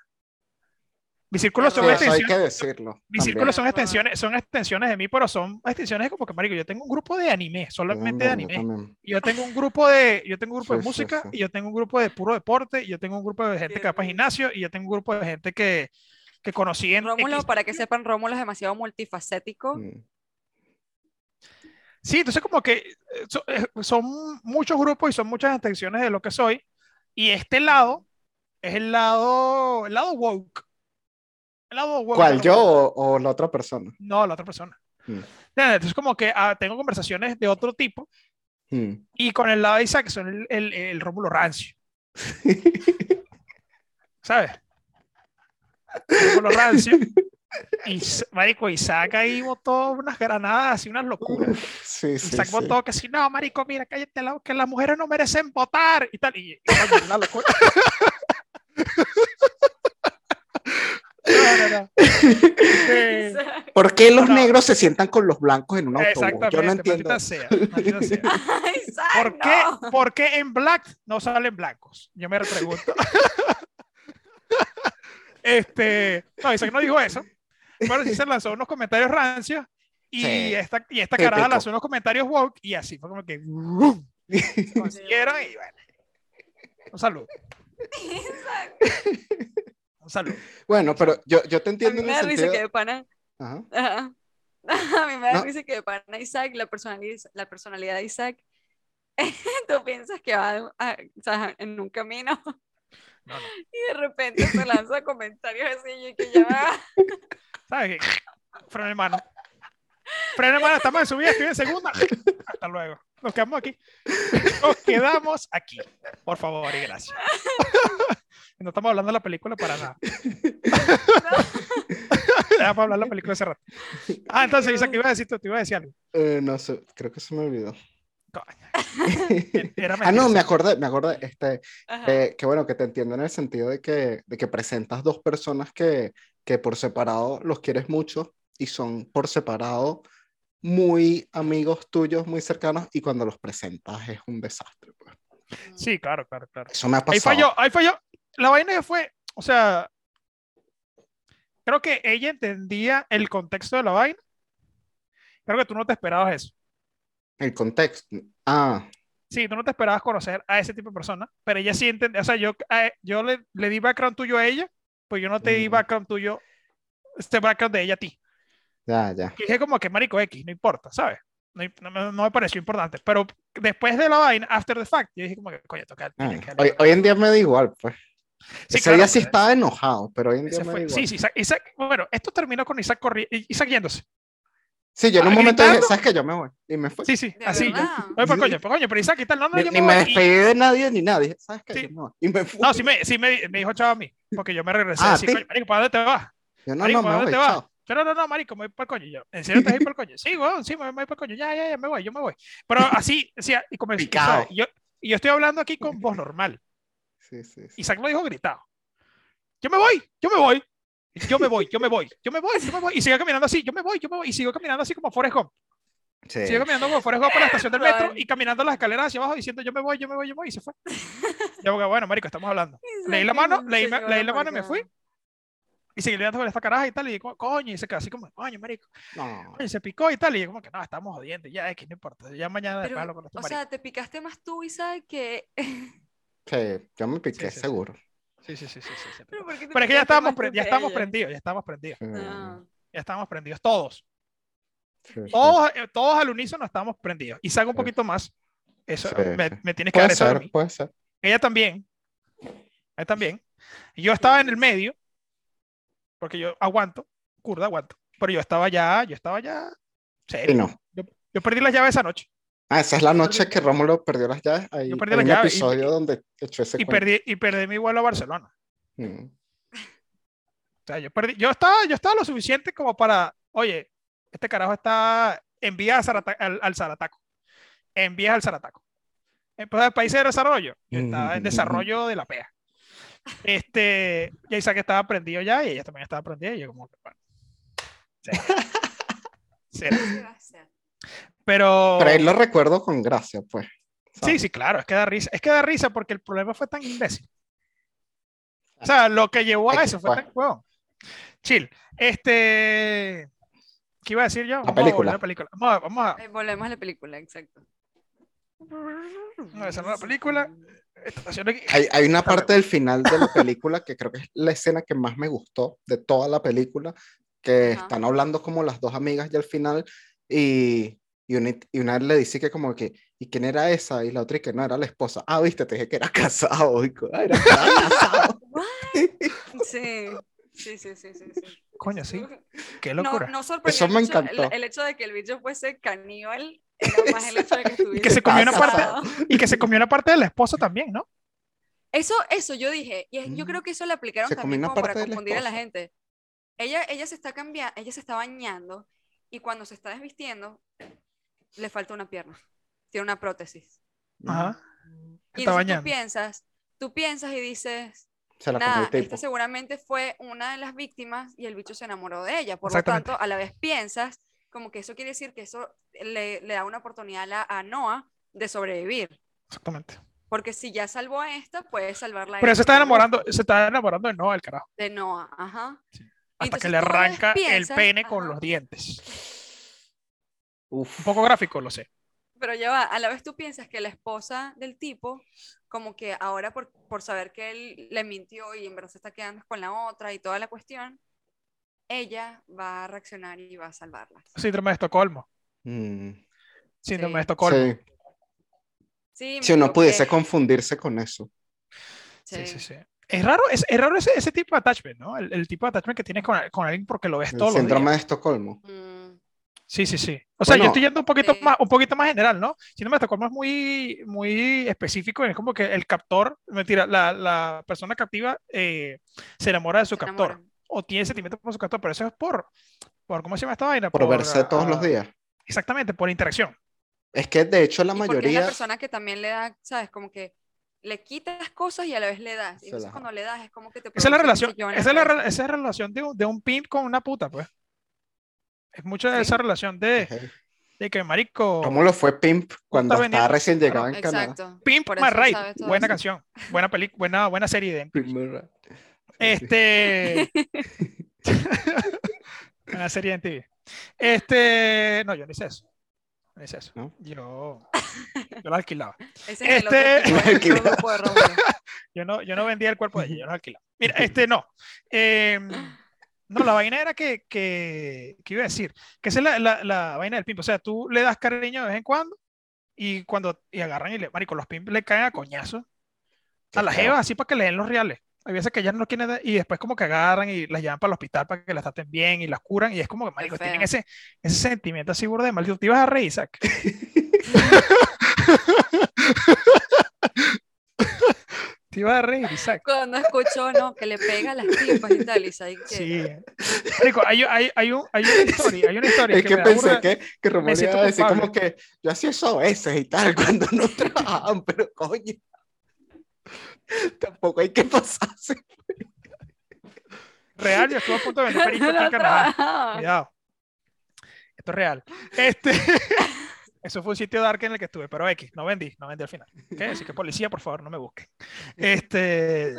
[SPEAKER 1] Mis
[SPEAKER 3] Pero
[SPEAKER 1] círculos
[SPEAKER 2] sí,
[SPEAKER 1] son
[SPEAKER 3] voy a
[SPEAKER 2] eso Pues, hay
[SPEAKER 1] extensiones,
[SPEAKER 2] que decirlo.
[SPEAKER 1] mis
[SPEAKER 2] también.
[SPEAKER 1] círculos son
[SPEAKER 3] Claro.
[SPEAKER 1] extensiones, son extensiones de mí, pero son extensiones como que marico, yo tengo un grupo de anime, solamente de
[SPEAKER 2] También,
[SPEAKER 1] anime.
[SPEAKER 2] también.
[SPEAKER 1] Y Yo tengo un grupo de yo tengo un grupo de
[SPEAKER 2] Sí, sí,
[SPEAKER 1] música
[SPEAKER 2] sí.
[SPEAKER 1] y yo tengo un grupo de puro deporte, y yo tengo un grupo de gente que va para
[SPEAKER 3] Bien.
[SPEAKER 1] gimnasio y yo tengo un grupo de gente que que conocí en
[SPEAKER 3] Rómulo,
[SPEAKER 1] X-
[SPEAKER 3] para que sepan, Rómulo es demasiado multifacético.
[SPEAKER 2] Mm.
[SPEAKER 1] Sí, entonces como que eh, so- eh, son muchos grupos y son muchas extensiones de lo que soy. Y este lado es el lado, el lado woke, lavo huevo.
[SPEAKER 2] Mm. ¿Cuál,
[SPEAKER 1] lavo
[SPEAKER 2] yo
[SPEAKER 1] huevo.
[SPEAKER 2] o, o la otra persona?
[SPEAKER 1] No, la otra persona.
[SPEAKER 2] Mm.
[SPEAKER 1] Nada, Entonces, como que ah, tengo conversaciones de otro tipo
[SPEAKER 2] Hmm.
[SPEAKER 1] y con el lado de Isaac son el, el, el Rómulo Rancio. ¿Sabes? Rómulo Rancio. Y, marico, Isaac ahí botó unas granadas y unas locuras.
[SPEAKER 2] sí, sí,
[SPEAKER 1] Isaac
[SPEAKER 2] sí.
[SPEAKER 1] votó que si no, marico, mira, cállate la boca, que las mujeres no merecen votar y tal. Y, y coño, una locura. No, no, no. Este,
[SPEAKER 2] ¿Por qué los
[SPEAKER 1] No.
[SPEAKER 2] negros se sientan con los blancos en un autobús?
[SPEAKER 1] exactamente,
[SPEAKER 2] Yo no entiendo.
[SPEAKER 1] maldita sea, maldita sea.
[SPEAKER 3] Ay, Isaac,
[SPEAKER 1] ¿Por qué,
[SPEAKER 3] no.
[SPEAKER 1] por qué en Black no salen blancos? Yo me pregunto. este, no, Isaac no dijo eso. Pero sí se lanzó unos comentarios rancios y
[SPEAKER 2] Sí,
[SPEAKER 1] esta, y esta
[SPEAKER 2] típico.
[SPEAKER 1] caraja lanzó unos comentarios woke y así fue como que ¡vroom! se consiguieron y bueno. Un saludo.
[SPEAKER 3] Isaac,
[SPEAKER 1] Un saludo.
[SPEAKER 2] Bueno, pero yo, yo te
[SPEAKER 3] a
[SPEAKER 2] entiendo
[SPEAKER 3] mí
[SPEAKER 2] en
[SPEAKER 3] me
[SPEAKER 2] el
[SPEAKER 3] da risa
[SPEAKER 2] sentido...
[SPEAKER 3] que de pana.
[SPEAKER 2] Ajá.
[SPEAKER 3] ajá. A mí me da
[SPEAKER 2] No.
[SPEAKER 3] risa que de pana Isaac, la personalidad, la personalidad de Isaac. Tú piensas que va a- o sea, en un camino
[SPEAKER 1] No, no.
[SPEAKER 3] y de repente se lanza comentarios así y que ah, ya va.
[SPEAKER 1] ¿Sabes qué? Freno hermano. Freno hermano, estamos en subida, estoy en segunda. Hasta luego. Nos quedamos aquí. Nos quedamos aquí. Por favor y gracias. No estamos hablando de la película para nada. Ya para hablar de la película hace rato. Ah, entonces, Isaac, ¿qué ibas a decir tú? Te iba a decir algo.
[SPEAKER 2] Eh, no sé, creo que se me olvidó.
[SPEAKER 1] Coño, Era
[SPEAKER 2] ah, no,
[SPEAKER 1] mentira.
[SPEAKER 2] me acordé, me acordé. Este,
[SPEAKER 3] Ajá.
[SPEAKER 2] eh, que bueno, que te entiendo en el sentido de que, de que presentas dos personas que, que por separado los quieres mucho y son por separado muy amigos tuyos, muy cercanos, y cuando los presentas es un desastre. pues.
[SPEAKER 1] Sí, claro, claro, claro.
[SPEAKER 2] Eso me ha
[SPEAKER 1] Ahí
[SPEAKER 2] pasado.
[SPEAKER 1] falló, ahí falló. La vaina que fue, o sea, creo que ella entendía el contexto de la vaina. Creo que tú no te esperabas eso.
[SPEAKER 2] El contexto. Ah,
[SPEAKER 1] Sí, tú no te esperabas conocer a ese tipo de persona, pero ella sí entendía, o sea, yo, a- yo le, le di background tuyo a ella, pues yo no te di
[SPEAKER 2] Mm.
[SPEAKER 1] background tuyo, este background de ella a ti.
[SPEAKER 2] ya, ya.
[SPEAKER 1] Que dije como que marico X, no importa, ¿sabes? No, im- no me- no me pareció importante, pero después de la vaina, after the fact, yo dije como que, coño, toca.
[SPEAKER 2] Ah,
[SPEAKER 1] tiene que-
[SPEAKER 2] Hoy, hoy en día me da igual, pues.
[SPEAKER 1] Sí,
[SPEAKER 2] Ese
[SPEAKER 1] claro,
[SPEAKER 2] día sí
[SPEAKER 1] pero-
[SPEAKER 2] estaba enojado, pero hoy en día
[SPEAKER 1] Ese
[SPEAKER 2] me
[SPEAKER 1] fue-
[SPEAKER 2] da igual.
[SPEAKER 1] sí, sí, Isaac, Isaac- bueno, esto terminó con Isaac, corri- Isaac yéndose.
[SPEAKER 2] Sí, yo en un
[SPEAKER 1] Ah,
[SPEAKER 2] momento
[SPEAKER 1] ¿gritando?
[SPEAKER 2] dije, ¿sabes qué? Yo me voy. Y me fue.
[SPEAKER 1] Sí, sí,
[SPEAKER 3] ¿De
[SPEAKER 1] así.
[SPEAKER 3] verdad?
[SPEAKER 1] yo, "Oye, pues, coño, pues, coño, pero Isaac y tal, no, no,
[SPEAKER 2] Ni,
[SPEAKER 1] yo
[SPEAKER 2] ni
[SPEAKER 1] me
[SPEAKER 2] me
[SPEAKER 1] voy". Y-
[SPEAKER 2] despedí de nadie ni nadie. ¿Sabes qué?
[SPEAKER 1] Sí.
[SPEAKER 2] Yo me voy. Y me fui.
[SPEAKER 1] no, sí, me, sí me, me dijo chavo a mí, porque yo me regresé.
[SPEAKER 2] Ah,
[SPEAKER 1] así,
[SPEAKER 2] ¿sí?
[SPEAKER 1] "Coño, marico, ¿para dónde te vas?
[SPEAKER 2] Yo no,
[SPEAKER 1] Marico,
[SPEAKER 2] no,
[SPEAKER 1] ¿para
[SPEAKER 2] me
[SPEAKER 1] dónde
[SPEAKER 2] voy.
[SPEAKER 1] te vas?
[SPEAKER 2] Chao.
[SPEAKER 1] Yo, no, no, no, marico, me voy para el coño. Y Yo, ¿En serio te vas a ir para el coño? Sí, weón, sí, me voy para el coño. Ya, ya, ya, me voy, yo me voy. Pero así, o sea, y como, o
[SPEAKER 2] Picado.
[SPEAKER 1] sea, yo, y yo estoy hablando aquí con voz normal.
[SPEAKER 2] Sí, sí, sí.
[SPEAKER 1] Isaac lo dijo gritado. Yo me voy, yo me voy. Yo me voy, yo me voy, yo me voy, yo me voy. Y sigo caminando así, yo me voy, yo me voy. Y sigo caminando así como Forrest Gump.
[SPEAKER 2] Sí.
[SPEAKER 1] Sigo caminando como Forrest Gump para la estación del metro
[SPEAKER 3] Vale.
[SPEAKER 1] y caminando las escaleras hacia abajo diciendo yo me voy, yo me voy, yo me voy. Y se fue. Yo, como que, bueno, marico, estamos hablando. Leí la mano, leí, me- leí la mano y me fui. Y seguí hablando con esta caraja y tal. Y como, coño, y se quedó así como, coño, marico.
[SPEAKER 2] No.
[SPEAKER 1] Y se picó y tal, y yo como que no, estamos jodiendo, ya es que no importa, ya mañana
[SPEAKER 3] Pero,
[SPEAKER 1] después hablo con este
[SPEAKER 3] O
[SPEAKER 1] marico.
[SPEAKER 3] sea, te picaste más tú, Isaac, que.
[SPEAKER 2] Sí, yo me piqué,
[SPEAKER 1] Sí, sí, sí.
[SPEAKER 2] seguro.
[SPEAKER 1] sí, sí, sí, sí, sí, se picó.
[SPEAKER 3] Pero, ¿por qué te
[SPEAKER 1] Pero es que ya
[SPEAKER 3] picaste
[SPEAKER 1] estábamos,
[SPEAKER 3] más
[SPEAKER 1] pre-
[SPEAKER 3] tú
[SPEAKER 1] ya
[SPEAKER 3] que Ah.
[SPEAKER 1] estábamos
[SPEAKER 3] ella?
[SPEAKER 1] prendidos, ya estábamos prendidos,
[SPEAKER 2] Sí,
[SPEAKER 3] No.
[SPEAKER 1] ya estábamos prendidos, todos,
[SPEAKER 2] sí, sí.
[SPEAKER 1] todos, eh, todos al unísono estábamos prendidos. Y saco un
[SPEAKER 2] Sí.
[SPEAKER 1] poquito más, eso,
[SPEAKER 2] Sí,
[SPEAKER 1] me,
[SPEAKER 2] sí.
[SPEAKER 1] me tienes que dar
[SPEAKER 2] Puede
[SPEAKER 1] eso a
[SPEAKER 2] ser,
[SPEAKER 1] mí.
[SPEAKER 2] puede ser.
[SPEAKER 1] Ella también, ella también. Y Yo estaba en el medio, porque yo aguanto, kurda, aguanto, pero yo estaba ya, yo estaba ya,
[SPEAKER 2] Y
[SPEAKER 1] serio.
[SPEAKER 2] no.
[SPEAKER 1] Yo perdí las llaves esa noche
[SPEAKER 2] Ah, esa es la noche que Rómulo perdió las llaves. Ahí,
[SPEAKER 1] Yo perdí
[SPEAKER 2] hay
[SPEAKER 1] las
[SPEAKER 2] un
[SPEAKER 1] llaves y-
[SPEAKER 2] episodio donde echó ese
[SPEAKER 1] y
[SPEAKER 2] cuento.
[SPEAKER 1] perdí, y perdí mi vuelo a Barcelona.
[SPEAKER 2] Mm.
[SPEAKER 1] O sea, yo perdí, yo estaba, yo estaba lo suficiente como para, oye, este carajo está en vías al, Zarata- al, al Zarataco. En vías al Zarataco. En pues, países de desarrollo. Yo
[SPEAKER 2] Mm.
[SPEAKER 1] estaba en desarrollo de la PEA. Este, ya Isaac estaba prendido ya y ella también estaba prendida y yo como que, bueno. será. Será.
[SPEAKER 3] ¿Qué va a hacer?
[SPEAKER 1] Pero,
[SPEAKER 2] Pero ahí lo recuerdo con gracia, pues.
[SPEAKER 1] sí, sí, claro, es que da risa. Es que da risa porque el problema fue tan imbécil. O sea, lo que llevó
[SPEAKER 2] Es
[SPEAKER 1] a
[SPEAKER 2] que
[SPEAKER 1] eso fue
[SPEAKER 2] fue.
[SPEAKER 1] tan huevón. Chill. Este. ¿Qué iba a decir yo? Vamos a
[SPEAKER 2] película.
[SPEAKER 1] volver a la película. Vamos a. Vamos a-
[SPEAKER 3] Eh, volvemos a la película, exacto.
[SPEAKER 1] No, esa no es la película. estación aquí.
[SPEAKER 2] Hay, hay una
[SPEAKER 1] Dale.
[SPEAKER 2] parte del final de la película que creo que es la escena que más me gustó de toda la película, que
[SPEAKER 3] Ajá.
[SPEAKER 2] están hablando como las dos amigas ya al final y, y, una, y una le dice que como que, ¿y quién era esa? Y la otra y que no, era la esposa. Ah, viste, te dije que era casado. Y co- "Ah, era- estaba casado.
[SPEAKER 3] Sí. Sí, sí, sí, sí. sí.
[SPEAKER 1] Coño, sí. Qué
[SPEAKER 3] No,
[SPEAKER 1] locura.
[SPEAKER 3] no sorprendió
[SPEAKER 2] Eso me
[SPEAKER 3] mucho el-
[SPEAKER 2] encantó.
[SPEAKER 3] el, hecho de que el bicho fuese caníbal, era más el hecho de que estuviese
[SPEAKER 1] que se comió una
[SPEAKER 2] parte-
[SPEAKER 3] casado.
[SPEAKER 1] Y que se comió una parte de la esposa también, ¿no?
[SPEAKER 3] Eso, eso yo dije, y es- yo
[SPEAKER 2] Mm.
[SPEAKER 3] creo que eso le aplicaron
[SPEAKER 2] Se
[SPEAKER 3] también
[SPEAKER 2] comió una
[SPEAKER 3] como para
[SPEAKER 2] parte de la
[SPEAKER 3] confundir a la
[SPEAKER 2] esposa.
[SPEAKER 3] gente. Ella, ella se está cambiando, ella se está bañando y cuando se está desvistiendo le falta una pierna, tiene una prótesis.
[SPEAKER 2] Mm.
[SPEAKER 1] Ajá.
[SPEAKER 3] Y
[SPEAKER 1] Está
[SPEAKER 3] entonces
[SPEAKER 1] bañando.
[SPEAKER 3] tú piensas, tú piensas y dices,
[SPEAKER 2] Se la comió
[SPEAKER 3] nada,
[SPEAKER 2] el tipo.
[SPEAKER 3] esta seguramente fue una de las víctimas y el bicho se enamoró de ella. Por lo
[SPEAKER 1] Exactamente.
[SPEAKER 3] tanto, a la vez piensas como que eso quiere decir que eso le, le da una oportunidad a, la- a Noah de sobrevivir.
[SPEAKER 1] Exactamente.
[SPEAKER 3] Porque si ya salvó a esta, puede salvarla a
[SPEAKER 1] Pero
[SPEAKER 3] ella
[SPEAKER 1] se está
[SPEAKER 3] también.
[SPEAKER 1] enamorando, se está enamorando de Noah, el carajo.
[SPEAKER 3] De Noah, ajá.
[SPEAKER 1] Hasta que
[SPEAKER 3] Entonces
[SPEAKER 1] le
[SPEAKER 3] tú a veces
[SPEAKER 1] arranca el
[SPEAKER 3] piensas,
[SPEAKER 1] pene con
[SPEAKER 3] ajá.
[SPEAKER 1] los dientes.
[SPEAKER 2] Uf.
[SPEAKER 1] Un poco gráfico, lo sé.
[SPEAKER 3] Pero ya va, a la vez tú piensas que la esposa del tipo, como que ahora por, por saber que él le mintió y en verdad se está quedando con la otra y toda la cuestión, ella va a reaccionar y va a salvarla.
[SPEAKER 1] Síndrome de Estocolmo.
[SPEAKER 2] Mm,
[SPEAKER 1] Síndrome
[SPEAKER 3] Sí.
[SPEAKER 1] de Estocolmo.
[SPEAKER 2] sí.
[SPEAKER 3] Sí, me
[SPEAKER 2] Si uno
[SPEAKER 3] equivoqué.
[SPEAKER 2] pudiese confundirse con eso.
[SPEAKER 1] Sí, sí,
[SPEAKER 3] Sí.
[SPEAKER 1] sí. Es raro, es, es raro ese, ese tipo de attachment, ¿no? El, el tipo de attachment que tienes con, con alguien porque lo ves
[SPEAKER 2] El
[SPEAKER 1] todos los días.
[SPEAKER 2] síndrome de Estocolmo.
[SPEAKER 3] Mm,
[SPEAKER 1] Sí, sí, sí. O sea, yo
[SPEAKER 2] Bueno,
[SPEAKER 1] estoy yendo un poquito
[SPEAKER 3] sí.
[SPEAKER 1] más, un poquito más general, ¿no? Síndrome de Estocolmo es muy, muy específico, es como que el captor, mentira, la, la persona captiva eh, se enamora de su
[SPEAKER 3] se
[SPEAKER 1] captor
[SPEAKER 3] enamoran.
[SPEAKER 1] o tiene sentimientos por su captor, pero eso es por, por ¿cómo se llama esta vaina?
[SPEAKER 2] Por verse
[SPEAKER 1] ah,
[SPEAKER 2] todos los días.
[SPEAKER 1] Exactamente, por interacción.
[SPEAKER 2] Es que de hecho la
[SPEAKER 3] Y porque es la
[SPEAKER 2] mayoría.
[SPEAKER 3] persona que también le da, ¿sabes? Como que le quitas cosas y a la vez le das.
[SPEAKER 2] Se
[SPEAKER 3] Y entonces
[SPEAKER 2] las-
[SPEAKER 3] cuando le das es como que te
[SPEAKER 1] Esa es la
[SPEAKER 3] produce
[SPEAKER 1] relación,
[SPEAKER 3] un sillón en
[SPEAKER 1] esa es la,
[SPEAKER 3] cabeza.
[SPEAKER 1] re- esa es la relación de un, de un pimp con una puta, pues. Es mucho de
[SPEAKER 3] Sí.
[SPEAKER 1] esa relación de,
[SPEAKER 2] Ey,
[SPEAKER 1] de que marico,
[SPEAKER 2] ¿Cómo lo fue Pimp cuando
[SPEAKER 1] estás
[SPEAKER 2] estaba
[SPEAKER 1] vendiendo?
[SPEAKER 2] recién llegado en Canadá?
[SPEAKER 3] Exacto.
[SPEAKER 1] Pimp
[SPEAKER 3] por
[SPEAKER 1] My
[SPEAKER 3] eso
[SPEAKER 1] Ride,
[SPEAKER 3] sabe todo
[SPEAKER 1] buena
[SPEAKER 3] eso.
[SPEAKER 1] canción, buena película, buena, buena serie de
[SPEAKER 2] Primera.
[SPEAKER 1] Este. Una serie en TV. Este. No, yo no hice eso. No hice eso.
[SPEAKER 2] ¿No?
[SPEAKER 1] Yo. Yo la alquilaba.
[SPEAKER 3] Ese es
[SPEAKER 1] Este-
[SPEAKER 3] el otro tipo, el otro grupo de rombos.
[SPEAKER 1] Yo no, yo no vendía el cuerpo de ella, yo la alquilaba. Mira, este no. Eh, no, la vaina era que, que, que iba a decir, que esa es la, la- la vaina del pimp. O sea, tú le das cariño de vez en cuando y cuando y agarran y le, marico, los pimps le caen a coñazos a las jevas así para que le den los reales. Hay veces que ya no los quieren dar, y después como que agarran y las llevan para el hospital para que las traten bien y las curan y es como que, marico, tienen
[SPEAKER 3] feo.
[SPEAKER 1] ese, ese sentimiento así burda de maldito. Te ibas a reír, Isaac. Te ibas a reír, Isaac.
[SPEAKER 3] Cuando escucho, no, que le pega a las tipas y tal, y sabe que
[SPEAKER 1] Sí. Marico, hay, hay, hay, un, hay una historia, hay una historia
[SPEAKER 2] Es
[SPEAKER 1] que,
[SPEAKER 2] que
[SPEAKER 1] me da
[SPEAKER 2] pensé
[SPEAKER 1] burda-
[SPEAKER 2] que, que Román
[SPEAKER 1] me siento
[SPEAKER 2] iba a decir
[SPEAKER 1] culpable.
[SPEAKER 2] como que yo hacía eso a veces y tal cuando no trabajaban, pero coño. Tampoco hay que pasarse.
[SPEAKER 1] real, yo estuve a punto de vender perico aquí en
[SPEAKER 3] no
[SPEAKER 1] Canadá.
[SPEAKER 3] trabajaba.
[SPEAKER 1] Cuidado. Esto es real. Este... Eso fue un sitio dark en el que estuve, pero X, no vendí, no vendí al final. ¿ok? Así que policía, por favor, no me busquen. Este...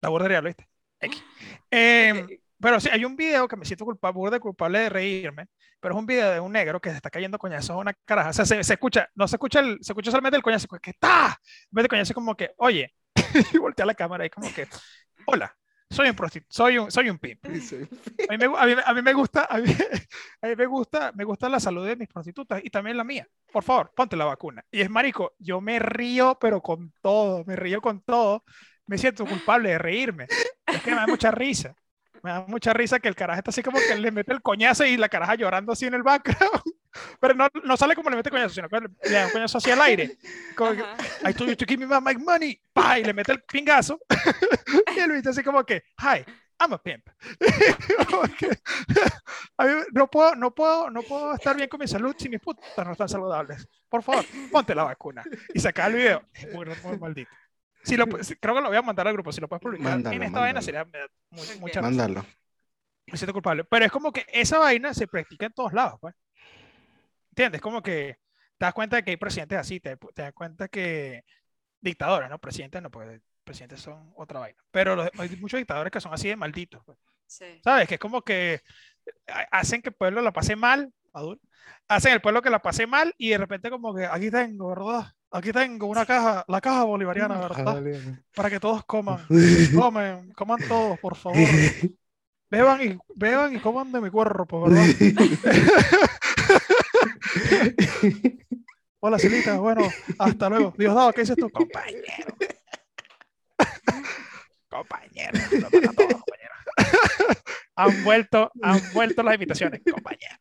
[SPEAKER 1] La burda real, ¿viste? X. Em, pero sí, hay un video que me siento culpable, burda de culpable de reírme, pero es un video de un negro que se está cayendo coñazos a una caraja. O sea, se, se escucha, no se escucha, el, se escucha solamente el coñazo, que está. En vez de coñazo, como que, oye, y voltea la cámara y como que, hola, soy un prostituto, soy un, soy un pimp. A mí, me, gu- a mí me- a mí me gusta, a mí, a mí me gusta, me gusta la salud de mis prostitutas y también la mía. Por favor, ponte la vacuna. Y es marico, yo me río, pero con todo, me río con todo. Me siento culpable de reírme. Es que me da mucha risa. Me da mucha risa que el carajo está así como que le mete el coñazo y la caraja llorando así en el background. Pero no, no sale como le mete el coñazo, sino que le le da un coñazo hacia el aire. Como que,
[SPEAKER 3] Ajá.
[SPEAKER 1] I told you to give me my, my money. Pa, y le mete el pingazo. y el bicho así como que, hi, I'm a pimp. Como que, a mí no, puedo, no, puedo, no puedo estar bien con mi salud si mis putas no están saludables. Por favor, ponte la vacuna. Y saca el video. Es muy, muy maldito. Si lo, pu- si- creo que lo voy a mandar al grupo. Si lo puedes publicar
[SPEAKER 2] Mándalo,
[SPEAKER 1] en esta vaina
[SPEAKER 2] mándalo.
[SPEAKER 1] sería me da mu-
[SPEAKER 3] Ok.
[SPEAKER 1] mucha risa.
[SPEAKER 2] Mándalo.
[SPEAKER 1] Me siento culpable. Pero es como que esa vaina se practica en todos lados, pues. ¿Entiendes? Como que te das cuenta de que hay presidentes así, te, te das cuenta que dictadores, ¿no? Presidentes no, porque presidentes son otra vaina. Pero los- hay muchos dictadores que son así de malditos, pues.
[SPEAKER 3] Sí.
[SPEAKER 1] ¿sabes? Que es como que ha- hacen que el pueblo la pase mal, Maduro, hacen el pueblo que la pase mal y de repente como que aquí tengo, ¿verdad? Aquí tengo una caja, la caja bolivariana, ¿verdad? Para que todos coman, comen, coman todos, por favor. Beban y, beban y coman de mi cuerpo, ¿verdad? Hola, Silita. Bueno, hasta luego. Diosdado, ¿qué dices tú? Compañero. compañero. Lo mata todo, compañero. han vuelto, han vuelto las invitaciones, compañero.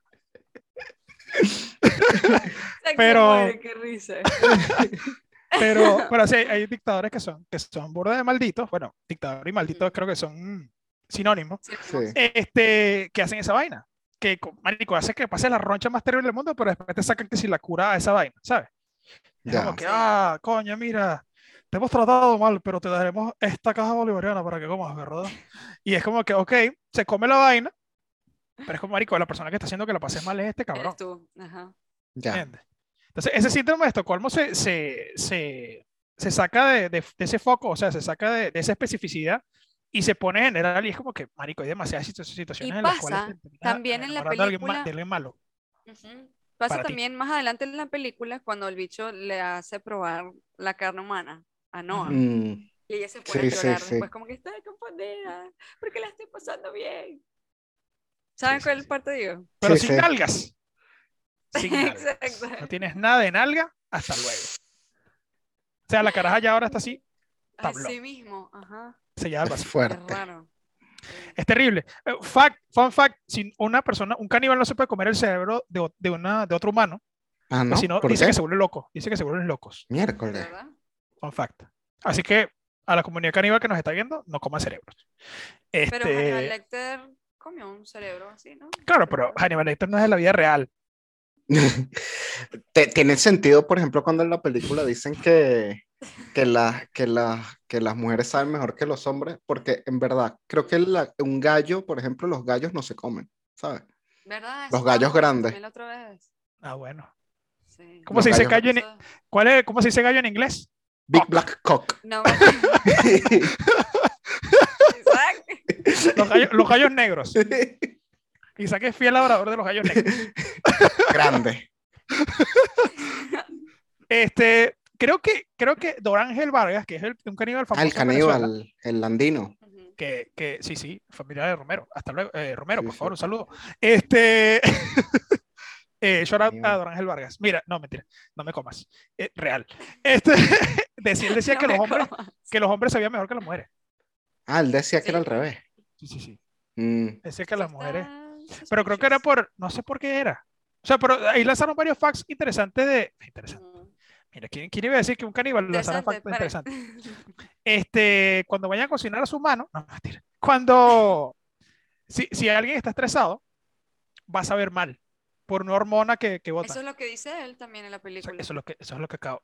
[SPEAKER 1] Pero- Ah,
[SPEAKER 3] Muere, qué risa.
[SPEAKER 1] Pero, pero sí, hay, hay dictadores que son, que son burda de malditos. Bueno, dictador y maldito creo que son mm, sinónimos.
[SPEAKER 3] Sí,
[SPEAKER 2] Sí.
[SPEAKER 1] Este, que hacen esa vaina. Que, co- marico, hace que pase la roncha más terrible del mundo, pero después te sacan que si la cura a esa vaina, ¿sabes? Es
[SPEAKER 2] Ya.
[SPEAKER 1] como que, ah, coño, mira, te hemos tratado mal, pero te daremos esta caja bolivariana para que comas, ¿verdad? Y es como que, ok, se come la vaina, pero es como, marico, la persona que está haciendo que la pases mal es este cabrón.
[SPEAKER 3] Eres tú. Ajá.
[SPEAKER 2] Ya.
[SPEAKER 1] ¿Entiendes? Entonces, ese síndrome de Estocolmo se, se, se, se saca de, de- de ese foco, o sea, se saca de, de esa especificidad y se pone general y es como que, marico, hay demasiadas situ- situaciones
[SPEAKER 3] Y
[SPEAKER 1] en las
[SPEAKER 3] pasa
[SPEAKER 1] cuales te terminas
[SPEAKER 3] también en la
[SPEAKER 1] enamorando de alguien ma-
[SPEAKER 3] película-
[SPEAKER 1] de alguien malo.
[SPEAKER 3] Ujú. Pasa
[SPEAKER 1] Para ti.
[SPEAKER 3] también más adelante en la película cuando el bicho le hace probar la carne humana a Noah.
[SPEAKER 2] Mm,
[SPEAKER 3] Y ella se pone a
[SPEAKER 2] Sí, sí,
[SPEAKER 3] llorar
[SPEAKER 2] sí.
[SPEAKER 3] después, como que estoy confundida, porque la estoy pasando bien. ¿Saben
[SPEAKER 2] sí,
[SPEAKER 3] cuál
[SPEAKER 2] sí.
[SPEAKER 3] parte digo?
[SPEAKER 1] Pero
[SPEAKER 2] Sí,
[SPEAKER 1] sin
[SPEAKER 2] sí.
[SPEAKER 1] nalgas. Sin nalgas.
[SPEAKER 3] Exacto.
[SPEAKER 1] No tienes nada de nalga, hasta luego. O sea, la caraja ya ahora está así, Tablón.
[SPEAKER 3] Así mismo, ajá.
[SPEAKER 1] se llama
[SPEAKER 2] es
[SPEAKER 1] así.
[SPEAKER 3] Es
[SPEAKER 2] fuerte.
[SPEAKER 3] raro.
[SPEAKER 1] Es terrible. Eh, Fact, fun fact, si una persona, un caníbal no se puede comer el cerebro de, o- de una, de otro humano,
[SPEAKER 2] Ah, ¿no?
[SPEAKER 1] pues si no,
[SPEAKER 2] ¿Por
[SPEAKER 1] dice
[SPEAKER 2] qué?
[SPEAKER 1] que se vuelven locos, dice que se vuelven locos.
[SPEAKER 2] Miércoles.
[SPEAKER 3] ¿Verdad?
[SPEAKER 1] Fun fact. Así que a la comunidad caníbal que nos está viendo, no coman cerebros. Este,
[SPEAKER 3] Pero Hannibal Lecter comió un cerebro así, ¿no?
[SPEAKER 1] claro, pero Hannibal Lecter no es de la vida real.
[SPEAKER 2] Te- Tiene sentido, por ejemplo, cuando en la película dicen que, que, las, que, las, que las mujeres saben mejor que los hombres, porque en verdad, creo que la- un gallo, por ejemplo, los gallos no se comen, ¿sabes?
[SPEAKER 3] ¿Verdad?
[SPEAKER 2] Los
[SPEAKER 3] Eso
[SPEAKER 2] gallos
[SPEAKER 3] estábamos
[SPEAKER 2] grandes.
[SPEAKER 3] también la otra vez.
[SPEAKER 1] Ah, bueno.
[SPEAKER 3] Sí.
[SPEAKER 1] ¿Cómo
[SPEAKER 2] se dice
[SPEAKER 3] Los
[SPEAKER 1] gallo en- e-?
[SPEAKER 3] gallos-
[SPEAKER 1] ¿Cuál es, ¿Cómo se dice gallo en inglés?
[SPEAKER 2] Big
[SPEAKER 1] Cock.
[SPEAKER 2] Black Cock.
[SPEAKER 3] No, exacto.
[SPEAKER 1] Los gallos, los gallos negros. Isaac es fiel labrador de los gallos negros.
[SPEAKER 2] Grande.
[SPEAKER 1] Este, creo que, creo que Dorángel Vargas, que es el- un caníbal famoso.
[SPEAKER 2] Ah, el
[SPEAKER 1] en Venezuela,
[SPEAKER 2] caníbal, el landino.
[SPEAKER 3] Ujú.
[SPEAKER 1] Que, que sí, sí, familia de Romero. Hasta luego. Eh, Romero,
[SPEAKER 2] Sí,
[SPEAKER 1] por
[SPEAKER 2] sí.
[SPEAKER 1] favor, un saludo. Este. eh, shout out a
[SPEAKER 2] Caníbal.
[SPEAKER 1] Don Ángel Vargas. Mira, no, mentira, no me comas. Eh, real. Este, decía, él decía
[SPEAKER 3] No
[SPEAKER 1] que, los
[SPEAKER 3] me
[SPEAKER 1] hombres,
[SPEAKER 3] comas.
[SPEAKER 1] que los hombres sabían mejor que las mujeres.
[SPEAKER 2] Ah, él decía que
[SPEAKER 3] Sí.
[SPEAKER 2] era al revés.
[SPEAKER 1] Sí, sí, sí.
[SPEAKER 2] Mm,
[SPEAKER 1] Decía que las
[SPEAKER 3] Eso
[SPEAKER 1] mujeres.
[SPEAKER 3] está
[SPEAKER 1] Pero creo que era por. No sé por qué era. O sea, pero ahí lanzaron varios facts interesantes de. Interesante.
[SPEAKER 3] Ujú.
[SPEAKER 1] Mira, ¿quién, quién iba a decir que un caníbal lanzara
[SPEAKER 3] Interesante,
[SPEAKER 1] facts
[SPEAKER 3] para-
[SPEAKER 1] interesantes? este, cuando vayan a cocinar a su mano, no, mentira. cuando, si, si alguien está estresado, va a saber mal por una hormona que, que bota.
[SPEAKER 3] Eso es lo que dice él también en la
[SPEAKER 1] O sea,
[SPEAKER 3] película.
[SPEAKER 1] eso es lo que, eso es lo que acabo.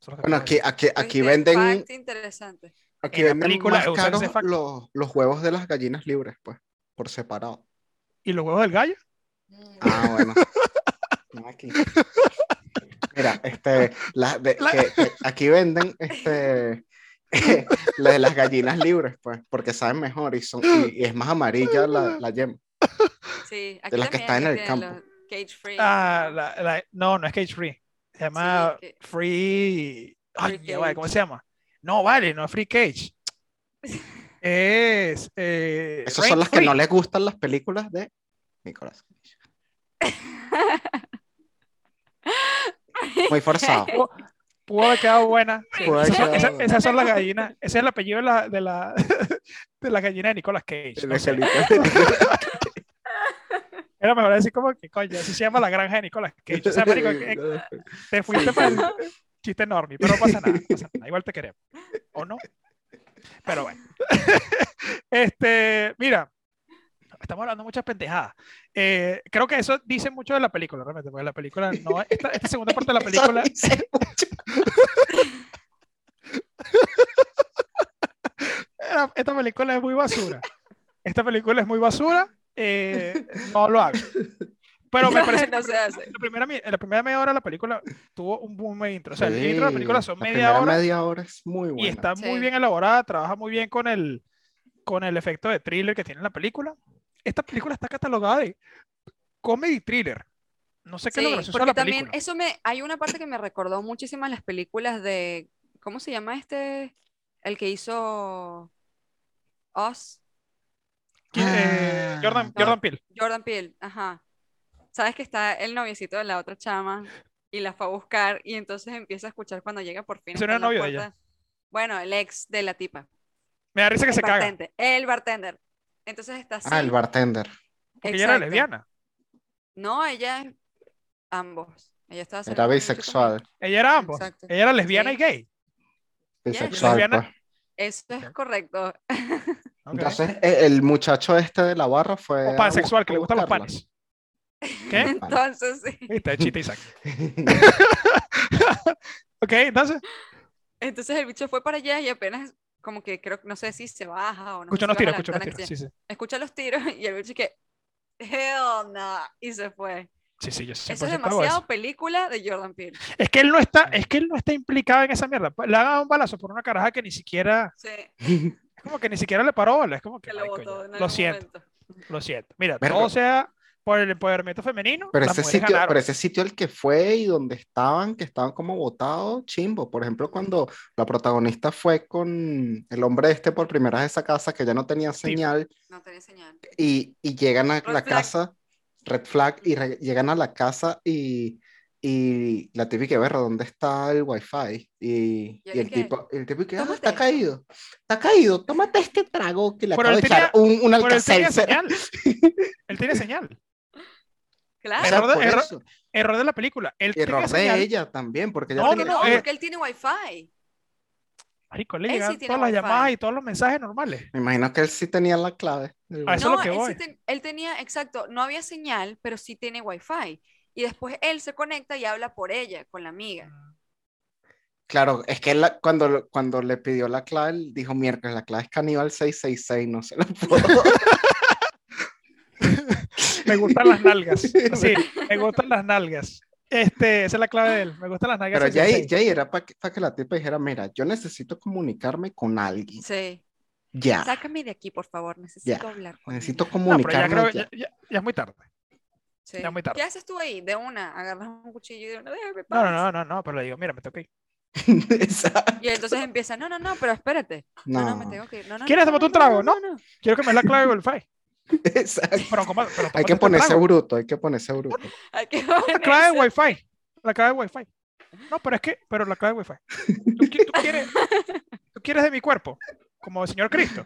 [SPEAKER 1] eso es lo que
[SPEAKER 2] Bueno,
[SPEAKER 1] acabo de
[SPEAKER 2] aquí,
[SPEAKER 1] decir.
[SPEAKER 2] aquí, aquí
[SPEAKER 3] Viste,
[SPEAKER 2] venden,
[SPEAKER 3] fact interesante.
[SPEAKER 2] aquí
[SPEAKER 1] En la
[SPEAKER 2] venden
[SPEAKER 1] película
[SPEAKER 2] más
[SPEAKER 1] usan
[SPEAKER 2] caros
[SPEAKER 1] ese factor.
[SPEAKER 2] los, los huevos de las gallinas libres, pues, por separado.
[SPEAKER 1] ¿Y los huevos del gallo?
[SPEAKER 2] Ah, bueno. No, aquí. Mira, este, las de-
[SPEAKER 1] La-
[SPEAKER 2] que- que aquí venden este, la de las gallinas libres, pues, porque saben mejor y, son, y, y es más amarilla la, la yema.
[SPEAKER 3] Sí, aquí
[SPEAKER 2] de las que
[SPEAKER 3] también
[SPEAKER 2] están en el
[SPEAKER 3] tienen
[SPEAKER 2] campo.
[SPEAKER 3] los Cage free.
[SPEAKER 1] Ah, la- la- no, no es cage free. Se llama
[SPEAKER 3] Sí, que-
[SPEAKER 1] free. Ay,
[SPEAKER 3] Free
[SPEAKER 1] ya va,
[SPEAKER 3] cage.
[SPEAKER 1] ¿cómo se llama? No, vale, no es free cage. Es. Eh,
[SPEAKER 2] Esas
[SPEAKER 1] rein
[SPEAKER 2] son las que
[SPEAKER 1] free.
[SPEAKER 2] no les gustan las películas de Nicolás. Cage. Muy forzado.
[SPEAKER 1] Pudo haber quedado buena. Sí,
[SPEAKER 2] Pudo haber
[SPEAKER 1] esas, son-
[SPEAKER 2] quedado
[SPEAKER 1] esas-
[SPEAKER 2] buena.
[SPEAKER 1] esas son las gallinas. Ese es el apellido de la, de la, de la gallina de Nicolas Cage.
[SPEAKER 2] De
[SPEAKER 1] no sé.
[SPEAKER 2] Nicolás.
[SPEAKER 1] Era mejor decir como que, coño, así se llama la granja de Nicolas Cage. O sea, marico, eh, te fuiste para el chiste enorme, pero no pasa nada, no pasa nada. Igual te queremos. ¿O no? Pero bueno. este, mira. Estamos hablando muchas pendejadas. Eh, creo que eso dice mucho de la película, realmente, porque la película no. Esta, esta segunda parte de la película.
[SPEAKER 2] Eso dice mucho.
[SPEAKER 1] Era- Esta película es muy basura. Esta película es muy basura. eh, no lo hago. Pero me parece que
[SPEAKER 3] no se hace.
[SPEAKER 1] la primera, mi- la primera media hora de la película tuvo un boom de intro. O sea, el
[SPEAKER 2] Sí,
[SPEAKER 1] intro de la película son media
[SPEAKER 2] primera
[SPEAKER 1] hora
[SPEAKER 2] media hora es muy
[SPEAKER 1] y
[SPEAKER 2] buena.
[SPEAKER 1] está muy
[SPEAKER 3] Sí.
[SPEAKER 1] bien elaborada. Trabaja muy bien con el, con el efecto de thriller que tiene la película. Esta película está catalogada de comedy thriller. No sé qué es lo
[SPEAKER 3] Sí,
[SPEAKER 1] gracioso de
[SPEAKER 3] porque
[SPEAKER 1] la
[SPEAKER 3] también
[SPEAKER 1] película.
[SPEAKER 3] eso me, hay una parte que me recordó muchísimo a las películas de, ¿cómo se llama este? El que hizo Us,
[SPEAKER 1] ¿Quién- eh,
[SPEAKER 2] Ah.
[SPEAKER 1] Jordan,
[SPEAKER 3] No.
[SPEAKER 1] Jordan Peele.
[SPEAKER 3] Jordan Peele, ajá. Sabes que está el noviecito de la otra chama y la fue a buscar y entonces empieza a escuchar cuando llega por fin.
[SPEAKER 1] Ese
[SPEAKER 3] está
[SPEAKER 1] no
[SPEAKER 3] en
[SPEAKER 1] era
[SPEAKER 3] la
[SPEAKER 1] novio de ella.
[SPEAKER 3] puerta. Bueno, el ex de la tipa.
[SPEAKER 1] Me da risa que
[SPEAKER 3] el
[SPEAKER 1] se caga.
[SPEAKER 3] bartender, el bartender. Entonces está así.
[SPEAKER 2] Ah, el bartender.
[SPEAKER 1] Porque ella era
[SPEAKER 3] exacto.
[SPEAKER 1] lesbiana.
[SPEAKER 3] No, ella es ambos. Ella estaba
[SPEAKER 2] Era
[SPEAKER 3] saliendo con un chico-
[SPEAKER 2] bisexual.
[SPEAKER 1] Ella era ambos. Eh,
[SPEAKER 3] Exacto.
[SPEAKER 1] Ella era lesbiana
[SPEAKER 3] Sí.
[SPEAKER 1] y gay.
[SPEAKER 2] Bisexual,
[SPEAKER 1] Lesbiana.
[SPEAKER 2] pues.
[SPEAKER 3] Eso es
[SPEAKER 1] Ok.
[SPEAKER 3] correcto.
[SPEAKER 1] Ok.
[SPEAKER 2] Entonces, e- el muchacho este de la barra fue.
[SPEAKER 1] o
[SPEAKER 2] a
[SPEAKER 1] pansexual,
[SPEAKER 2] bus-
[SPEAKER 1] que le gustan los
[SPEAKER 2] buscarla.
[SPEAKER 1] panes. ¿Qué?
[SPEAKER 3] Entonces, sí.
[SPEAKER 1] Viste, el chiste Isaac. ok, entonces,
[SPEAKER 3] Entonces el bicho fue para allá y apenas como que creo, no sé si se baja o no. sé
[SPEAKER 1] escucha
[SPEAKER 3] si
[SPEAKER 1] unos
[SPEAKER 3] baja
[SPEAKER 1] tiros,
[SPEAKER 3] la
[SPEAKER 1] escucha unos
[SPEAKER 3] ventana,
[SPEAKER 1] tiros.
[SPEAKER 3] que
[SPEAKER 1] Sí, sí.
[SPEAKER 3] se- Escucha los tiros y el bicho que, hell no, y se fue.
[SPEAKER 1] Sí, sí, yo sé.
[SPEAKER 3] Eso es demasiado película de Jordan Peele.
[SPEAKER 1] Es que él no está, es que él no está implicado en esa mierda. Le han dado un balazo por una caraja que ni siquiera,
[SPEAKER 3] Sí,
[SPEAKER 1] es como que ni siquiera le paró bola, Es como que,
[SPEAKER 3] que lo
[SPEAKER 1] "Marico,
[SPEAKER 3] botó
[SPEAKER 1] ya,
[SPEAKER 3] en
[SPEAKER 1] lo
[SPEAKER 3] algún
[SPEAKER 1] siento,
[SPEAKER 3] momento.
[SPEAKER 1] lo siento. Mira,
[SPEAKER 2] Verga.
[SPEAKER 1] todo sea por el empoderamiento femenino,
[SPEAKER 2] Pero
[SPEAKER 1] las
[SPEAKER 2] ese,
[SPEAKER 1] mujeres
[SPEAKER 2] sitio,
[SPEAKER 1] ganaron.
[SPEAKER 2] pero ese sitio el que fue y donde estaban, que estaban como botados, chimbo. Por ejemplo, cuando la protagonista fue con el hombre este por primera vez a esa casa que ya no tenía
[SPEAKER 1] Steve.
[SPEAKER 2] señal
[SPEAKER 3] No tenía señal.
[SPEAKER 2] y, y llegan a
[SPEAKER 3] Red
[SPEAKER 2] la
[SPEAKER 3] flag.
[SPEAKER 2] casa, red flag, y re- llegan a la casa y, y la típica verra, ¿dónde está el wifi? Y,
[SPEAKER 3] ¿Y
[SPEAKER 2] y el
[SPEAKER 3] qué?
[SPEAKER 2] tipo, el tipo que, "Ah,
[SPEAKER 3] Tómate
[SPEAKER 2] está
[SPEAKER 3] esto".
[SPEAKER 2] caído, está caído, tómate este trago que le
[SPEAKER 1] Pero
[SPEAKER 2] acabo de
[SPEAKER 1] él
[SPEAKER 2] echar, un, un
[SPEAKER 1] Pero él tenía
[SPEAKER 2] Alka-Seltzer".
[SPEAKER 1] señal. Él tiene señal.
[SPEAKER 2] O
[SPEAKER 3] Claro.
[SPEAKER 2] sea,
[SPEAKER 1] Error de-
[SPEAKER 2] por
[SPEAKER 1] error-
[SPEAKER 2] eso.
[SPEAKER 1] Error de la película. Él tiene
[SPEAKER 2] Error de
[SPEAKER 1] señal.
[SPEAKER 2] ella también, porque ella
[SPEAKER 1] No, no,
[SPEAKER 3] Porque
[SPEAKER 2] tenía-
[SPEAKER 1] no,
[SPEAKER 3] no,
[SPEAKER 1] eh.
[SPEAKER 3] porque él tiene wifi.
[SPEAKER 1] Marico, le
[SPEAKER 3] Él sí
[SPEAKER 1] llegan
[SPEAKER 3] tiene
[SPEAKER 1] todas las
[SPEAKER 3] wifi.
[SPEAKER 1] llamadas y todos los mensajes normales.
[SPEAKER 2] Me imagino que él sí tenía la clave. del
[SPEAKER 1] Ah, eso es
[SPEAKER 3] no,
[SPEAKER 1] lo que
[SPEAKER 3] él, sí
[SPEAKER 1] voy.
[SPEAKER 3] ten- él tenía, exacto, no había señal, pero sí tiene wifi. Y después él se conecta y habla por ella, con la amiga.
[SPEAKER 1] Mm.
[SPEAKER 2] Claro, es que él la- cuando, lo- cuando le pidió la clave, él dijo miércoles, la clave es caníbal 666, no se la puedo.
[SPEAKER 1] Me gustan las nalgas. Sí, me gustan las nalgas. Este, esa es la clave de él. Me gustan las nalgas.
[SPEAKER 2] Pero ya ahí,
[SPEAKER 1] 66.
[SPEAKER 2] ya ahí era para que, pa' que la tipa dijera, mira, yo necesito comunicarme con alguien.
[SPEAKER 3] Sí.
[SPEAKER 2] Ya,
[SPEAKER 3] Sácame de aquí, por favor. Necesito hablar con
[SPEAKER 2] necesito
[SPEAKER 1] No, pero ya
[SPEAKER 2] comunicarme.
[SPEAKER 1] creo,
[SPEAKER 2] ya.
[SPEAKER 1] ya, ya- ya es muy tarde.
[SPEAKER 3] ella. Sí.
[SPEAKER 1] ya muy tarde.
[SPEAKER 3] ¿Qué haces tú ahí? De una, agarras un cuchillo y de una, déjame
[SPEAKER 1] No,
[SPEAKER 3] paz.
[SPEAKER 1] no, no, no, no, pero le digo, mira, me toca ir.
[SPEAKER 2] Esa-
[SPEAKER 3] Y entonces empieza, no, no, no, pero espérate. No, no,
[SPEAKER 2] No,
[SPEAKER 3] me tengo que ir. No, no,
[SPEAKER 1] ¿Quieres
[SPEAKER 3] no,
[SPEAKER 1] tomarte
[SPEAKER 3] no,
[SPEAKER 1] un trago?
[SPEAKER 3] No, no, no.
[SPEAKER 1] Quiero que me des la clave de Wi-Fi.
[SPEAKER 2] exacto.
[SPEAKER 1] Pero, ¿cómo? Pero
[SPEAKER 2] Hay que
[SPEAKER 1] tómate este
[SPEAKER 2] ponerse
[SPEAKER 1] trago.
[SPEAKER 2] bruto, hay que ponerse bruto.
[SPEAKER 3] Hay que
[SPEAKER 1] La clave de
[SPEAKER 3] ponerse-
[SPEAKER 1] Wi-Fi. La clave de Wi-Fi. No, pero es que, pero la clave de Wi-Fi. ¿Tú, qui- tú quieres, tú quieres de mi cuerpo? Como el Señor Cristo.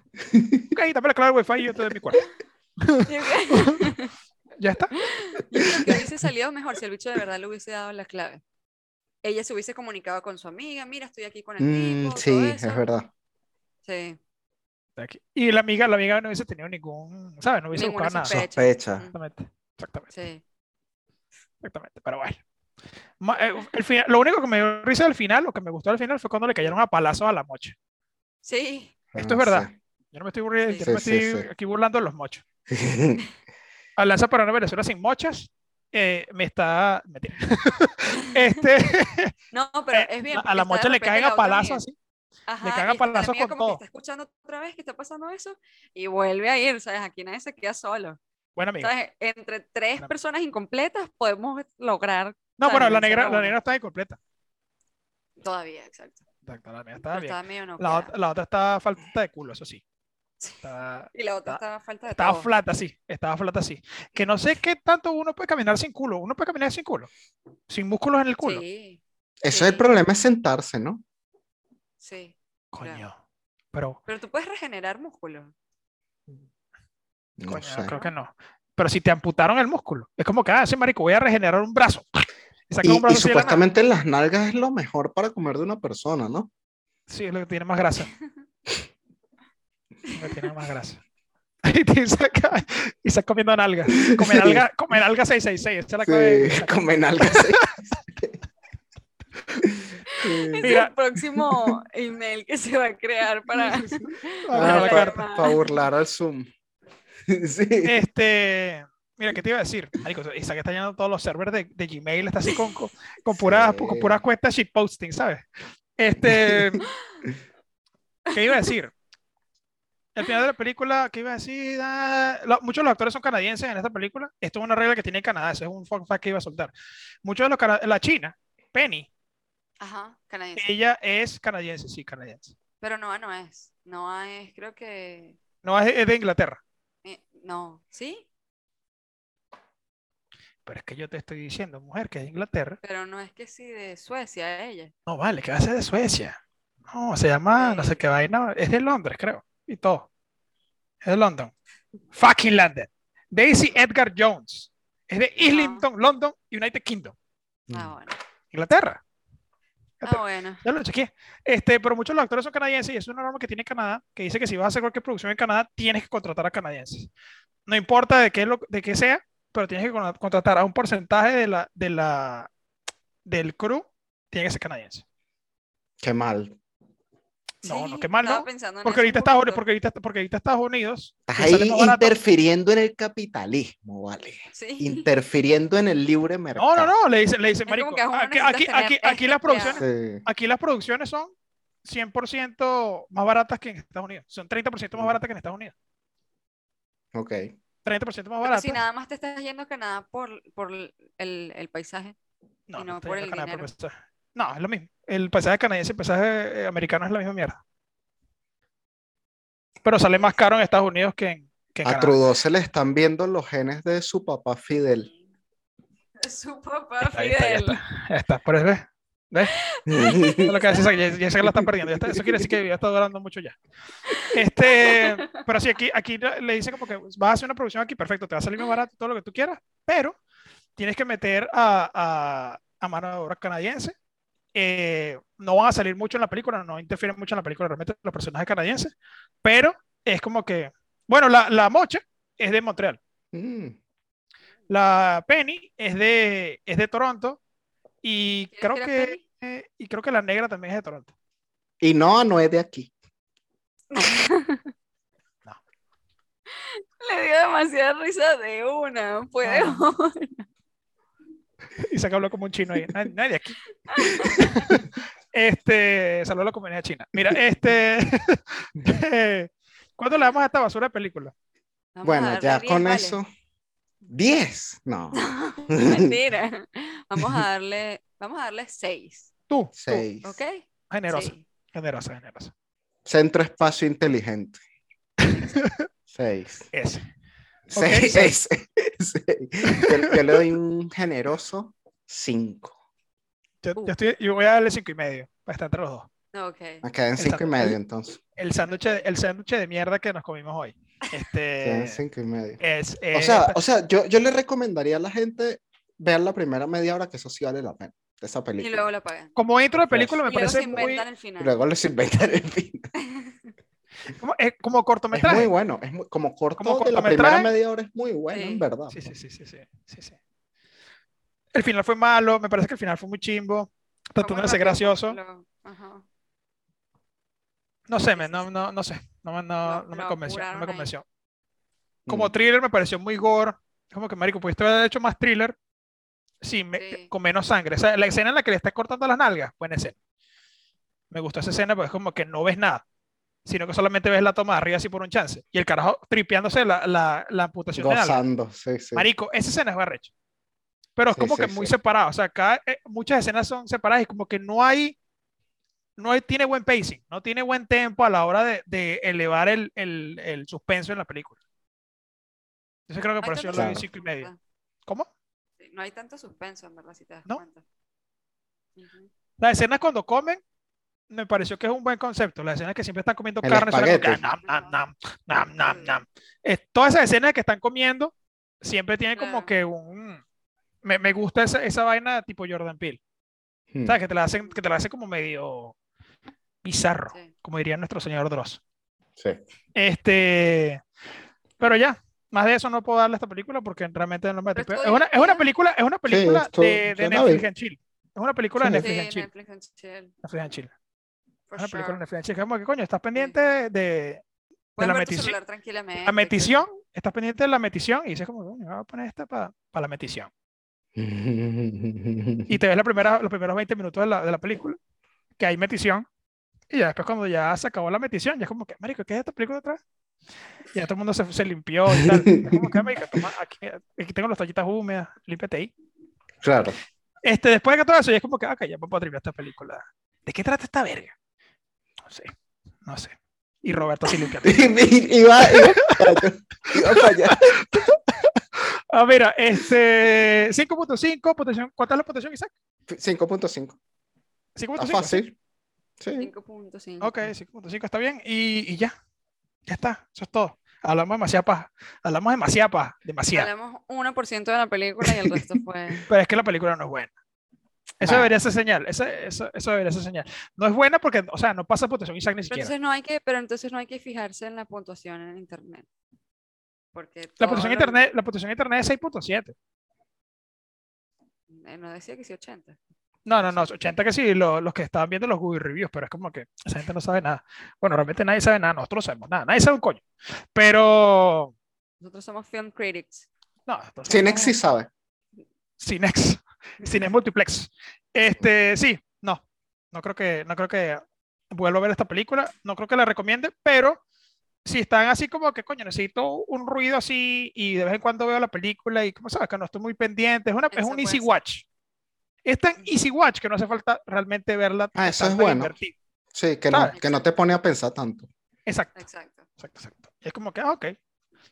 [SPEAKER 1] Ok, dame la clave de Wi-Fi y yo te doy mi cuerpo. Ya está.
[SPEAKER 3] Yo creo que hubiese salido mejor si el bicho de verdad le hubiese dado la clave. Ella se hubiese comunicado con su amiga, mira, estoy aquí con el
[SPEAKER 2] Mm,
[SPEAKER 3] tipo,
[SPEAKER 2] sí,
[SPEAKER 3] todo
[SPEAKER 2] es
[SPEAKER 3] eso.
[SPEAKER 2] verdad.
[SPEAKER 3] Sí,
[SPEAKER 1] Está aquí. Y la amiga, la amiga no hubiese tenido ningún, ¿sabes? No hubiese
[SPEAKER 3] Ninguna
[SPEAKER 1] buscado nada.
[SPEAKER 3] sospecha.
[SPEAKER 2] Sospecha.
[SPEAKER 1] Exactamente. Exactamente.
[SPEAKER 3] sí.
[SPEAKER 1] Exactamente, pero bueno. Ma- eh, el final- lo único que me dio risa del final, lo que me gustó del final fue cuando le cayeron a palazos a la mocha.
[SPEAKER 3] Sí,
[SPEAKER 1] Esto es
[SPEAKER 2] Ah,
[SPEAKER 1] verdad. Yo no me estoy, burri- yo no me
[SPEAKER 2] Sí, sí,
[SPEAKER 1] estoy
[SPEAKER 2] sí.
[SPEAKER 1] aquí burlando de los mochos.
[SPEAKER 2] sí.
[SPEAKER 1] Alianza para una Venezuela sin mochas eh, me está. mentira. este,
[SPEAKER 3] no, pero
[SPEAKER 1] eh,
[SPEAKER 3] es bien.
[SPEAKER 1] a la mocha le caen a palazos así. le caen a palazos
[SPEAKER 3] palazo
[SPEAKER 1] con
[SPEAKER 3] como que
[SPEAKER 1] todo.
[SPEAKER 3] está escuchando otra vez que está pasando eso y vuelve a ir, ¿sabes? Aquí nadie se queda solo.
[SPEAKER 1] Buena amiga.
[SPEAKER 3] ¿Sabes? Entre tres
[SPEAKER 1] Claro.
[SPEAKER 3] personas incompletas podemos lograr
[SPEAKER 1] No,
[SPEAKER 3] está
[SPEAKER 1] bueno, la
[SPEAKER 3] bien,
[SPEAKER 1] negra,
[SPEAKER 3] será
[SPEAKER 1] la
[SPEAKER 3] una.
[SPEAKER 1] negra está incompleta.
[SPEAKER 3] todavía, exacto.
[SPEAKER 1] Exacto, la negra
[SPEAKER 3] Pero
[SPEAKER 1] está bien.
[SPEAKER 3] estaba medio no.
[SPEAKER 1] La, ot- la otra está falta de culo, eso sí. Está,
[SPEAKER 3] Y la otra
[SPEAKER 1] está-
[SPEAKER 3] estaba falta de
[SPEAKER 1] Ah, estaba
[SPEAKER 3] todo.
[SPEAKER 1] flata, sí. Estaba flata, sí. Que no sé qué tanto uno puede caminar sin culo. Uno puede caminar sin culo. Sin músculos en el culo.
[SPEAKER 3] Sí,
[SPEAKER 2] Eso es el
[SPEAKER 3] Sí.
[SPEAKER 2] problema, es sentarse, ¿no?
[SPEAKER 3] sí.
[SPEAKER 1] Coño.
[SPEAKER 3] Claro.
[SPEAKER 1] Pero,
[SPEAKER 3] Pero tú puedes regenerar músculo.
[SPEAKER 2] No
[SPEAKER 1] coño,
[SPEAKER 2] sé.
[SPEAKER 1] creo que no. Pero si te amputaron el músculo, es como que, ah, ese marico, voy a regenerar un brazo. Y saca
[SPEAKER 2] Y,
[SPEAKER 1] un brazo
[SPEAKER 2] y
[SPEAKER 1] así de la nada.
[SPEAKER 2] supuestamente las nalgas es lo mejor para comer de una persona, ¿no?
[SPEAKER 1] Sí, es lo que tiene más grasa. Es Lo que tiene más grasa. Y te saca- y estás comiendo nalgas. Comer
[SPEAKER 2] Sí.
[SPEAKER 1] alga, comer alga 666. Esa es la clave de-
[SPEAKER 2] Sí, comer nalgas.
[SPEAKER 3] Es
[SPEAKER 1] Mira.
[SPEAKER 3] el próximo email que se va a crear para.
[SPEAKER 1] Ah, la
[SPEAKER 2] para,
[SPEAKER 1] carta.
[SPEAKER 3] carta.
[SPEAKER 2] burlar al Zoom. Sí.
[SPEAKER 1] Este, mira, ¿qué te iba a decir? Marico, Isaac está llenando todos los servers de, de Gmail, está así con, con, con puras,
[SPEAKER 2] Sí.
[SPEAKER 1] con puras cuentas shitposting, ¿sabes? Este, ¿qué iba a decir? Al final de la película, ¿qué iba a decir? Ah, la- muchos de los actores son canadienses en esta película. Esto es una regla que tiene Canadá, eso es un fun fact que iba a soltar. Muchos de los cana- la China, Penny,
[SPEAKER 3] Ajá, canadiense.
[SPEAKER 1] ella es canadiense, sí, canadiense.
[SPEAKER 3] Pero Noah no es. Noah es, creo que.
[SPEAKER 1] No es es de Inglaterra,
[SPEAKER 3] eh, no, ¿sí?
[SPEAKER 1] pero es que yo te estoy diciendo, mujer, que es de Inglaterra.
[SPEAKER 3] Pero no es que sí de Suecia, ella.
[SPEAKER 1] No, vale, que va a ser de Suecia. No, se llama, no sé qué vaina, es de Londres, creo, y todo. Es de London. Fucking London. Daisy Edgar Jones. Es de Islington, London, United Kingdom. Mm.
[SPEAKER 3] Ah, bueno.
[SPEAKER 1] Inglaterra.
[SPEAKER 3] Ah, bueno.
[SPEAKER 1] Ya lo chequeé. Este, pero muchos de los actores son canadienses y es una norma que tiene Canadá que dice que si vas a hacer cualquier producción en Canadá, tienes que contratar a canadienses. No importa de qué, lo, de qué sea, pero tienes que con- contratar a un porcentaje de la, de la, del crew, tiene que ser canadiense.
[SPEAKER 2] Qué mal.
[SPEAKER 1] No,
[SPEAKER 3] Sí,
[SPEAKER 1] no, qué mal,
[SPEAKER 3] estaba
[SPEAKER 1] ¿no?
[SPEAKER 3] pensando en
[SPEAKER 1] Porque
[SPEAKER 3] eso
[SPEAKER 1] ahorita,
[SPEAKER 3] un
[SPEAKER 1] Estados,
[SPEAKER 3] poquito.
[SPEAKER 1] porque, ahorita, porque ahorita Estados Unidos
[SPEAKER 2] Estás
[SPEAKER 1] le sale
[SPEAKER 2] ahí
[SPEAKER 1] más barato.
[SPEAKER 2] interfiriendo en el capitalismo, vale.
[SPEAKER 3] Sí.
[SPEAKER 2] Interfiriendo en el libre mercado.
[SPEAKER 1] No, no, no, le dicen, le dicen,
[SPEAKER 3] Es como
[SPEAKER 1] marico,
[SPEAKER 3] que aún
[SPEAKER 1] aquí,
[SPEAKER 3] necesitas
[SPEAKER 1] aquí,
[SPEAKER 3] tener este
[SPEAKER 1] aquí,
[SPEAKER 3] tres
[SPEAKER 1] aquí las
[SPEAKER 3] empleados.
[SPEAKER 1] producciones,
[SPEAKER 2] Sí.
[SPEAKER 1] aquí las producciones son 100% más baratas que en Estados Unidos. Son 30%
[SPEAKER 2] Mm.
[SPEAKER 1] más baratas que en Estados Unidos.
[SPEAKER 2] Ok.
[SPEAKER 1] 30% más
[SPEAKER 3] Pero
[SPEAKER 1] baratas.
[SPEAKER 3] si nada más te estás yendo a Canadá por, por el, el paisaje.
[SPEAKER 1] No,
[SPEAKER 3] Y no
[SPEAKER 1] está
[SPEAKER 3] por
[SPEAKER 1] yendo
[SPEAKER 3] el
[SPEAKER 1] a Canadá por
[SPEAKER 3] dinero.
[SPEAKER 1] paisaje. No, es lo mismo. El paisaje canadiense y el paisaje eh, americano es la misma mierda. Pero sale más caro en Estados Unidos que en, que en
[SPEAKER 2] A
[SPEAKER 1] Canadá.
[SPEAKER 2] Trudeau se le están viendo los genes de su papá Fidel.
[SPEAKER 3] Su papá
[SPEAKER 1] Está, ahí, está, ahí,
[SPEAKER 3] Fidel.
[SPEAKER 1] está, Ya está. Por eso, ¿ves? Eso es lo que hace Isaac, ya, ya se la están perdiendo. ya está- eso quiere decir que ya está durando mucho ya. Este, pero sí, aquí, aquí le dicen como que pues, vas a hacer una producción aquí, perfecto, te va a salir más barato todo lo que tú quieras, pero tienes que meter a, a, a mano de obra canadiense. Eh, no van a salir mucho en la película, no interfieren mucho en la película realmente los personajes canadienses, pero es como que, bueno, la, la mocha es de Montreal.
[SPEAKER 2] Mm,
[SPEAKER 1] La Penny es de, es de Toronto y
[SPEAKER 3] ¿Quieres
[SPEAKER 1] creo
[SPEAKER 3] que la
[SPEAKER 1] que,
[SPEAKER 3] Penny?
[SPEAKER 1] eh, y creo que la negra también es de Toronto.
[SPEAKER 2] Y no, no es de aquí.
[SPEAKER 3] Le dio demasiada risa de una. Puede.
[SPEAKER 1] Ah. Y se habló como un chino ahí. na- Nadie, aquí. Este, saludos a la comunidad china. Mira, este. ¿Cuándo le damos a esta basura de película?
[SPEAKER 3] Vamos a
[SPEAKER 2] bueno,
[SPEAKER 3] darle
[SPEAKER 2] ya
[SPEAKER 3] 10,
[SPEAKER 2] con
[SPEAKER 3] vale.
[SPEAKER 2] eso. ¿10? No.
[SPEAKER 3] Mentira. Vamos a darle, vamos a darle seis.
[SPEAKER 1] Tú. tú,
[SPEAKER 2] 6.
[SPEAKER 3] ¿Ok?
[SPEAKER 1] Generosa,
[SPEAKER 3] Sí.
[SPEAKER 1] generosa, generosa.
[SPEAKER 2] Centro Espacio Inteligente. 6.
[SPEAKER 1] Ese. Ok,
[SPEAKER 2] 6.
[SPEAKER 1] seis.
[SPEAKER 2] Yo, yo le doy un generoso 5.
[SPEAKER 1] Yo,
[SPEAKER 3] Uh.
[SPEAKER 1] yo estoy, yo voy a darle cinco y medio para estar entre los dos.
[SPEAKER 3] Ok.
[SPEAKER 2] Me quedan 5 y
[SPEAKER 1] Exacto.
[SPEAKER 2] medio entonces.
[SPEAKER 1] El sándwich, de- el sándwich de mierda que nos comimos hoy. Este.
[SPEAKER 2] Quedan 5 y medio.
[SPEAKER 1] Es,
[SPEAKER 2] O
[SPEAKER 1] es-
[SPEAKER 2] sea, o sea yo, yo le recomendaría a la gente ver la primera media hora, que eso sí vale la pena, de esa
[SPEAKER 3] Y
[SPEAKER 2] película.
[SPEAKER 3] luego la pagan.
[SPEAKER 1] como intro de película me
[SPEAKER 3] Y luego se
[SPEAKER 1] parece muy.
[SPEAKER 3] inventan el
[SPEAKER 2] Y
[SPEAKER 3] final.
[SPEAKER 2] luego les inventan el fin.
[SPEAKER 1] Como, es como
[SPEAKER 2] Es
[SPEAKER 1] cortometraje.
[SPEAKER 2] muy bueno, es muy- como corto
[SPEAKER 1] Como
[SPEAKER 2] de la
[SPEAKER 1] cortometraje.
[SPEAKER 2] primera media hora es muy bueno,
[SPEAKER 3] Sí.
[SPEAKER 2] en verdad.
[SPEAKER 1] Sí, sí, sí, sí, sí, sí, sí. El final fue malo, me parece que el final fue muy chimbo,
[SPEAKER 3] Fue muy
[SPEAKER 1] tratando de ser
[SPEAKER 3] rápido,
[SPEAKER 1] gracioso.
[SPEAKER 3] lo- ajá.
[SPEAKER 1] No sé,
[SPEAKER 3] Sí,
[SPEAKER 1] me-
[SPEAKER 3] sí,
[SPEAKER 1] no,
[SPEAKER 3] sí.
[SPEAKER 1] no, no sé, no, me- no-
[SPEAKER 3] Lo-
[SPEAKER 1] no me
[SPEAKER 3] lo
[SPEAKER 1] convenció, no me
[SPEAKER 3] apuraron ahí.
[SPEAKER 1] convenció. Como
[SPEAKER 2] Mm.
[SPEAKER 1] thriller me pareció muy gore, es como que marico, pudiste haber hecho más thriller sin me-
[SPEAKER 3] Sí.
[SPEAKER 1] con menos sangre. O sea, la escena en la que le estás cortando las nalgas, buena escena. Me gustó esa escena porque es como que no ves nada, sino que solamente ves la toma de arriba así por un chance. Y el carajo tripeándose la, la, la amputación de nalga.
[SPEAKER 2] Gozando, sí, sí.
[SPEAKER 1] Marico, esa escena es barrecho. Pero es
[SPEAKER 2] Sí,
[SPEAKER 1] como
[SPEAKER 2] sí,
[SPEAKER 1] que muy
[SPEAKER 2] sí.
[SPEAKER 1] separada. O sea, cada, eh, muchas escenas son separadas y como que no hay, no hay, tiene buen pacing, no tiene buen tempo a la hora de, de elevar el, el- el suspenso en la película. Entonces creo que
[SPEAKER 3] No hay
[SPEAKER 1] por eso yo
[SPEAKER 3] tanto
[SPEAKER 1] le doy
[SPEAKER 2] suspenso,
[SPEAKER 1] cinco y
[SPEAKER 3] en
[SPEAKER 1] medio.
[SPEAKER 3] verdad.
[SPEAKER 1] ¿Cómo?
[SPEAKER 3] Sí, No hay tanto suspenso, en verdad, si te das
[SPEAKER 1] ¿No?
[SPEAKER 3] cuenta. Ujú.
[SPEAKER 1] Las escenas cuando comen, me pareció que es un buen concepto. Las escenas que siempre están comiendo
[SPEAKER 2] El
[SPEAKER 1] carne, suena como que,
[SPEAKER 2] espagueti.
[SPEAKER 1] "Ah, nam, nam, nam, nam, nam, nam". Eh, todas esas escenas que están comiendo, siempre tienen como
[SPEAKER 3] Claro.
[SPEAKER 1] que un... Me, me gusta esa, esa vaina tipo Jordan Peele.
[SPEAKER 2] Mm.
[SPEAKER 1] ¿Sabes? Que te la hacen, que te la hacen como medio bizarro,
[SPEAKER 3] Sí.
[SPEAKER 1] como diría nuestro señor Dross.
[SPEAKER 2] Sí.
[SPEAKER 1] Este, pero ya, más de eso no puedo darle a esta película porque realmente no me
[SPEAKER 3] Pero
[SPEAKER 1] atrevo. Es
[SPEAKER 3] estuvo
[SPEAKER 1] una, es una
[SPEAKER 3] divertida.
[SPEAKER 1] película, es una película
[SPEAKER 2] estuvo-
[SPEAKER 1] de, de
[SPEAKER 2] yo la
[SPEAKER 1] Netflix
[SPEAKER 2] vi.
[SPEAKER 1] en Chile. Es Ah, una película de
[SPEAKER 2] Sí.
[SPEAKER 1] Netflix en
[SPEAKER 3] Sí,
[SPEAKER 1] Chile.
[SPEAKER 3] Netflix and chill,
[SPEAKER 1] Netflix en Chile.
[SPEAKER 3] for
[SPEAKER 1] es una película de
[SPEAKER 3] sure.
[SPEAKER 1] Netflix en Chile. que es como que, coño, estás pendiente de
[SPEAKER 3] Puedes
[SPEAKER 1] la
[SPEAKER 3] ver tu
[SPEAKER 1] metici-
[SPEAKER 3] celular tranquilamente.
[SPEAKER 1] la metición, estás pendiente de la metición y dices como, "Coño, voy a poner esta para la metición. Y te ves la primera, los primeros 20 minutos de la, de la película, que hay metición. Y ya después cuando ya se acabó la metición, ya es como que, marico, ¿qué es esta película otra vez? Y Ya todo el mundo se, se limpió y tal. Es como que, marico, toma, aquí, aquí tengo las toallitas húmedas, límpiate ahí.
[SPEAKER 2] Claro.
[SPEAKER 1] Este, después de que todo eso, ya es como que, "Ah, ok, ya puedo terminar esta película. ¿De qué trata esta verga? No sé, no sé. Y Roberto sí limpiate.
[SPEAKER 2] iba, iba para allá, iba para allá.
[SPEAKER 1] Ah, mira, este, 5.5, votación, ¿cuánta es la votación, Isaac?
[SPEAKER 2] 5.5. Está
[SPEAKER 1] 5.5.
[SPEAKER 2] fácil. Ah, Sí.
[SPEAKER 3] 5.5.
[SPEAKER 1] Ok, 5.5 está bien. Y, y ya, ya está, eso es todo. Hablamos demasiada paja. Hablamos demasiada paja. Demasiada.
[SPEAKER 3] Hablamos 1% de la película y el resto fue.
[SPEAKER 1] Pero es que la película no es buena. Eso
[SPEAKER 2] Ah.
[SPEAKER 1] debería ser señal. Eso, eso, eso debería ser señal. No es buena porque, o sea, no pasa protección Isaac ni
[SPEAKER 3] Pero
[SPEAKER 1] siquiera.
[SPEAKER 3] entonces, no hay que, pero entonces no hay que fijarse en la puntuación en internet. Porque
[SPEAKER 1] La
[SPEAKER 3] todo
[SPEAKER 1] protección
[SPEAKER 3] lo-
[SPEAKER 1] internet, la protección internet es 6.7.
[SPEAKER 3] eh, no decía que sí 80.
[SPEAKER 1] No, no, no, 80 que sí, lo- los que estaban viendo los Google Reviews, pero es como que esa gente no sabe nada. Bueno, realmente nadie sabe nada, nosotros no sabemos nada, nadie sabe un coño. Pero,
[SPEAKER 3] Nosotros somos film critics.
[SPEAKER 1] no, nosotros
[SPEAKER 2] Cinex sí
[SPEAKER 1] somos
[SPEAKER 2] sabe.
[SPEAKER 1] Cinex, Cinex Multiplex. Este, sí, no, no creo que, no creo que vuelva a ver esta película, no creo que la recomiende, pero si están así como que, coño, necesito un ruido así y de vez en cuando veo la película y como sabes que no estoy muy pendiente, es, una, es
[SPEAKER 3] Esa
[SPEAKER 1] un
[SPEAKER 3] puede
[SPEAKER 1] easy
[SPEAKER 3] ser.
[SPEAKER 1] watch. Es tan easy watch que no hace falta realmente verla.
[SPEAKER 2] Ah, eso es
[SPEAKER 1] tanto y
[SPEAKER 2] bueno.
[SPEAKER 1] invertir.
[SPEAKER 2] Sí, que no,
[SPEAKER 1] Sabe.
[SPEAKER 2] que no te pone a pensar tanto.
[SPEAKER 1] Exacto.
[SPEAKER 3] Exacto.
[SPEAKER 1] Exacto, exacto. Y es como que, ah, ok.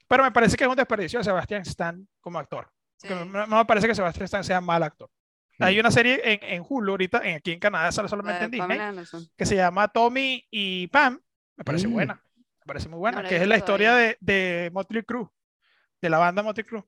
[SPEAKER 1] Pero me parece que es un desperdicio de Sebastián Stan como actor.
[SPEAKER 3] Sí.
[SPEAKER 1] Que no, no me parece que Sebastián Stan sea mal actor.
[SPEAKER 2] Mm.
[SPEAKER 1] Hay una serie en, en Hulu ahorita, en- aquí en Canadá, sale
[SPEAKER 3] La
[SPEAKER 1] solamente
[SPEAKER 3] de
[SPEAKER 1] en Disney,
[SPEAKER 3] Eh, Pamela Anderson.
[SPEAKER 1] que se llama Tommy y Pam. Me parece
[SPEAKER 2] Mm.
[SPEAKER 1] buena. Me parece muy
[SPEAKER 3] No
[SPEAKER 1] buena.
[SPEAKER 3] la he
[SPEAKER 1] que es
[SPEAKER 3] visto
[SPEAKER 1] la historia de, de Motley Crue, de la banda Motley Crue.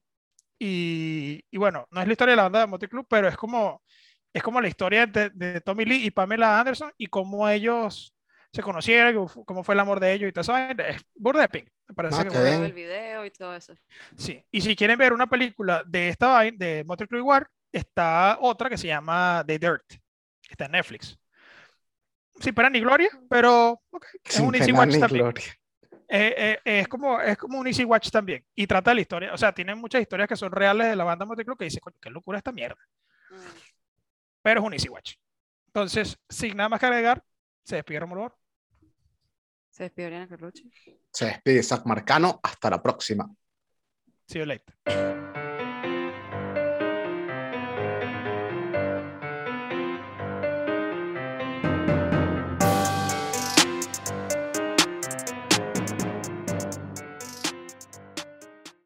[SPEAKER 1] Y, y bueno, no es la historia de la banda de Motley Crue, pero es como, es como la historia de, de Tommy Lee y Pamela Anderson y cómo ellos se conocieron, cómo fu- cómo fue el amor de ellos y todo eso. Es burda de pink. Me parece
[SPEAKER 2] Ah,
[SPEAKER 1] que
[SPEAKER 2] qué
[SPEAKER 1] burda de-
[SPEAKER 2] bien.
[SPEAKER 3] El video y todo eso.
[SPEAKER 1] Sí. Y si quieren ver una película de esta vaina, de Motley Crue igual, está otra que se llama The Dirt. que Está en Netflix. Sin pena ni gloria, pero ok, es
[SPEAKER 2] Mm. Sin
[SPEAKER 1] un easy
[SPEAKER 2] pena
[SPEAKER 1] watch
[SPEAKER 2] ni
[SPEAKER 1] también.
[SPEAKER 2] gloria.
[SPEAKER 1] Eh, eh, es, como, es como un Easy Watch también. Y trata la historia. O sea, tienen muchas historias que son reales de la banda Motley Crue que dice, coño, qué locura esta mierda.
[SPEAKER 3] Mm.
[SPEAKER 1] Pero es un Easy Watch. Entonces, sin nada más que agregar, se despide Romulo. Bar.
[SPEAKER 3] Se despidió Ariana Carlucci.
[SPEAKER 2] Se despide Isaac Marcano. Hasta la próxima.
[SPEAKER 1] See you later.